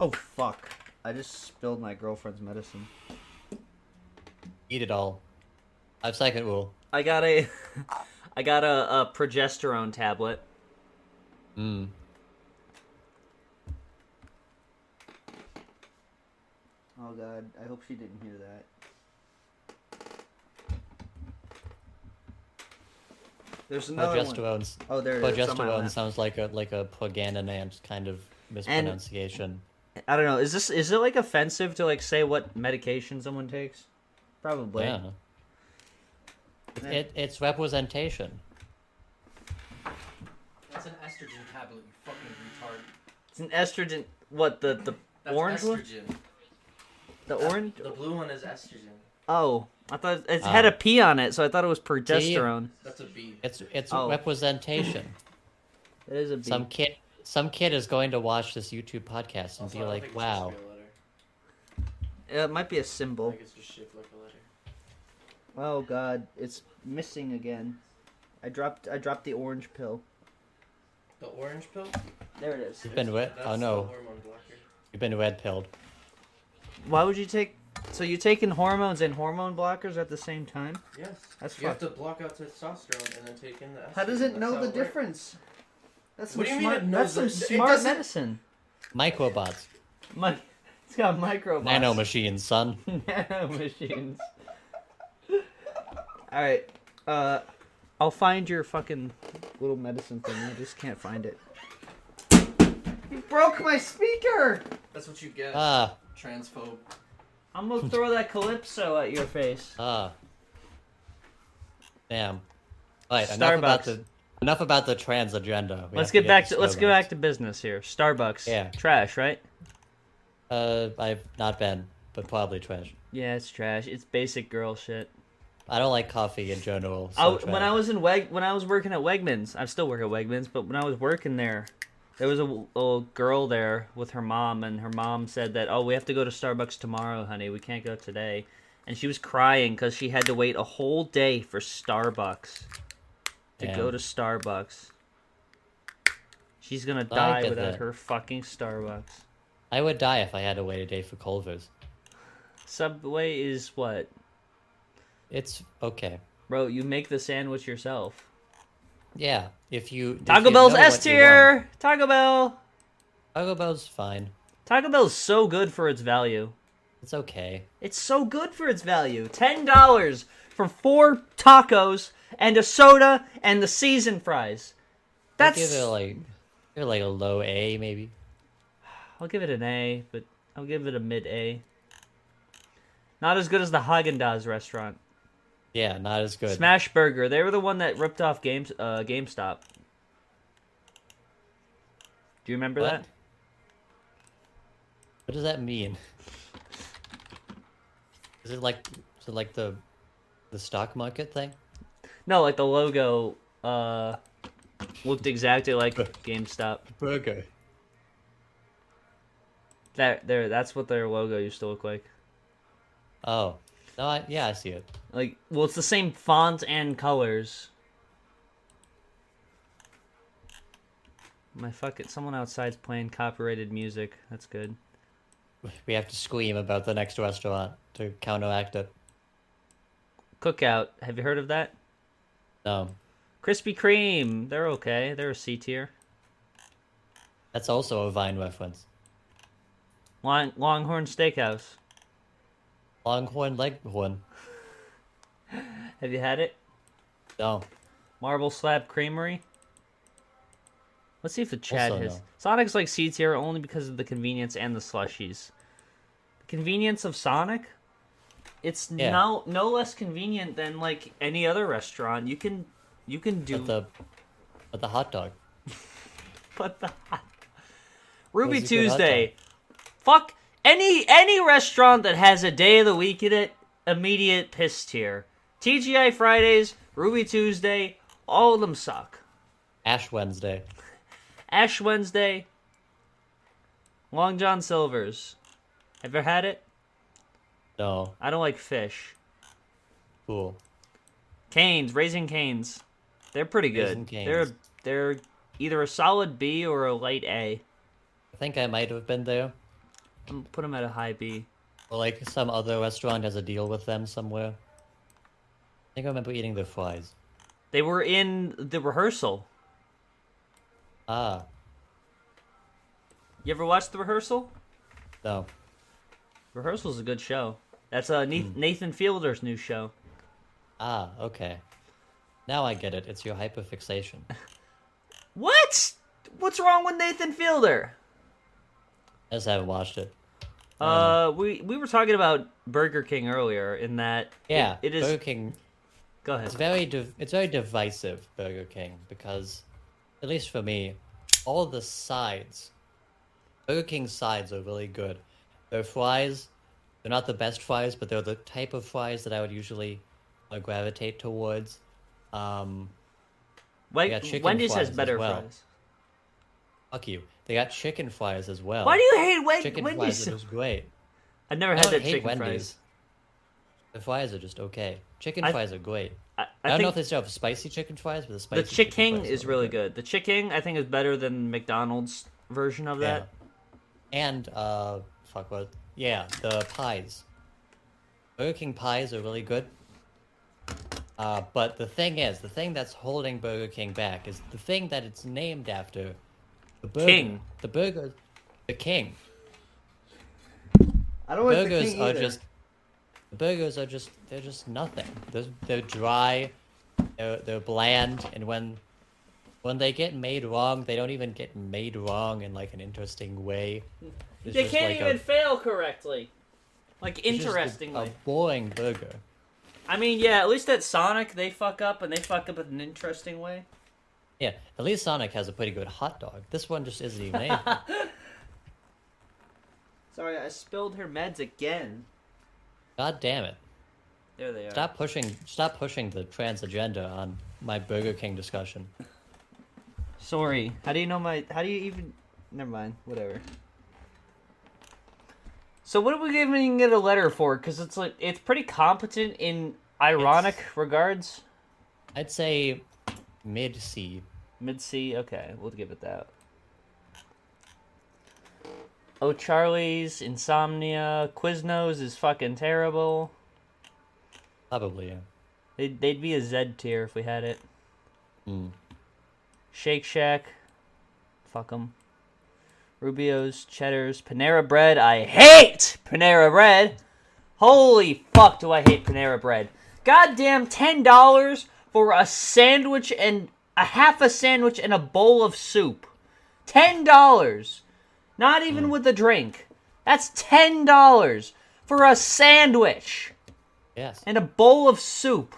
Oh fuck! I just spilled my girlfriend's medicine.
Eat it all. Five second rule.
I got a, I got a, a progesterone tablet. Hmm. Oh god! I hope she didn't hear that. There's another one.
Progesterone.
Oh, there it is. It's on my
Progesterone
lap.
sounds like a like a progananant kind of mispronunciation.
I don't know. Is this is it like offensive to like say what medication someone takes? Probably.
yeah. It, it- it's representation.
That's an estrogen tablet, you fucking retard.
It's an estrogen. What the the
That's
orange one?
estrogen.
The orange.
The blue one is estrogen.
Oh, I thought it had a P on it, so I thought it was progesterone.
That's a B.
It's it's
Oh.
representation.
It is a B.
Some kid some kid is going to watch this YouTube podcast
Also,
and
I
be
don't
like,
think it's supposed
"Wow,
to be a letter.
It might be a
I
symbol.
think it's just shaped like a letter.
Oh God, it's missing again. I dropped. I dropped the orange pill.
The orange pill?
There it is.
you've been red.
That's
Oh
the
no,
hormone blocker.
you've been red pilled."
Why would you take? So you're taking hormones and hormone blockers at the same time?
Yes.
That's
you have
fucked.
to block out testosterone and then take in the estrogen.
How does it
That's
know the
works.
difference? That's some
What do you mean
smart,
it knows
that's
the-
some
it
smart
doesn't-
medicine.
Microbots,
My, it's got microbots.
nano machines, son.
Nano machines. All right, uh, I'll find your fucking little medicine thing. I just can't find it. You broke my speaker.
That's what you get.
Ah,
Transphobe.
I'm gonna throw that calypso at your face.
ah. Damn. All right, enough about
Starbucks.
the enough about the trans agenda. We
let's
have
get back to let's
Starbucks.
get back to business here. Starbucks.
Yeah.
Trash, right?
Uh, I've not been, but probably trash.
Yeah, it's trash. It's basic girl shit.
I don't like coffee in general. So
I, when
trash.
I was in Weg, when I was working at Wegmans, I still work at Wegmans, but when I was working there, there was a, w- a girl there with her mom, and her mom said that, "Oh, we have to go to Starbucks tomorrow, honey. We can't go today." And she was crying because she had to wait a whole day for Starbucks to
Damn.
go to Starbucks. She's gonna
I
die
get
without
that.
her fucking Starbucks.
I would die if I had to wait a day for Culver's.
Subway is what,
It's okay.
bro? You make the sandwich yourself.
Yeah, if you if
Taco
you
Bell's
know what
S
you want.
tier. Taco Bell.
Taco Bell's fine.
Taco Bell's so good for its value.
It's okay.
It's so good for its value. Ten dollars for four tacos and a soda and the season fries.
I'd
That's
give it like give it like a low A maybe.
I'll give it an A, but I'll give it a mid A. Not as good as the Haagen Dazs restaurant.
Yeah, not as good.
Smash Burger. They were the one that ripped off Games uh, GameStop. Do you remember
What?
that?
What does that mean? Is it like is it like the the stock market thing?
No, like the logo uh, looked exactly like GameStop.
Burger.
That there, that's what their logo used to look like.
Oh, no, I, yeah, I see it.
Like, well, it's the same font and colors. My fuck it, someone outside's playing copyrighted music. That's good.
we have to scream about the next restaurant to counteract it.
Cookout. Have you heard of that?
No,
Krispy Kreme. They're okay. They're a C tier.
that's also a Vine reference.
Long- Longhorn Steakhouse.
Longhorn Leghorn.
Have you had it?
No,
Marble Slab Creamery. Let's see if the chat
Also
has.
no.
Sonic's like C tier only because of the convenience and the slushies. The convenience of Sonic? It's
Yeah.
now no less convenient than like any other restaurant. You can you can do
but the but the hot dog.
but the Ruby
Those are good hot
Tuesday. Fuck any any restaurant that has a day of the week in it. Immediate piss tier. TGI Fridays, Ruby Tuesday, all of them suck.
Ash Wednesday.
Ash Wednesday, Long John Silver's. Ever had it?
No,
I don't like fish.
cool.
Canes, Raising Canes. They're pretty
Raising
good.
Cane's.
They're they're either a solid B or a light A.
I think I might have been there.
I'm gonna put them at a high B.
Or like some other restaurant has a deal with them somewhere. I think I remember eating their fries.
They were in the rehearsal.
Ah,
You ever watched the rehearsal?
no.
Rehearsal's a good show. That's uh, Nath-
Hmm.
Nathan Fielder's new show.
Ah, okay. Now I get it. It's your hyperfixation.
What? What's wrong with Nathan Fielder?
I just haven't watched it. Um.
Uh, we we were talking about Burger King earlier. In that, it-
Yeah,
it is.
Burger King.
Go ahead.
It's very div- it's very divisive Burger King because, at least for me, all the sides, Burger King sides are really good. Their fries, they're not the best fries, but they're the type of fries that I would usually uh, gravitate towards. Um,
Wait,
got chicken
Wendy's has
fries as
better
well.
fries.
fuck you. They got chicken fries as well.
Why do you hate Wen-
chicken
Wendy's?
fries? It was great.
I've never
I
had
don't
that
hate
chicken
Wendy's.
fries.
The fries are just okay. Chicken
I-
fries are great.
I,
I,
I
don't know
think
if they still have spicy chicken fries, but the spicy
the chicken
fries
is
are
really good. The chicken I think is better than McDonald's version of that.
And uh, fuck what? Yeah, the pies. Burger King pies are really good. Uh, but the thing is, the thing that's holding Burger King back is the thing that it's named after. The burger.
King.
The burger. The king.
I don't like the
burgers
king
are
either.
just. The burgers are just. They're just nothing. They're, they're dry. They're, they're bland, and when. When they get made wrong, they don't even get made wrong in like an interesting way. It's just like a-
fail correctly. Like
It's just a-
interestingly,
a, boring burger.
I mean, yeah. At least at Sonic they fuck up and they fuck up in an interesting way.
Yeah, at least Sonic has a pretty good hot dog. This one just isn't even. anything.
Sorry, I spilled her meds again.
God damn it!
There they are.
Stop pushing. Stop pushing the trans agenda on my Burger King discussion.
Sorry. How do you know my? How do you even? Never mind. Whatever. So what are we giving it a letter for? Because it's like it's pretty competent in ironic regards.
I'd say mid C.
Mid C. Okay, we'll give it that. Oh, Charlie's Insomnia Quiznos is fucking terrible.
Probably. yeah.
They'd, they'd be a Z tier if we had it. Shake Shack. Fuck them. Rubio's, Cheddar's, Panera Bread. I hate Panera Bread. Holy fuck, do I hate Panera Bread. Goddamn $10 for a sandwich and a half a sandwich and a bowl of soup. $10. Not even with a drink. That's $10 for a sandwich
Yes.
and a bowl of soup.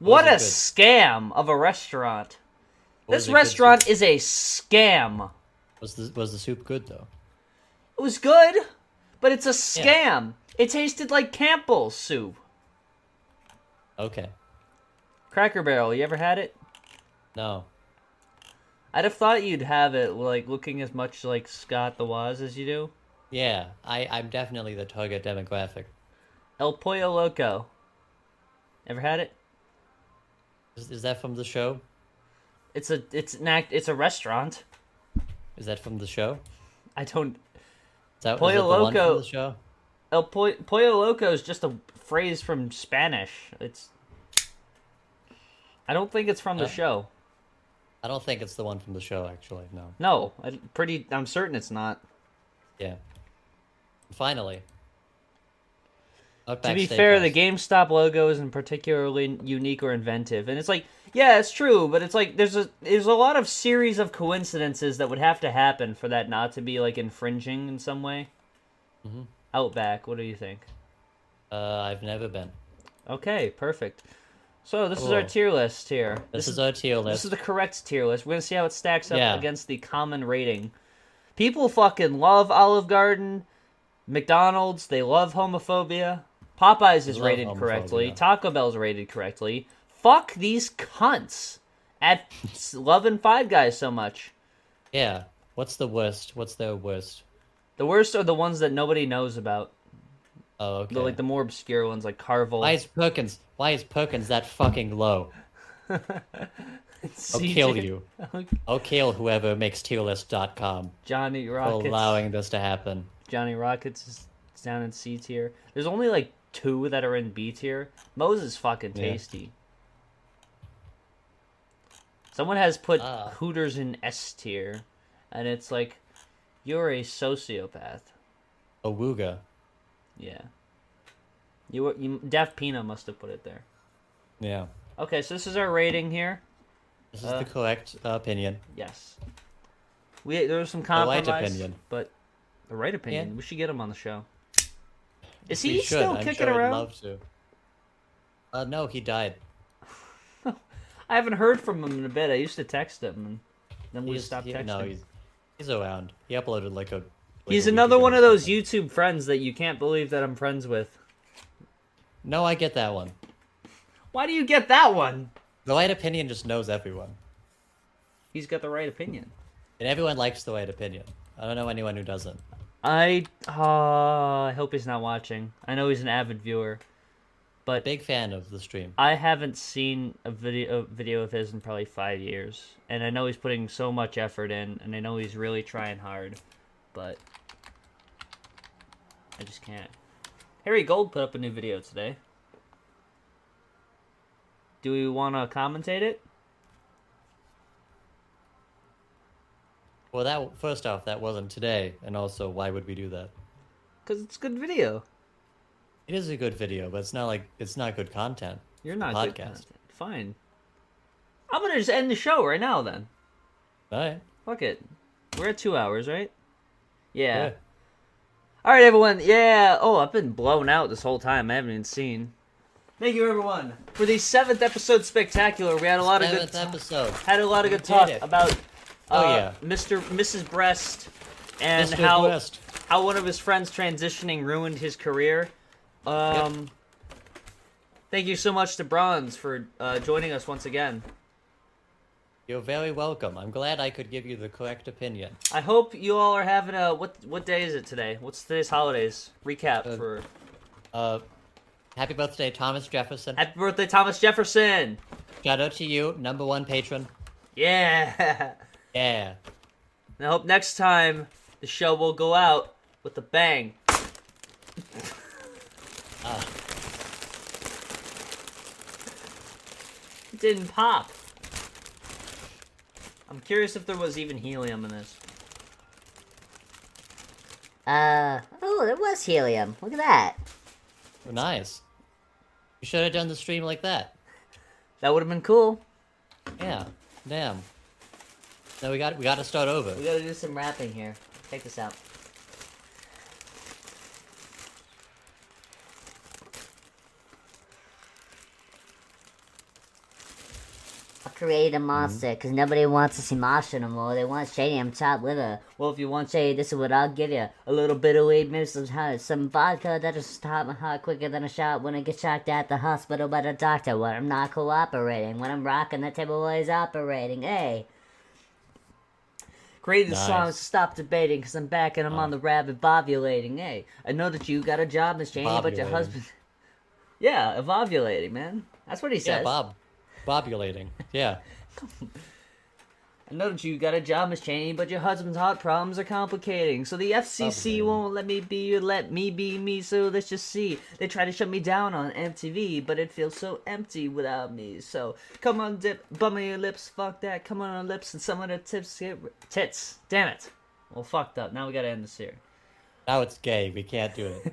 What
are
a
good.
scam of a restaurant.
Those
This
are good
restaurant is a scam.
Was the was the soup good though?
It was good, but it's a scam. It tasted like Campbell's soup.
Okay.
Cracker Barrel, you ever had it?
No.
I'd have thought you'd have it, like, looking as much like Scott the Waz as you do.
Yeah, I I'm definitely the target demographic.
El Pollo Loco. Ever had it?
Is, is that from the show?
It's a it's an act it's a restaurant.
Is that from the show?
I don't
that
Pollo
was it the one from
Loco.
the show?
El Pollo, Pollo Loco is just a phrase from Spanish. It's. I don't think it's from the
Uh.
show.
I don't think it's the one from the show, actually. No.
No, I'm pretty. I'm certain it's not.
Yeah. Finally.
To
Outback
be fair, the
Steakhouse.
GameStop logo isn't particularly unique or inventive, and it's like, yeah, it's true, but it's like there's a there's a lot of series of coincidences that would have to happen for that not to be like infringing in some way.
Mm-hmm.
Outback, what do you think?
Uh, I've never been.
Okay, perfect. So this is our
Cool.
tier list here.
Oh. This, is our tier
This
list.
is the correct tier list. We're gonna see how it stacks up
Yeah.
against the common rating. People fucking love Olive Garden, McDonald's. They love homophobia. Popeyes is
love
rated
homophobia.
correctly. Taco Bell's rated correctly. Fuck these cunts at loving Five Guys so much.
Yeah. What's the worst? What's their worst?
The worst are the ones that nobody knows about.
Oh, okay.
The, like the more obscure ones, like Carvel.
Why is Perkins? Why is Perkins that fucking low? I'll kill you. I'll kill whoever makes tierlist.com
Johnny
for
Rockets.
allowing this to happen.
Johnny Rockets is is down in C tier. There's only like two that are in B tier. Moe's is fucking
Yeah.
tasty. Someone has put
Ah.
Hooters in S tier, and it's like, you're a sociopath.
Awooga.
Yeah. You, were- you Def Pino must have put it there.
Yeah.
Okay, so this is our rating here.
This is
Uh,
the correct uh, opinion.
Yes. We there was some
The right
compromise,
opinion.
but the right opinion.
Yeah.
We should get him on the show. Is
We
he
should.
still
I'm
kicking
sure
around?
I'd love to. Uh, no, he died.
I haven't heard from him in a bit. I used to text him, and then we
He's-
stopped
he-
texting.
No,
he's
he's, he's around. He uploaded like a. like a week
another
ago
one
or
of those
something.
YouTube friends that you can't believe that I'm friends with.
No, I get that one.
Why do you get that one?
The right opinion just knows everyone,
He's got the right opinion.
and everyone likes the right opinion. I don't know anyone who doesn't.
I uh, I hope he's not watching. I know he's an avid viewer, but
Big fan of the stream.
I haven't seen a video a video of his in probably five years, and I know he's putting so much effort in, and I know he's really trying hard, but I just can't. Harry Gold put up a new video today. Do we want to commentate it?
Well, that first off, that wasn't today, and also, why would we do that?
Cause it's a good video.
It is a good video, but it's not like it's not good content.
You're not
Podcast.
good content. Fine. I'm gonna just end the show right now then.
All right.
Fuck it. We're at two hours, right? Yeah.
Yeah.
All right, everyone. Yeah. Oh, I've been blown out this whole time. I haven't even seen. Thank you, everyone, for the seventh episode spectacular. We had a lot of good
Seventh episode.
had a lot of
We
good
did
talk
it.
about.
Oh,
uh, Mr. Mrs. Breast, and
Mr.
how
West.
how one of his friends transitioning ruined his career. Um, Thank you so much to Bronze for uh, joining us once again.
You're very welcome. I'm glad I could give you the correct opinion.
I hope you all are having a what what day is it today? What's today's holidays? Recap for
Uh, happy birthday, Thomas Jefferson.
Happy birthday Thomas Jefferson.
Shout out to you, number one patron.
Yeah.
Yeah.
And I hope next time the show will go out with a bang. It didn't pop. I'm curious if there was even helium in this.
Uh, oh, there was helium. Look at that.
Nice. You should have done the stream like that.
That would have been cool.
Yeah. Damn. No, we got we got to start over.
We gotta do some wrapping here. Check this out. I created a monster because nobody wants to see Masha anymore. They want Shady. I'm chopped liver. Well, if you want Shady, this is what I'll give you: a little bit of weed, maybe some honey, some vodka that'll stop my heart quicker than a shot when I get shocked at the hospital by the doctor when I'm not cooperating, when I'm rocking the table while he's operating. Hey.
Created the
Nice.
song, stop debating, because I'm back and I'm on the rabbit bovulating. Hey, I know that you got a job, Miss Janie, but your
Bovulating.
husband. Yeah, of ovulating, man. That's what he
yeah,
says.
Bob. Bobulating. Yeah.
I noticed you got a job, Miss Cheney, but your husband's heart problems are complicating. So the FCC won't let me be or let me be me. So let's just see. They try to shut me down on MTV, but it feels so empty without me. So come on, dip, bum on your lips, fuck that. Come on, our lips and some of the tips. Get r- tits. Damn it. Well, fucked up. Now we gotta end this here.
Now it's gay. We can't do it.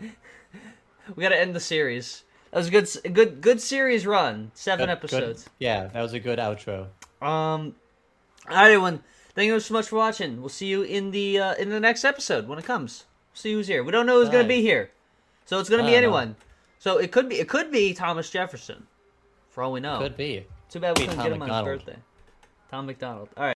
We gotta end the series. That was a good, s- a good, good series run. Seven
Good-
episodes.
Good, yeah, that was a good outro.
Um, all right, everyone. Thank you so much for watching. We'll see you in the uh, in the next episode when it comes. See who's here. We don't know who's gonna be
Nice.
here, so it's gonna be
I don't know.
anyone. So it could be it could be Thomas Jefferson, for all we know.
Could be.
Too bad we
be
couldn't
Tom
get him on
McDonald.
his birthday. Tom McDonald. All right.